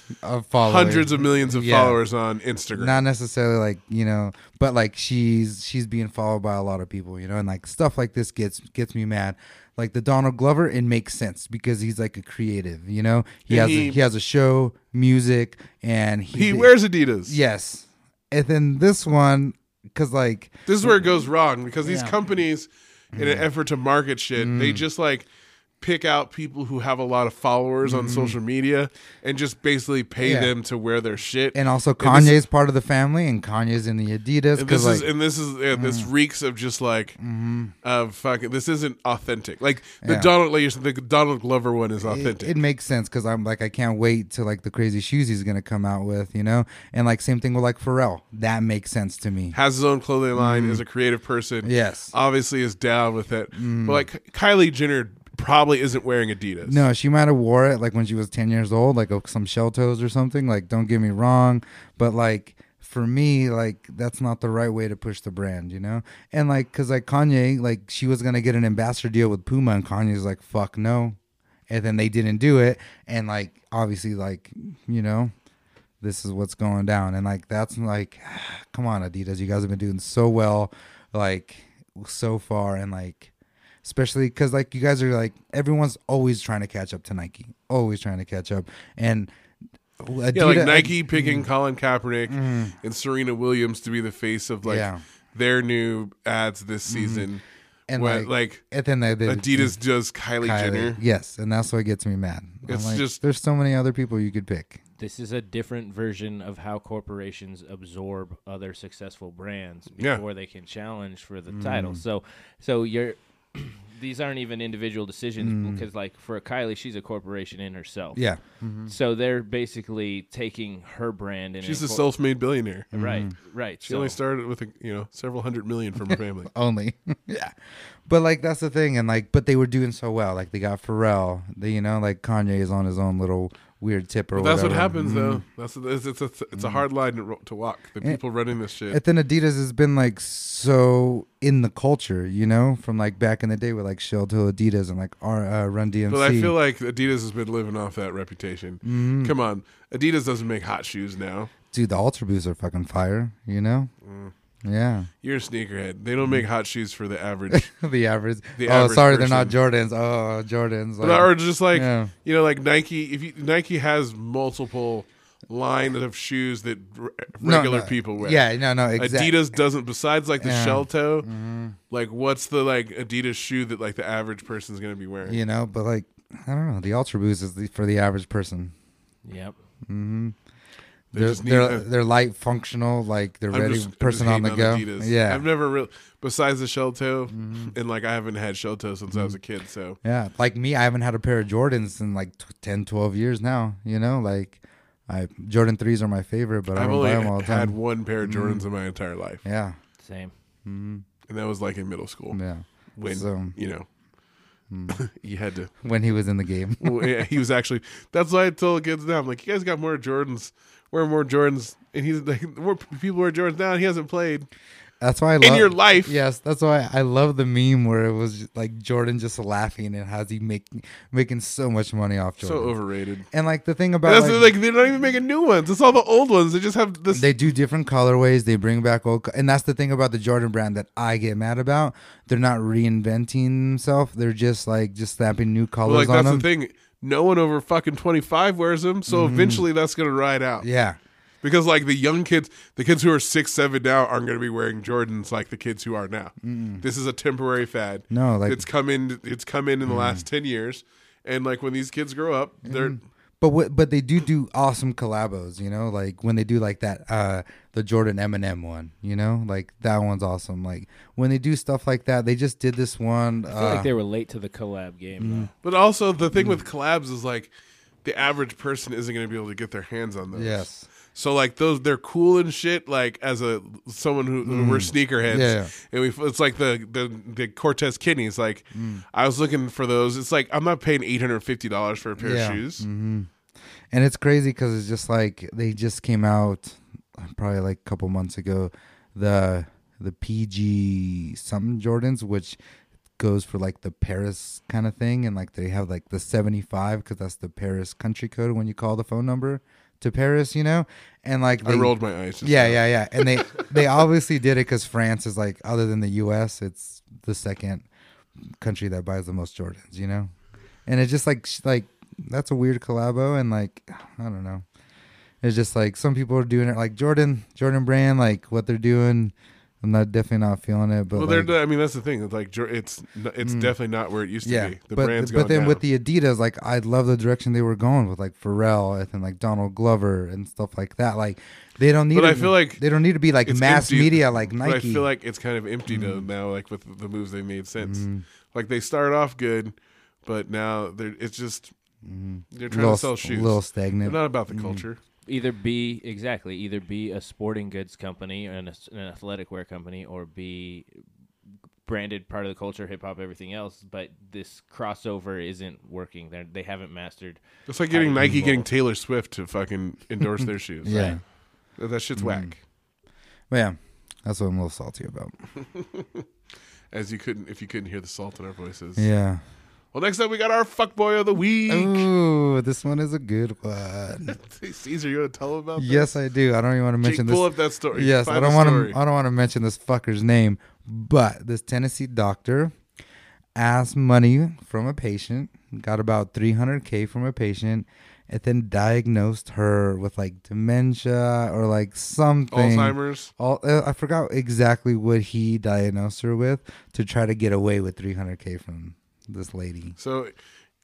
Speaker 11: following.
Speaker 10: hundreds of millions of
Speaker 11: Yeah.
Speaker 10: followers on Instagram.
Speaker 11: Not necessarily like you know, but like she's she's being followed by a lot of people, you know, and like stuff like this gets gets me mad. Like the Donald Glover, it makes sense because he's like a creative, you know. He
Speaker 10: And
Speaker 11: has
Speaker 10: he-
Speaker 11: a, he has a show, music, and
Speaker 10: He wears Adidas.
Speaker 11: Yes, and then this one because like
Speaker 10: This is where it goes wrong because these
Speaker 11: Yeah. Mm.
Speaker 10: companies, in an effort to market shit, they just like pick out people who have a lot of followers on
Speaker 11: Mhm.
Speaker 10: social media and just basically pay
Speaker 11: Yeah.
Speaker 10: them to wear their shit.
Speaker 11: and also
Speaker 10: this is-
Speaker 11: Kanye's part of the family, and Kanye's in the Adidas.
Speaker 10: And this
Speaker 11: 'cause, like, mm-hmm.
Speaker 10: is and this is yeah, this reeks of just like of fucking. This isn't authentic. Like the
Speaker 11: Yeah.
Speaker 10: Donald, like you said, the Donald Glover one is
Speaker 11: it,
Speaker 10: authentic.
Speaker 11: it makes sense because I'm like I can't wait to like the crazy shoes he's gonna come out with, you know. And like same thing with like Pharrell, that makes sense to me.
Speaker 10: has his own clothing line,
Speaker 11: Mhm.
Speaker 10: is a creative person.
Speaker 11: Yes.
Speaker 10: obviously is down with it.
Speaker 11: Mm.
Speaker 10: But like Kylie Jenner probably isn't wearing Adidas.
Speaker 11: No, she might have wore it like when she was ten years old, like uh, some shell toes or something. Like, don't get me wrong, but like for me, like that's not the right way to push the brand, you know. And like, cause like Kanye, like she was gonna get an ambassador deal with Puma, and Kanye's like, fuck no, and then they didn't do it, and like obviously, like you know, this is what's going down, and like that's like, come on, Adidas, you guys have been doing so well, like so far, and like especially because like you guys are like everyone's always trying to catch up to Nike, always trying to catch up, and
Speaker 10: yeah, like
Speaker 11: Adidas- mm-hmm.
Speaker 10: Nike picking Colin Kaepernick and Serena Williams to be the face of like
Speaker 11: Yeah.
Speaker 10: their new ads this
Speaker 11: Mm-hmm.
Speaker 10: season.
Speaker 11: And,
Speaker 10: When,
Speaker 11: like- and then they- they-
Speaker 10: Adidas does Kylie,
Speaker 11: Kylie.
Speaker 10: Jenner.
Speaker 11: yes, and that's what gets me mad. I'm
Speaker 10: It's
Speaker 11: like,
Speaker 10: just-
Speaker 11: there's so many other people you could pick.
Speaker 6: This is a different version of how corporations absorb other successful brands
Speaker 10: Yeah.
Speaker 6: before they can challenge for the
Speaker 10: Mm.
Speaker 6: title. So, so you're these aren't even individual decisions
Speaker 11: Mm.
Speaker 6: because, like, for Kylie, she's a corporation in herself.
Speaker 11: Yeah. Mhm.
Speaker 6: So they're basically taking her brand and
Speaker 10: She's a
Speaker 6: incorpor-
Speaker 10: self-made billionaire.
Speaker 6: Right. Right.
Speaker 10: She only started with you know several hundred million from her family.
Speaker 11: only. yeah. But like that's the thing, and like, but they were doing so well. Like they got Pharrell. They, you know, like Kanye is on his own little weird tip or
Speaker 10: But that's what
Speaker 11: whatever.
Speaker 10: happens
Speaker 11: Mm.
Speaker 10: though. That's it's, it's, it's, it's a hard line to, ro- to walk. The
Speaker 11: And-
Speaker 10: people running this shit.
Speaker 11: And then Adidas has been like so in the culture, you know, from like back in the day with like Shell Toe Adidas and like R, uh, Run DMC.
Speaker 10: But I feel like Adidas has been living off that reputation.
Speaker 11: Mhm.
Speaker 10: Come on, Adidas doesn't make hot shoes now.
Speaker 11: Dude, the Ultra Boosts are fucking fire, you know?
Speaker 10: Mm.
Speaker 11: Yeah.
Speaker 10: You're a sneakerhead. They don't make hot shoes for the average.
Speaker 11: the average.
Speaker 10: the
Speaker 11: oh,
Speaker 10: average
Speaker 11: sorry, they're not
Speaker 10: person.
Speaker 11: Jordans. Oh, Jordans.
Speaker 10: But- or just like
Speaker 11: Yeah.
Speaker 10: you know, like Nike. If you, Nike has multiple lines of shoes that r-
Speaker 11: No,
Speaker 10: regular
Speaker 11: no.
Speaker 10: people wear.
Speaker 11: Yeah, no, no, exact-
Speaker 10: Adidas doesn't. Besides, like the
Speaker 11: Yeah.
Speaker 10: shell toe. Like, what's the like Adidas shoe that like the average person's gonna be wearing?
Speaker 11: You know, but like, I don't know. The Ultra Boost is the, for the average person.
Speaker 6: Yep.
Speaker 11: Mm-hmm.
Speaker 10: They
Speaker 11: They are
Speaker 10: just need
Speaker 11: they're,
Speaker 10: a-
Speaker 11: they're light, functional, like they're
Speaker 10: I'm
Speaker 11: ready
Speaker 10: just- I'm
Speaker 11: person
Speaker 10: just
Speaker 11: on the
Speaker 10: hating
Speaker 11: go.
Speaker 10: Adidas.
Speaker 11: Yeah. Mm-hmm.
Speaker 10: I've never really besides the shell toe, and like I haven't had shell toe since I was a kid. So
Speaker 11: Yeah, like me, I haven't had a pair of Jordans in like t- 10, 12 years now. You know, like I Jordan threes are my favorite, but I
Speaker 10: I've
Speaker 11: don't
Speaker 10: only
Speaker 11: buy them all the time.
Speaker 10: had one pair of Jordans in my entire life.
Speaker 11: Yeah.
Speaker 6: Same.
Speaker 11: Mhm.
Speaker 10: and that was like in middle school.
Speaker 11: Yeah.
Speaker 10: when
Speaker 11: So-
Speaker 10: you know you had to
Speaker 11: When he was in the game.
Speaker 10: Well, yeah, he was actually. That's why I tell kids now. I'm like, you guys got more Jordans. Wear more Jordans, and he's like, more people wear Jordans now. And he hasn't played.
Speaker 11: That's why I
Speaker 10: In
Speaker 11: love
Speaker 10: your life.
Speaker 11: Yes, that's why I love the meme where it was like Jordan just laughing and how's he making making so much money off
Speaker 10: So
Speaker 11: Jordan.
Speaker 10: overrated.
Speaker 11: And like the thing
Speaker 10: That's
Speaker 11: about
Speaker 10: the-
Speaker 11: like,
Speaker 10: like, they're not even making new ones. It's all the old ones. They just have this.
Speaker 11: They do different colorways. They bring back old, co- and that's the thing about the Jordan brand that I get mad about. They're not reinventing themselves. They're just like just slapping new
Speaker 10: well,
Speaker 11: colors
Speaker 10: like
Speaker 11: on
Speaker 10: that's
Speaker 11: them.
Speaker 10: the thing. No one over fucking 25 wears them, so
Speaker 11: Mhm.
Speaker 10: eventually that's gonna ride out.
Speaker 11: Yeah.
Speaker 10: Because like the young kids, the kids who are six, seven now aren't going to be wearing Jordans like the kids who are now.
Speaker 11: Mm-mm.
Speaker 10: This is a temporary fad.
Speaker 11: No, like-
Speaker 10: it's come in. It's come in in
Speaker 11: Mm-hmm.
Speaker 10: the last ten years, and like when these kids grow up, they're
Speaker 11: But what? But they do do awesome collabos. You know, like when they do like that, uh, the Jordan Eminem one. You know, like that one's awesome. Like when they do stuff like that, they just did this one.
Speaker 6: I feel
Speaker 11: uh,
Speaker 6: like they were late to the collab game.
Speaker 11: mm.
Speaker 10: But also the thing with collabs is like the average person isn't going to be able to get their hands on those.
Speaker 11: uh, Yes.
Speaker 10: So like those, they're cool and shit. Like as a someone who, who
Speaker 11: Mm.
Speaker 10: we're sneakerheads,
Speaker 11: Yeah.
Speaker 10: and we it's like the the, the Cortez kidneys. Like
Speaker 11: Mm.
Speaker 10: I was looking for those. It's like I'm not paying eight hundred fifty dollars for a pair
Speaker 11: Yeah.
Speaker 10: of shoes.
Speaker 11: Mhm. And it's crazy because it's just like they just came out uh, probably like a couple months ago. The the PG something Jordans, which goes for like the Paris kind of thing, and like they have like the seventy five because that's the Paris country code when you call the phone number to Paris, you know. And like
Speaker 10: I rolled my eyes just
Speaker 11: Yeah,
Speaker 10: now.
Speaker 11: yeah, yeah. And they they obviously did it because France is like other than the U.S., it's the second country that buys the most Jordans, you know. And it's just like sh- like that's a weird collabo, and like I don't know. It's just like some people are doing it, like Jordan, Jordan Brand, like what they're doing. I'm not definitely not feeling it, but
Speaker 10: well,
Speaker 11: like,
Speaker 10: they're. I mean, that's the thing. It's like Jor- it's n- it's
Speaker 11: Mm.
Speaker 10: definitely not where it used to be. The
Speaker 11: but,
Speaker 10: brand's
Speaker 11: but
Speaker 10: gone
Speaker 11: then
Speaker 10: down.
Speaker 11: with the Adidas, like I love the direction they were going with like Pharrell and then like Donald Glover and stuff like that. Like they don't need.
Speaker 10: But
Speaker 11: to,
Speaker 10: I feel like
Speaker 11: they don't need to be like
Speaker 10: it's
Speaker 11: mass
Speaker 10: empty-
Speaker 11: media like
Speaker 10: but
Speaker 11: Nike.
Speaker 10: I feel like it's kind of empty though now, like with the moves they made since. Like they started off good, but now they're it's just they're trying
Speaker 11: Little
Speaker 10: to sell
Speaker 11: s-
Speaker 10: shoes.
Speaker 11: little stagnant.
Speaker 10: They're not about the
Speaker 11: Mm.
Speaker 10: culture.
Speaker 6: Either be exactly either be a sporting goods company and a- an athletic wear company, or be branded part of the culture, hip hop, everything else. But this crossover isn't working. They they haven't mastered.
Speaker 10: It's like
Speaker 6: how
Speaker 10: getting
Speaker 6: to
Speaker 10: Nike
Speaker 6: mingle.
Speaker 10: getting Taylor Swift to fucking endorse their shoes.
Speaker 11: Yeah.
Speaker 10: Right? That, that shit's whack.
Speaker 11: But yeah, that's what I'm a little salty about.
Speaker 10: As you couldn't if you couldn't hear the salt in our voices.
Speaker 11: Yeah.
Speaker 10: Well, next up we got our fuckboy of the week.
Speaker 11: Oh. Ooh, this one is a good one.
Speaker 10: Caesar, you want to tell him about?
Speaker 11: yes, I do. I don't even want to
Speaker 10: Jake,
Speaker 11: mention this.
Speaker 10: pull up that story.
Speaker 11: Yes, I
Speaker 10: Find
Speaker 11: don't
Speaker 10: the
Speaker 11: want
Speaker 10: story.
Speaker 11: to. I don't want to mention this fucker's name, but this Tennessee doctor asked money from a patient, got about 300k from a patient, and then diagnosed her with like dementia or like something.
Speaker 10: Alzheimer's?
Speaker 11: All uh, I forgot exactly what he diagnosed her with to try to get away with 300k from this lady.
Speaker 10: So,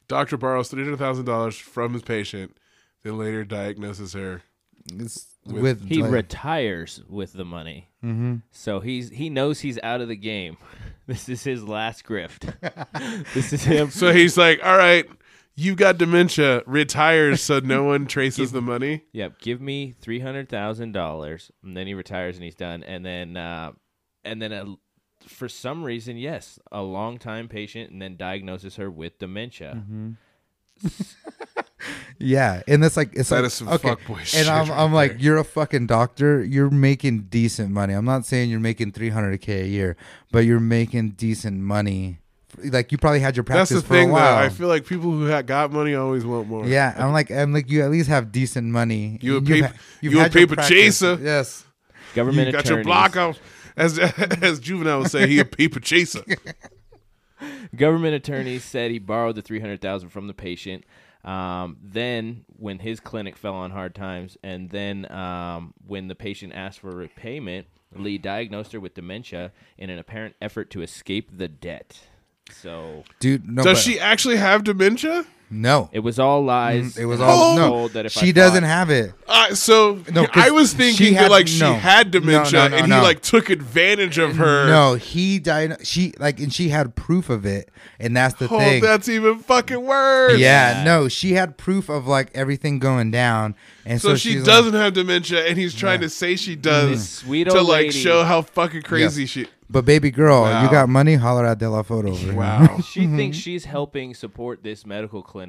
Speaker 10: doctor borrows three hundred thousand dollars from his patient, then later diagnoses her.
Speaker 11: with-
Speaker 6: he
Speaker 11: like-
Speaker 6: retires with the money,
Speaker 11: Mhm.
Speaker 6: so he's he knows he's out of the game. This is his last grift. this is him.
Speaker 10: So he's like, "All right, you've got dementia. Retires so no one traces the money."
Speaker 6: Yep, give me three hundred thousand dollars, and then he retires and he's done. And then, uh, and then, a, for some reason, yes, a long time patient, and then diagnoses her with dementia.
Speaker 10: Mm-hmm.
Speaker 11: Yeah, and that's like it's
Speaker 6: That
Speaker 11: like,
Speaker 6: is some
Speaker 11: okay.
Speaker 6: fuckboy
Speaker 11: and
Speaker 6: shit
Speaker 11: I'm
Speaker 6: right
Speaker 11: I'm like, you're a fucking doctor. You're making decent money. I'm not saying you're making 300k a year, but you're making decent money. Like you probably had your practice
Speaker 10: That's the
Speaker 11: for
Speaker 10: thing,
Speaker 11: a
Speaker 10: though.
Speaker 11: while.
Speaker 10: I feel like people who ha- got money always want more.
Speaker 11: yeah, I'm like I'm like you at least have decent money.
Speaker 10: You a
Speaker 11: You've
Speaker 10: paper,
Speaker 11: ha- you've
Speaker 10: you a
Speaker 11: had your
Speaker 10: paper
Speaker 11: practice.
Speaker 10: chaser.
Speaker 11: Yes.
Speaker 6: Government
Speaker 10: You got your
Speaker 6: attorneys.
Speaker 10: block out. As as juvenile would say, he a paper chaser.
Speaker 6: Government attorneys said he borrowed the three hundred thousand from the patient. Um, then, when his clinic fell on hard times, and then um, when the patient asked for repayment, Lee diagnosed her with dementia in an apparent effort to escape the debt. So,
Speaker 11: Dude, no,
Speaker 10: Does
Speaker 11: but-
Speaker 10: she actually have dementia?
Speaker 11: No,
Speaker 6: it was all lies.
Speaker 11: Mm, It was
Speaker 6: and I
Speaker 11: all
Speaker 6: was
Speaker 11: no.
Speaker 6: told that if I
Speaker 11: she
Speaker 6: thought-
Speaker 11: doesn't have it.
Speaker 10: Uh, so
Speaker 11: No, 'cause
Speaker 10: I was thinking
Speaker 11: she
Speaker 10: that
Speaker 11: had-
Speaker 10: like she
Speaker 11: no.
Speaker 10: had
Speaker 11: No, no,
Speaker 10: dementia
Speaker 11: no,
Speaker 10: and
Speaker 11: no.
Speaker 10: he like took advantage of her.
Speaker 11: No, he died. She like, and she had proof of it, and that's the
Speaker 10: oh,
Speaker 11: thing.
Speaker 10: that's even fucking worse.
Speaker 11: Yeah, no, she had proof of like everything going down, and so,
Speaker 10: So, she
Speaker 11: she's
Speaker 10: doesn't
Speaker 11: Like,
Speaker 10: have dementia, and he's trying to say she does
Speaker 6: This sweet
Speaker 10: to
Speaker 6: old
Speaker 10: like
Speaker 6: lady.
Speaker 10: show how fucking crazy
Speaker 11: Yeah.
Speaker 10: she.
Speaker 11: but baby girl, you
Speaker 6: Wow.
Speaker 11: got money? Holler at De La Foto. over here.
Speaker 6: she thinks
Speaker 11: Mm-hmm.
Speaker 6: she's helping support this medical clinic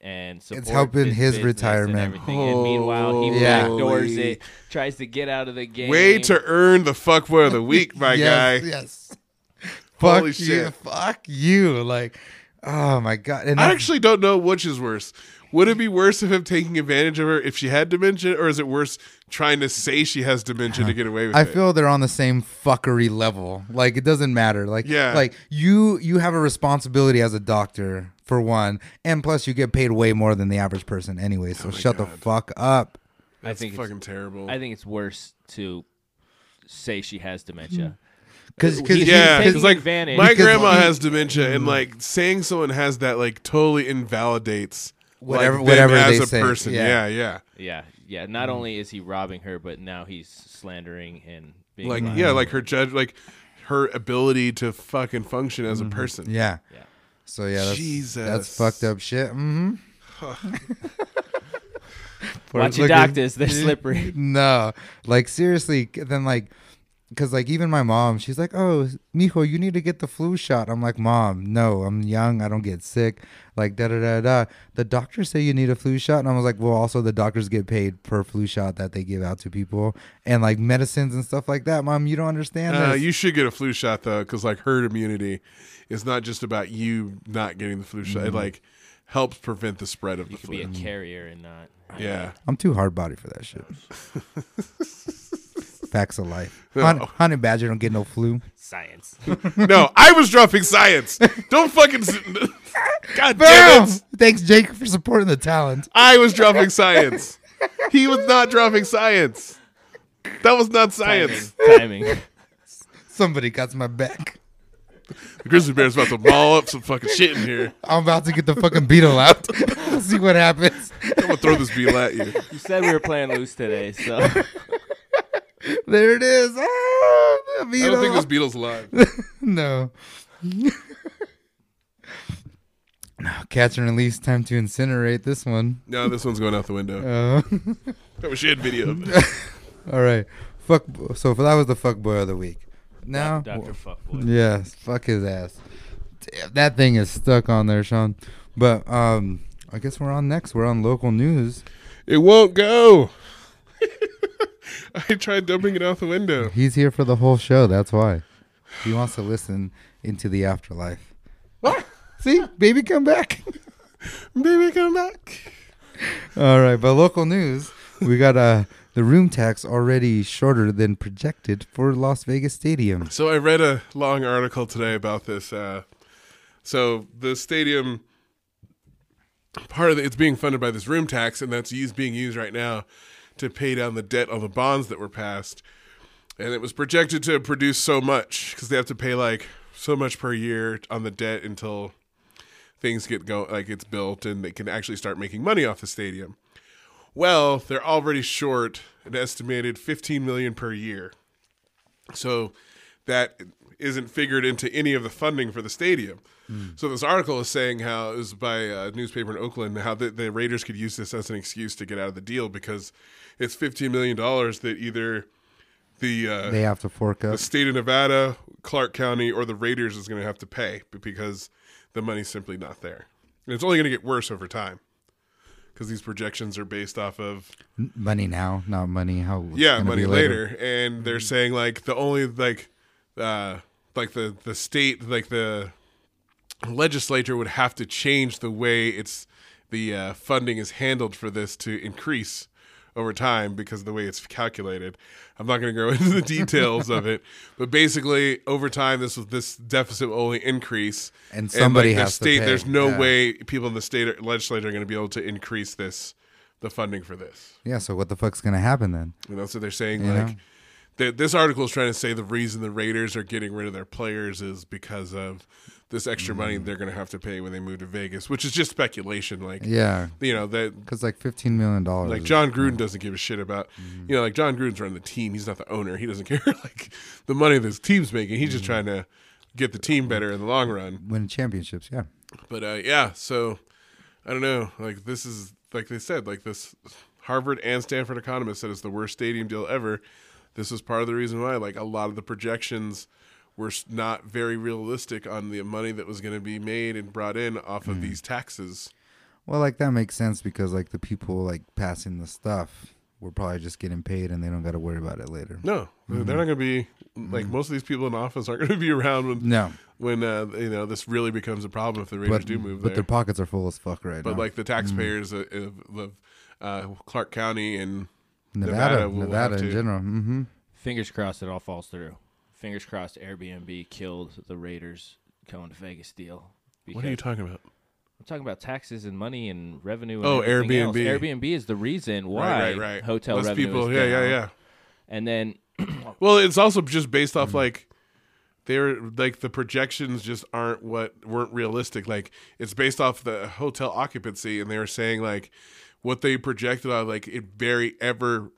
Speaker 6: and support
Speaker 11: helping
Speaker 6: this
Speaker 11: his
Speaker 6: business and
Speaker 11: retirement.
Speaker 6: everything. And meanwhile, he
Speaker 11: Holy-
Speaker 6: backdoors it, tries to get out of the game.
Speaker 10: Way to earn the fuckboy of the week, my
Speaker 11: Yes,
Speaker 10: guy.
Speaker 11: yes.
Speaker 10: Holy
Speaker 11: fuck you,
Speaker 10: shit.
Speaker 11: fuck you. Like, oh my god. And
Speaker 10: I
Speaker 11: that's-
Speaker 10: actually don't know which is worse. Would it be worse of him taking advantage of her if she had dementia, or is it worse trying to say she has dementia to get away with
Speaker 11: I
Speaker 10: it?
Speaker 11: feel they're on the same fuckery level. Like it doesn't matter. Like
Speaker 10: Yeah.
Speaker 11: like you you have a responsibility as a doctor for one, and plus you get paid way more than the average person anyway.
Speaker 10: Oh
Speaker 11: So shut the fuck up.
Speaker 6: I think it's-
Speaker 10: fucking terrible.
Speaker 6: I think it's worse to say she has dementia.
Speaker 11: 'Cause-
Speaker 6: He-
Speaker 11: 'cause
Speaker 6: he's
Speaker 10: Uh, yeah,
Speaker 6: taking
Speaker 10: it's like
Speaker 6: advantage.
Speaker 10: my grandma has dementia,
Speaker 11: Mm.
Speaker 10: and like saying someone has that like totally invalidates like,
Speaker 11: Whatever-
Speaker 10: them
Speaker 11: whatever
Speaker 10: as
Speaker 11: they
Speaker 10: a
Speaker 11: say.
Speaker 10: person.
Speaker 11: Yeah.
Speaker 10: Yeah, yeah,
Speaker 11: Hmm.
Speaker 6: yeah, yeah. Not only is he robbing her, but now he's slandering and being
Speaker 10: like
Speaker 6: lying.
Speaker 10: yeah, like her judge, like her ability to fucking function as a person.
Speaker 11: Yeah. So yeah, that's,
Speaker 10: Jesus.
Speaker 11: that's fucked up shit. hmm Or
Speaker 6: Watch your
Speaker 11: Mm-hmm. look at-
Speaker 6: doctors; they're slippery.
Speaker 11: no, like seriously, c- then like, cause like even my mom, she's like, "Oh, mijo, you need to get the flu shot." I'm like, "Mom, no, I'm young, I don't get sick." Like da da da da. The doctors say you need a flu shot, and I was like, "Well, also the doctors get paid per flu shot that they give out to people, and like medicines and stuff like that." Mom, you don't understand.
Speaker 10: Uh,
Speaker 11: this."
Speaker 10: you should get a flu shot though, because like herd immunity is not just about you not getting the flu shot. It
Speaker 11: Mhm.
Speaker 10: like helps prevent the spread of the
Speaker 6: could
Speaker 10: flu.
Speaker 6: be a carrier and not.
Speaker 10: Yeah.
Speaker 11: I'm too hard body for that shit. Facts of life.
Speaker 10: No.
Speaker 11: Honey, honey badger don't get no flu.
Speaker 6: Science.
Speaker 10: no, I was dropping science. Don't fucking. s- God damn
Speaker 11: Bam!
Speaker 10: it!
Speaker 11: Thanks, Jake, for supporting the talent.
Speaker 10: I was dropping science. He was not dropping science. That was not science.
Speaker 6: Timing.
Speaker 11: Somebody got my back.
Speaker 10: The grizzly bear's about to maul up some fucking shit in here.
Speaker 11: I'm about to get the fucking beetle out. Let's see what happens.
Speaker 10: I'm gonna throw this beetle at you.
Speaker 6: You said we were playing loose today, so
Speaker 11: There it is. Ah,
Speaker 10: I
Speaker 11: the
Speaker 10: don't think
Speaker 11: beetle.
Speaker 10: this beetle's alive.
Speaker 11: no. Catch and release. Time to incinerate this one.
Speaker 10: No, this one's going out the window.
Speaker 11: Oh.
Speaker 10: I wish you had video of it.
Speaker 11: All right. Fuck. So for that was the fuck boy of the week. Now,
Speaker 6: Dr. Fuckboy.
Speaker 11: Yes, fuck his ass. Damn, that thing is stuck on there, Sean. But um, I guess we're on next. We're on local news.
Speaker 10: It won't go. I tried dumping it out the window.
Speaker 11: He's here for the whole show. That's why he wants to listen into the afterlife. See, baby, come back.
Speaker 10: Baby, come back.
Speaker 11: All right, but local news. We got uh the room tax already shorter than projected for Las Vegas Stadium.
Speaker 10: So I read a long article today about this. Uh, so the stadium, part of it, it's being funded by this room tax, and that's used being used right now to pay down the debt on the bonds that were passed. And it was projected to produce so much because they have to pay like so much per year on the debt until things get go like it's built and they can actually start making money off the stadium. Well, they're already short an estimated 15 million per year. So that isn't figured into any of the funding for the stadium. So this article is saying how it was by a newspaper in Oakland how the, the Raiders could use this as an excuse to get out of the deal because it's 15 million dollars that either the uh,
Speaker 11: They have to fork
Speaker 10: the
Speaker 11: up.
Speaker 10: state of Nevada, Clark County, or the Raiders is going to have to pay b- because the money's simply not there. And it's only going to get worse over time because these projections are based off of
Speaker 11: N- Money now, not money. How? it's
Speaker 10: yeah
Speaker 11: gonna
Speaker 10: money
Speaker 11: be
Speaker 10: later. and they're saying like the only like uh like the the state like the legislature would have to change the way it's the uh, funding is handled for this to increase over time because of the way it's calculated. I'm not going to go into the details of it, but basically over time this this deficit will only increase
Speaker 11: And somebody
Speaker 10: the
Speaker 11: has to
Speaker 10: state
Speaker 11: pay.
Speaker 10: there's no
Speaker 11: Yeah.
Speaker 10: way people in the state legislature are going to be able to increase this the funding for this.
Speaker 11: Yeah. So what the fuck's gonna happen then?
Speaker 10: You know, so they're saying
Speaker 11: You
Speaker 10: like
Speaker 11: know?
Speaker 10: that this article is trying to say the reason the Raiders are getting rid of their players is because of this extra money they're going to have to pay when they move to Vegas, which is just speculation. Like,
Speaker 11: Yeah.
Speaker 10: you know that
Speaker 11: Because like fifteen million dollars.
Speaker 10: like John Gruden doesn't give a shit about. You know, like John Gruden's running the team; he's not the owner. He doesn't care like the money this team's making. He's just trying to get the team better in the long run.
Speaker 11: win championships. Yeah.
Speaker 10: But uh, yeah, so I don't know. Like this is like they said, like this Harvard and Stanford economists said it's the worst stadium deal ever. This is part of the reason why. Like a lot of the projections were s- not very realistic on the money that was going to be made and brought in off of these taxes.
Speaker 11: Well, like that makes sense because like the people like passing the stuff were probably just getting paid and they don't got to worry about it later. Mm-hmm.
Speaker 10: No, they're- they're not going to be like most of these people in office aren't going to be around when
Speaker 11: No.
Speaker 10: when uh, you know this really becomes a problem if the Raiders
Speaker 11: But,
Speaker 10: do move
Speaker 11: but
Speaker 10: there.
Speaker 11: their pockets are full as fuck right
Speaker 10: but
Speaker 11: now.
Speaker 10: like the taxpayers of, of, of uh, Clark County and
Speaker 11: Nevada,
Speaker 10: will have
Speaker 11: Nevada in
Speaker 10: to-
Speaker 11: general. Mm-hmm.
Speaker 6: Fingers crossed it all falls through. Fingers crossed Airbnb killed the Raiders going to Vegas deal.
Speaker 10: What are you talking about?
Speaker 6: I'm talking about taxes and money and revenue. And
Speaker 10: Oh,
Speaker 6: everything else.
Speaker 10: Airbnb.
Speaker 6: Airbnb is the reason why
Speaker 10: Right, right, right.
Speaker 6: hotel
Speaker 10: Less
Speaker 6: revenue
Speaker 10: people,
Speaker 6: is
Speaker 10: yeah, yeah,
Speaker 6: down.
Speaker 10: yeah.
Speaker 6: And then
Speaker 10: Well, it's also just based off like they're like the projections just aren't what weren't realistic. Like it's based off the hotel occupancy, and they were saying like what they projected on like it vary ever.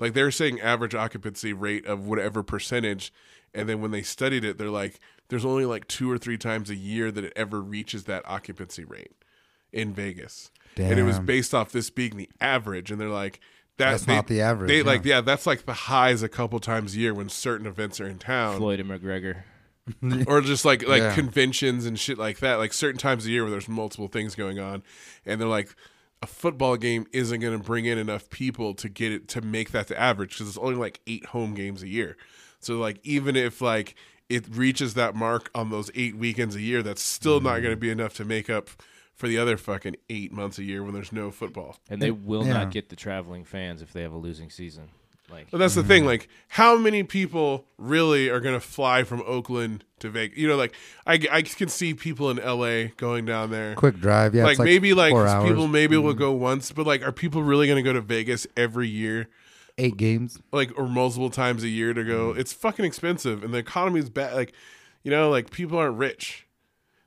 Speaker 10: Like they were saying average occupancy rate of whatever percentage, and then when they studied it, they're like there's only like two or three times a year that it ever reaches that occupancy rate in Vegas. and it was
Speaker 11: Damn.
Speaker 10: based off this being the average. And they're like, that,
Speaker 11: That's not the average,
Speaker 10: They like,
Speaker 11: yeah.
Speaker 10: yeah, that's like the highs a couple times a year when certain events are in town.
Speaker 6: Floyd and McGregor.
Speaker 10: or just like like
Speaker 6: Yeah.
Speaker 10: conventions and shit like that. Like certain times of year where there's multiple things going on, and they're like, a football game isn't going to bring in enough people to get it to make that the average because it's only like eight home games a year. So like even if like it reaches that mark on those eight weekends a year, that's still not going to be enough to make up for the other fucking eight months a year when there's no football.
Speaker 6: And they will
Speaker 10: Yeah.
Speaker 6: not get the traveling fans if they have a losing season. Like
Speaker 10: Well, that's the thing.
Speaker 11: Mm-hmm.
Speaker 10: Like, how many people really are going to fly from Oakland to Vegas? You know, like I, I can see people in LA going down there.
Speaker 11: Quick drive, yeah,
Speaker 10: Like,
Speaker 11: it's like
Speaker 10: maybe like
Speaker 11: four
Speaker 10: people
Speaker 11: hours. Mm.
Speaker 10: maybe will go once, but like, are people really going to go to Vegas every year?
Speaker 11: Eight games.
Speaker 10: like or multiple times a year to
Speaker 11: Mm.
Speaker 10: go. It's fucking expensive, and the economy's bad. Like, you know, like people aren't rich.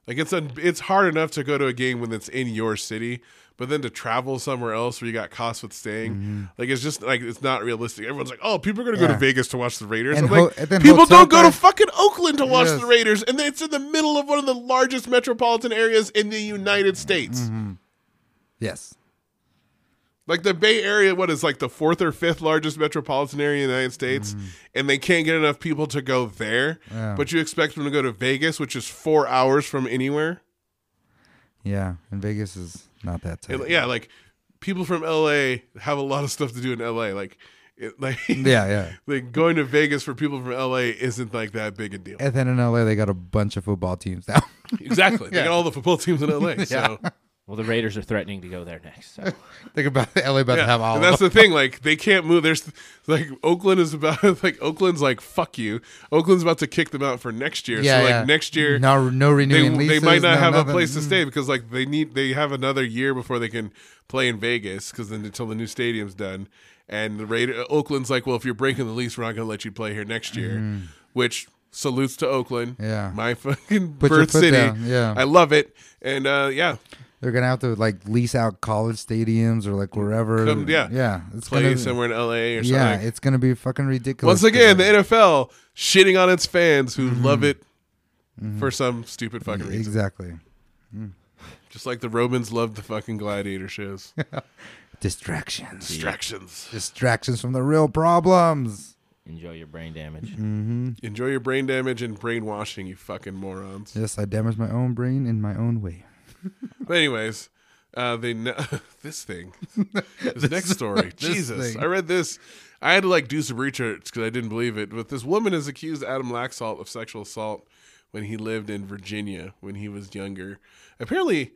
Speaker 10: Like it's un- it's hard enough to go to a game when it's in your city, but then to travel somewhere else where you got costs with staying,
Speaker 11: Mm-hmm.
Speaker 10: like it's just like it's not realistic. Everyone's like, oh, people are gonna go
Speaker 11: Yeah.
Speaker 10: to Vegas to watch the Raiders.
Speaker 11: And
Speaker 10: I'm like,
Speaker 11: ho- and then
Speaker 10: people
Speaker 11: hotel
Speaker 10: don't go to
Speaker 11: price-
Speaker 10: fucking Oakland to watch
Speaker 11: Yes.
Speaker 10: the Raiders, and then it's in the middle of one of the largest metropolitan areas in the United States.
Speaker 11: Yes.
Speaker 10: Like the Bay Area, what is like the fourth or fifth largest metropolitan area in the United States, and they can't get enough people to go there.
Speaker 11: Yeah.
Speaker 10: But you expect them to go to Vegas, which is four hours from anywhere.
Speaker 11: Yeah, and Vegas is not that tight.
Speaker 10: And, yeah, like people from LA have a lot of stuff to do in LA. Like, it, like
Speaker 11: Yeah, yeah.
Speaker 10: like going to Vegas for people from LA isn't like that big a deal.
Speaker 11: And then in LA, they got a bunch of football teams now.
Speaker 10: Exactly, they got all the football teams in LA. So.
Speaker 6: well, the Raiders are threatening to go there next. So.
Speaker 11: Think about it, LA about to have all.
Speaker 10: And that's
Speaker 11: of
Speaker 10: the thing. Like they can't move. There's like Oakland is about like Oakland's like fuck you. Oakland's about to kick them out for next year.
Speaker 11: Yeah,
Speaker 10: so like
Speaker 11: yeah.
Speaker 10: next year,
Speaker 11: No- no renewing
Speaker 10: They, they might
Speaker 11: leases,
Speaker 10: not
Speaker 11: no
Speaker 10: have
Speaker 11: nothing.
Speaker 10: a place to
Speaker 11: Mm.
Speaker 10: stay because like they need they have another year before they can play in Vegas because then until the new stadium's done. And the Raider Oakland's like, well, if you're breaking the lease, we're not going to let you play here next year.
Speaker 11: Mm.
Speaker 10: Which salutes to Oakland.
Speaker 11: Yeah.
Speaker 10: my fucking
Speaker 11: Put your
Speaker 10: birth
Speaker 11: foot
Speaker 10: city.
Speaker 11: down, yeah.
Speaker 10: I love it. And uh, yeah,
Speaker 11: They're gonna have to like lease out college stadiums or like wherever.
Speaker 10: Come- yeah.
Speaker 11: yeah. It's
Speaker 10: Play
Speaker 11: gonna,
Speaker 10: somewhere in LA or
Speaker 11: Yeah,
Speaker 10: something.
Speaker 11: it's gonna be fucking
Speaker 10: Once
Speaker 11: ridiculous.
Speaker 10: again, the NFL shitting on its fans who love it
Speaker 11: Mhm.
Speaker 10: for some stupid fucking reason.
Speaker 11: exactly. Mm.
Speaker 10: Just like the Romans loved the fucking gladiator shows.
Speaker 11: Distractions.
Speaker 10: Distractions.
Speaker 11: Distractions from the real problems.
Speaker 6: Enjoy your brain damage.
Speaker 11: hmm
Speaker 10: Enjoy your brain damage and brainwashing, you fucking morons.
Speaker 11: Yes, I damaged my own brain in my own way.
Speaker 10: But anyways, uh, they kn- this thing, this, next story,
Speaker 11: this
Speaker 10: Jesus,
Speaker 11: thing.
Speaker 10: I read this. I had to like do some research because I didn't believe it. But this woman has accused Adam Laxalt of sexual assault when he lived in Virginia when he was younger. Apparently,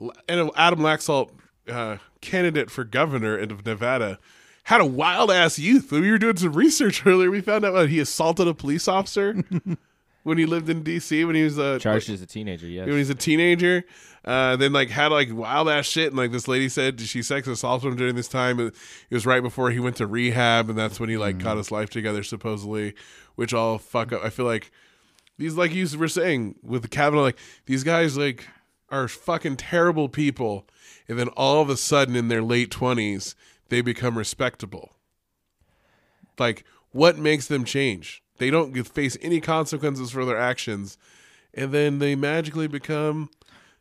Speaker 10: L- and Adam Laxalt, uh, candidate for governor of Nevada, had a wild ass youth. When we were doing some research earlier, we found out that he assaulted a police officer when he lived in D.C. when he was uh,
Speaker 6: Charged as a teenager, yes.
Speaker 10: when he's a teenager. Uh, then like had like wild ass shit, and like this lady said she sex assaulted him during this time. It was right before he went to rehab, and that's when he like caught his life together supposedly, which all fuck up. I feel like these like you were saying with the Kavanaugh, like these guys like are fucking terrible people, and then all of a sudden in their late twenties they become respectable. Like, what makes them change? They don't get- face any consequences for their actions, and then they magically become.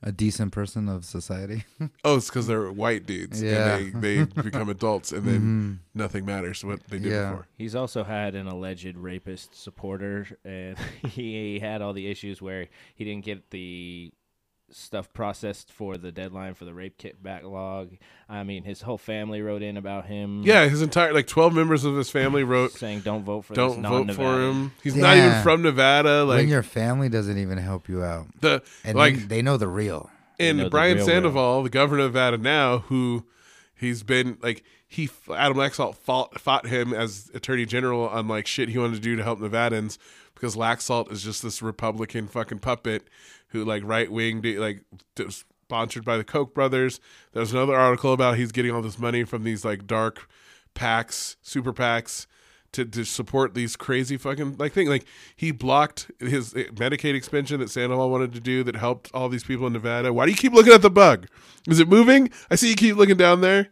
Speaker 11: A decent person of society.
Speaker 10: Oh, it's because they're white dudes.
Speaker 11: Yeah.
Speaker 10: And they, they become adults, and then nothing matters what they did before.
Speaker 6: He's also had an alleged rapist supporter, and he had all the issues where he didn't get the stuff processed for the deadline for the rape kit backlog. I mean, his whole family wrote in about him.
Speaker 10: Yeah, his entire like twelve members of his family wrote
Speaker 6: saying, "Don't vote for
Speaker 10: don't
Speaker 6: this
Speaker 10: vote for
Speaker 6: non-Nevada."
Speaker 10: him. He's not even
Speaker 11: Yeah.
Speaker 10: from Nevada. Like
Speaker 11: when your family doesn't even help you out.
Speaker 10: The-
Speaker 11: and
Speaker 10: like-
Speaker 11: they, they know the real.
Speaker 10: and
Speaker 11: know the
Speaker 10: Brian
Speaker 11: real
Speaker 10: Sandoval, the governor of Nevada now, who he's been like he Adam Laxalt fought, fought him as attorney general on like shit he wanted to do to help Nevadans because Laxalt is just this Republican fucking puppet who like right wing like d- sponsored by the Koch brothers. There's another article about he's getting all this money from these like dark packs, super packs to, to support these crazy fucking like thing. Like he blocked his Medicaid expansion that Sandoval wanted to do that helped all these people in Nevada. Why do you keep looking at the bug? Is it moving? I see you keep looking down there.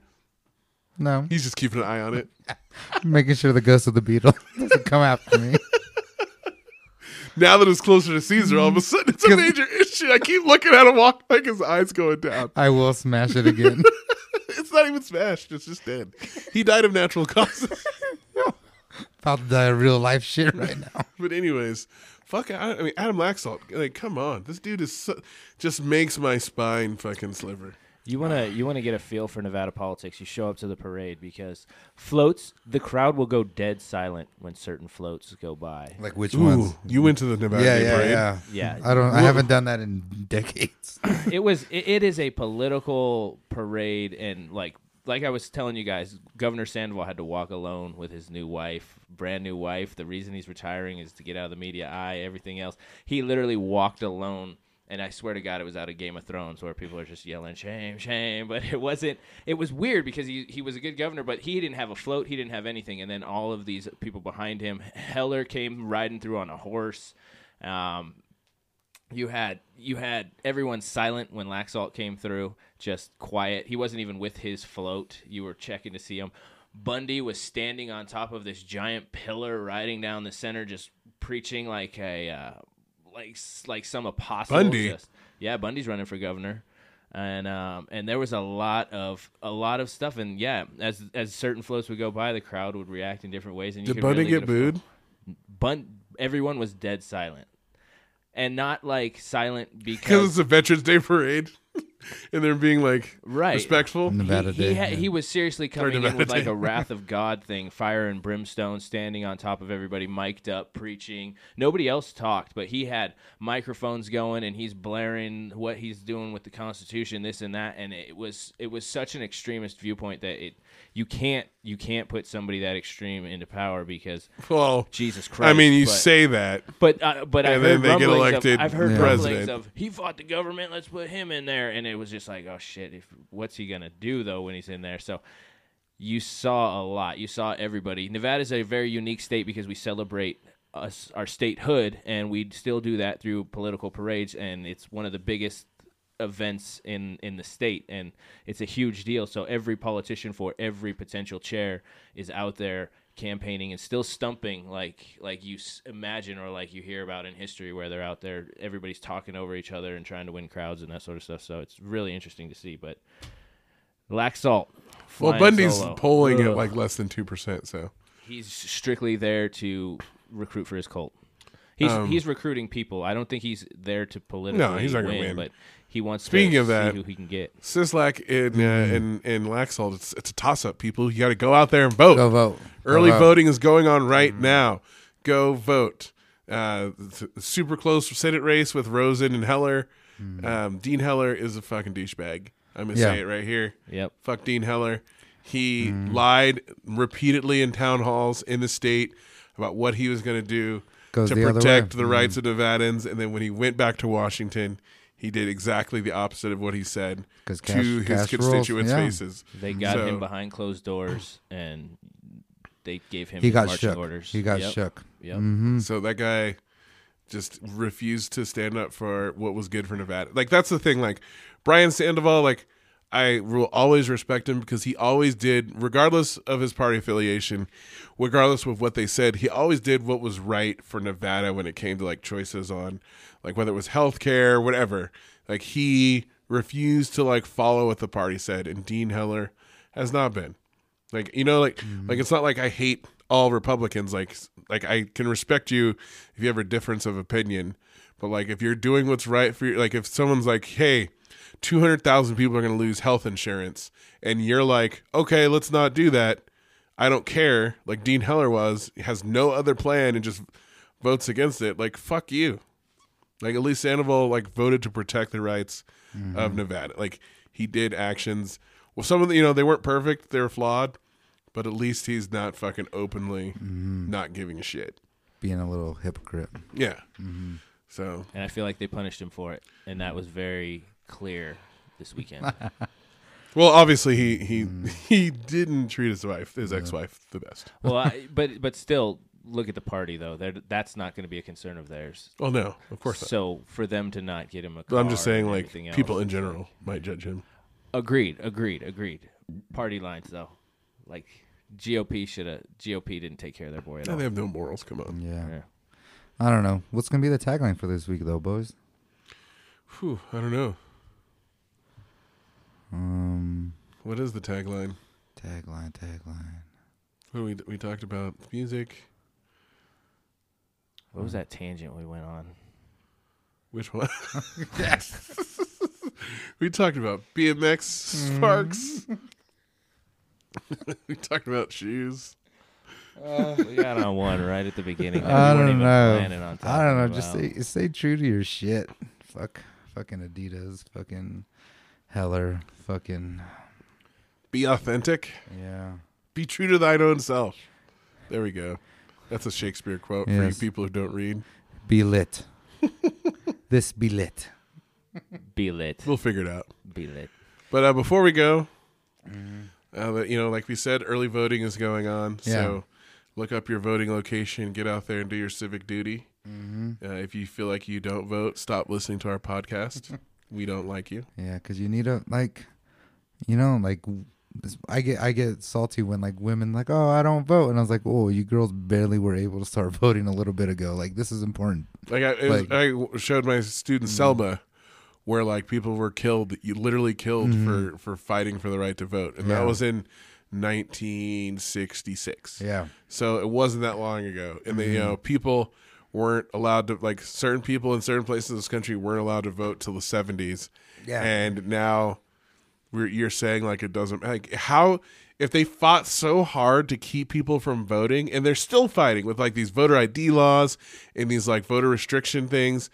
Speaker 11: No,
Speaker 10: He's just keeping an eye on it.
Speaker 11: making sure the ghost of the beetle doesn't come after me.
Speaker 10: Mm-hmm. Now that it's closer to Caesar, all of a sudden it's a major shit. I keep looking at him walk like his eyes going down.
Speaker 11: I will smash it again.
Speaker 10: it's not even smashed. It's just dead. He died of natural causes.
Speaker 11: About to die of real life shit right now.
Speaker 10: but anyways, fuck. I, I mean, Adam Laxalt. Like, come on, this dude is so, just makes my spine fucking sliver.
Speaker 6: You want to you want to get a feel for Nevada politics. You show up to the parade because floats, the crowd will go dead silent when certain floats go by.
Speaker 11: Like which ones?
Speaker 10: You went to the Nevada
Speaker 11: yeah, yeah,
Speaker 10: parade?
Speaker 11: Yeah,
Speaker 6: Yeah.
Speaker 11: I don't. I
Speaker 6: Well-
Speaker 11: haven't done that in decades.
Speaker 6: it was it, it is a political parade and like like I was telling you guys, Governor Sandoval had to walk alone with his new wife, brand new wife. The reason he's retiring is to get out of the media eye, everything else. He literally walked alone and I swear to God it was out of Game of Thrones where people are just yelling, Shame, shame but it wasn't it was weird because he, he was a good governor, but he didn't have a float, he didn't have anything, and then all of these people behind him, Heller came riding through on a horse. Um, you had you had everyone silent when Laxalt came through, just quiet. He wasn't even with his float. You were checking to see him. Bundy was standing on top of this giant pillar, riding down the center, just preaching like a uh, like s- like some apostle.
Speaker 10: Bundy?
Speaker 6: just- yeah, Bundy's running for governor, and um, and there was a lot of a lot of stuff, and yeah, as as certain floats would go by, the crowd would react in different ways. And you
Speaker 10: Did
Speaker 6: could
Speaker 10: Bundy
Speaker 6: really
Speaker 10: get
Speaker 6: a feel-
Speaker 10: booed?
Speaker 6: Bun everyone was dead silent. And not like silent
Speaker 10: Because
Speaker 6: because
Speaker 10: it's a Veterans Day parade, and they're being like
Speaker 6: right
Speaker 10: respectful.
Speaker 6: he, he, ha- he was seriously
Speaker 10: Or
Speaker 6: coming in
Speaker 10: Nevada
Speaker 6: with like
Speaker 10: Day.
Speaker 6: a wrath of God thing, fire and brimstone, standing on top of everybody, mic'd up, preaching. Nobody else talked, but he had microphones going and he's blaring what he's doing with the Constitution, this and that. And it was it was such an extremist viewpoint that it you can't you can't put somebody that extreme into power because
Speaker 10: Well,
Speaker 6: Jesus
Speaker 10: I
Speaker 6: Christ.
Speaker 10: mean, you
Speaker 6: but-
Speaker 10: say that,
Speaker 6: but uh, but I've
Speaker 10: and then
Speaker 6: heard
Speaker 10: they get
Speaker 6: rumblings
Speaker 10: elected
Speaker 6: Of, I've heard
Speaker 10: Yeah.
Speaker 6: rumblings
Speaker 10: president.
Speaker 6: of he fought the government. Let's put him in there, and it was just like, oh shit, if, what's he gonna do though when he's in there? So you saw a lot. You saw everybody. Nevada's a very unique state because we celebrate us our statehood, and we still do that through political parades, and it's one of the biggest events in in the state and it's a huge deal so every politician for every potential chair is out there campaigning and still stumping like like you s- imagine or like you hear about in history where they're out there everybody's talking over each other and trying to win crowds and that sort of stuff so it's really interesting to see but Laxalt
Speaker 10: well,
Speaker 6: flying
Speaker 10: Bundy's
Speaker 6: solo.
Speaker 10: polling at
Speaker 6: Ugh.
Speaker 10: like less than two percent. So
Speaker 6: he's strictly there to recruit for his cult he's
Speaker 10: Um,
Speaker 6: he's recruiting people i don't think he's there to politically
Speaker 10: no, he's not
Speaker 6: win,
Speaker 10: going to win.
Speaker 6: but he wants
Speaker 10: Speaking
Speaker 6: to
Speaker 10: of that,
Speaker 6: see who he can get
Speaker 10: Sislak and
Speaker 11: Mm. Mm-hmm.
Speaker 10: uh, and and Laxalt, it's, it's a toss up. People, you got to go out there and vote.
Speaker 11: Go vote.
Speaker 10: Early
Speaker 11: Go vote.
Speaker 10: voting is going on right now. Go vote. Uh, th- super close Senate race with Rosen and Heller. Um, Dean Heller is a fucking douchebag. I'm gonna
Speaker 11: Yeah.
Speaker 10: say it right here.
Speaker 6: Yep.
Speaker 10: Fuck Dean Heller. He lied repeatedly in town halls in the state about what he was gonna do
Speaker 11: Goes
Speaker 10: to
Speaker 11: the other way.
Speaker 10: protect the
Speaker 11: Mhm.
Speaker 10: rights of Nevadans, and then when he went back to Washington, he did exactly the opposite of what he said
Speaker 11: 'Cause
Speaker 10: to
Speaker 11: cash-
Speaker 10: his
Speaker 11: cash rules,
Speaker 10: constituents'
Speaker 11: yeah.
Speaker 10: faces.
Speaker 6: They got
Speaker 10: So-
Speaker 6: him behind closed doors, and they gave him.
Speaker 11: He
Speaker 6: his
Speaker 11: got
Speaker 6: marching
Speaker 11: shook.
Speaker 6: Orders.
Speaker 11: He got
Speaker 6: Yep.
Speaker 11: shook.
Speaker 6: Yep.
Speaker 11: Mhm.
Speaker 10: So that guy just refused to stand up for what was good for Nevada. Like that's the thing. Like Brian Sandoval, like I will always respect him because he always did, regardless of his party affiliation, regardless of what they said, he always did what was right for Nevada when it came to like choices on like whether it was healthcare, whatever. Like he refused to like follow what the party said, and Dean Heller has not been. Like you know, like like it's not like I hate all Republicans. Like like I can respect you if you have a difference of opinion, but like if you're doing what's right for you, like if someone's like, hey, two hundred thousand people are going to lose health insurance, and you're like, okay, let's not do that. I don't care. Like Dean Heller was has no other plan and just votes against it. Like fuck you. Like at least Sandoval like voted to protect the rights
Speaker 11: Mm-hmm.
Speaker 10: of Nevada. Like he did actions. Well, some of the you know they weren't perfect. They were flawed, but at least he's not fucking openly not giving a shit.
Speaker 11: Being a little hypocrite.
Speaker 10: Yeah. So
Speaker 6: And I feel like they punished him for it, and that was very clear this weekend.
Speaker 10: well, obviously he he he didn't treat his wife, his ex-wife, the best.
Speaker 6: well, I, but but still, look at the party though. They're, that's not going to be a concern of theirs.
Speaker 10: Well, Oh, no, of course not.
Speaker 6: So for them to not get him a
Speaker 10: But
Speaker 6: car,
Speaker 10: I'm just saying
Speaker 6: and
Speaker 10: like
Speaker 6: everything else,
Speaker 10: people in
Speaker 6: it's
Speaker 10: general
Speaker 6: like-
Speaker 10: might judge him.
Speaker 6: Agreed, agreed, agreed. Party lines though, like GOP should have GOP didn't take care of their boy at
Speaker 10: No,
Speaker 6: all.
Speaker 10: they have no morals. Come on.
Speaker 11: Yeah. I don't know. What's gonna be the tagline for this week, though, boys?
Speaker 10: Whew, I don't know.
Speaker 11: Um,
Speaker 10: What is the tagline?
Speaker 11: Tagline, tagline.
Speaker 10: What we we talked about music.
Speaker 15: What was that tangent we went on?
Speaker 10: Which one? we talked about BMX sparks. we talked about shoes.
Speaker 15: we got on one right at the beginning. that
Speaker 11: I
Speaker 15: we weren't
Speaker 11: don't
Speaker 15: even planning
Speaker 11: know.
Speaker 15: on
Speaker 11: I don't know.
Speaker 15: talking
Speaker 11: Just
Speaker 15: about.
Speaker 11: stay, stay true to your shit. Fuck, fucking Adidas. Fucking Heller. Fucking
Speaker 10: Be authentic.
Speaker 11: Yeah.
Speaker 10: Be true to thine own self. There we go. That's a Shakespeare quote for you
Speaker 11: Yes.
Speaker 10: people who don't read.
Speaker 11: be lit. this be lit.
Speaker 15: Be lit.
Speaker 10: We'll figure it out.
Speaker 15: Be lit.
Speaker 10: But uh, before we go, uh, that- you know, like we said, early voting is going on.
Speaker 11: Mm. Yeah.
Speaker 10: So look up your voting location, get out there and do your civic duty.
Speaker 11: Mhm.
Speaker 10: Uh, if you feel like you don't vote, stop listening to our podcast. we don't like you.
Speaker 11: Yeah, because you need a like, you know, like w- this- I get I get salty when like women like, oh, I don't vote, and I was like, oh, you girls barely were able to start voting a little bit ago. Like this is important.
Speaker 10: Like I, it was, I w- showed my student Selma, where like people were killed, you literally killed
Speaker 11: Mm-hmm.
Speaker 10: for for fighting for the right to vote, and that
Speaker 11: Yeah.
Speaker 10: was in 1966.
Speaker 11: Yeah.
Speaker 10: so it wasn't that long ago, and they you know people weren't allowed to like certain people in certain places in this country weren't allowed to vote till the 70s.
Speaker 11: Yeah.
Speaker 10: and now we're, you're saying like it doesn't like how if they fought so hard to keep people from voting and they're still fighting with like these voter ID laws and these like voter restriction things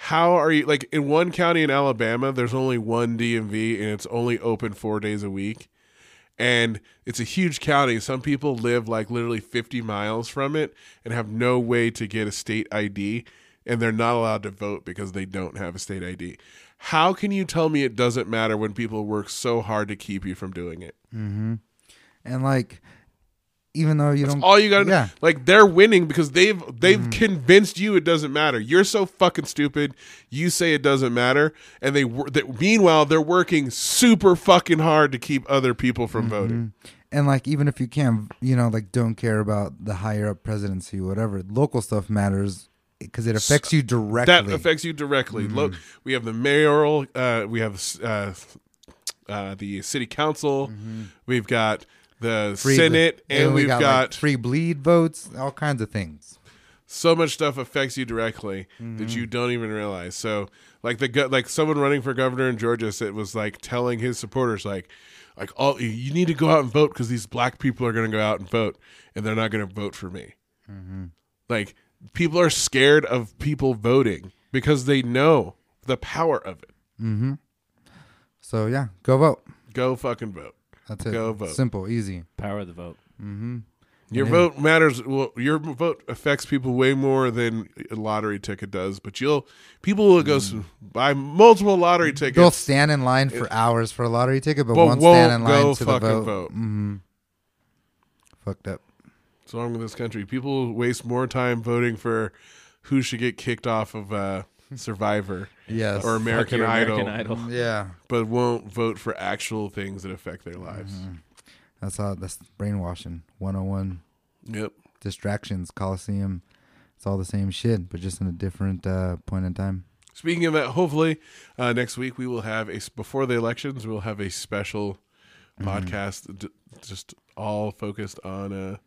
Speaker 10: how are you like in one county in Alabama there's only one DMV and it's only open 4 days a week and it's a huge county some people live like literally 50 miles from it and have no way to get a state ID and they're not allowed to vote because they don't have a state ID how can you tell me it doesn't matter when people work so hard to keep you from doing it
Speaker 11: Mm-hmm. And like, even though you
Speaker 10: That's
Speaker 11: don't,
Speaker 10: all you got to
Speaker 11: Yeah. Mm-hmm.
Speaker 10: like they're winning because they've they've convinced you it doesn't matter. You're so fucking stupid. You say it doesn't matter and they wor- that meanwhile they're working super fucking hard to keep other people from voting.
Speaker 11: Mm-hmm. And like, even if you can't, you know, like, don't care about the higher up presidency, whatever. Local stuff matters because it affects you directly.
Speaker 10: That affects you directly. Look, we have the mayoral uh we have uh uh the city council. We've got the
Speaker 11: Free-
Speaker 10: Senate and,
Speaker 11: we
Speaker 10: we've
Speaker 11: got,
Speaker 10: got
Speaker 11: like, free bleed votes, all kinds of things.
Speaker 10: so much stuff affects you directly that
Speaker 11: Mhm.
Speaker 10: you don't even realize. So, like the go- like someone running for governor in Georgia said was like telling his supporters like like all you need to go out and vote because these black people are going to go out and vote and they're not going to vote for me. Like people are scared of people voting because they know the power of it.
Speaker 11: Mm-hmm. So yeah, go vote.
Speaker 10: Go fucking vote.
Speaker 11: That's it.
Speaker 10: Go vote.
Speaker 11: Simple, easy.
Speaker 15: Power of the vote.
Speaker 11: Mm-hmm.
Speaker 10: Your
Speaker 11: Yeah.
Speaker 10: vote matters. Well, your vote affects people way more than a lottery ticket does. But you'll people will go s buy multiple lottery tickets.
Speaker 11: They'll stand in line for hours for a lottery ticket, but,
Speaker 10: But
Speaker 11: won't stand in
Speaker 10: won't go
Speaker 11: line to the
Speaker 10: fucking
Speaker 11: vote.
Speaker 10: vote.
Speaker 11: Mm-hmm. Fucked up.
Speaker 10: What's wrong with this country? People waste more time voting for who should get kicked off of uh, Survivor,
Speaker 11: Yes.
Speaker 10: or American
Speaker 11: Fuck your
Speaker 10: Idol,
Speaker 11: American Idol. Yeah.
Speaker 10: but won't vote for actual things that affect their lives.
Speaker 11: That's how. That's brainwashing. One hundred and one.
Speaker 10: Yep.
Speaker 11: Distractions. Coliseum. It's all the same shit, but just in a different uh, point in time.
Speaker 10: Speaking of that, hopefully uh, next week we will have a s- before the elections. We'll have a special podcast, d- just all focused on uh,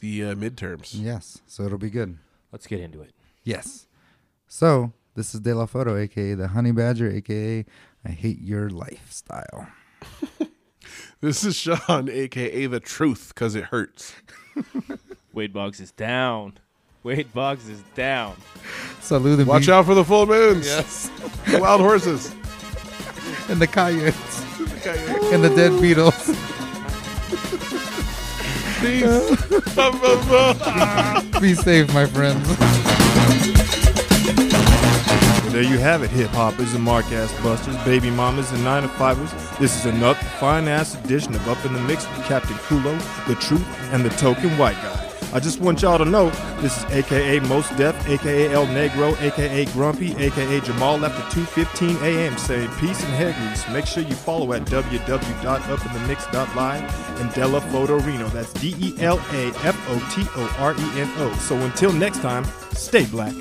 Speaker 10: the uh, midterms.
Speaker 11: Yes. So it'll be good.
Speaker 15: Let's get into it.
Speaker 11: Yes. So this is De La Foto, aka the Honey Badger, aka I hate your lifestyle.
Speaker 10: This is Sean, aka the Truth, because it hurts.
Speaker 15: Wade Boggs is down. Wade Boggs is down.
Speaker 11: Salute and
Speaker 10: Watch
Speaker 11: be-
Speaker 10: out for the full moons.
Speaker 11: Yes.
Speaker 10: The wild horses.
Speaker 11: and the coyotes
Speaker 10: coyotes.
Speaker 11: and the dead beetles. Be safe, my friends.
Speaker 16: There you have it, hip hoppers and mark ass busters, baby mamas and nine to fivers. This is another fine ass edition of Up in the Mix with Captain Kulo, the Truth, and the Token White Guy. I just want y'all to know this is AKA Most Death, AKA El Negro, AKA Grumpy, AKA Jamal after 2:15 a.m. saying peace and head grease. Make sure you follow at www.upinthemix.live and Della Fotorino. That's E D-E-L-A F O T O R E N O. So until next time, stay black.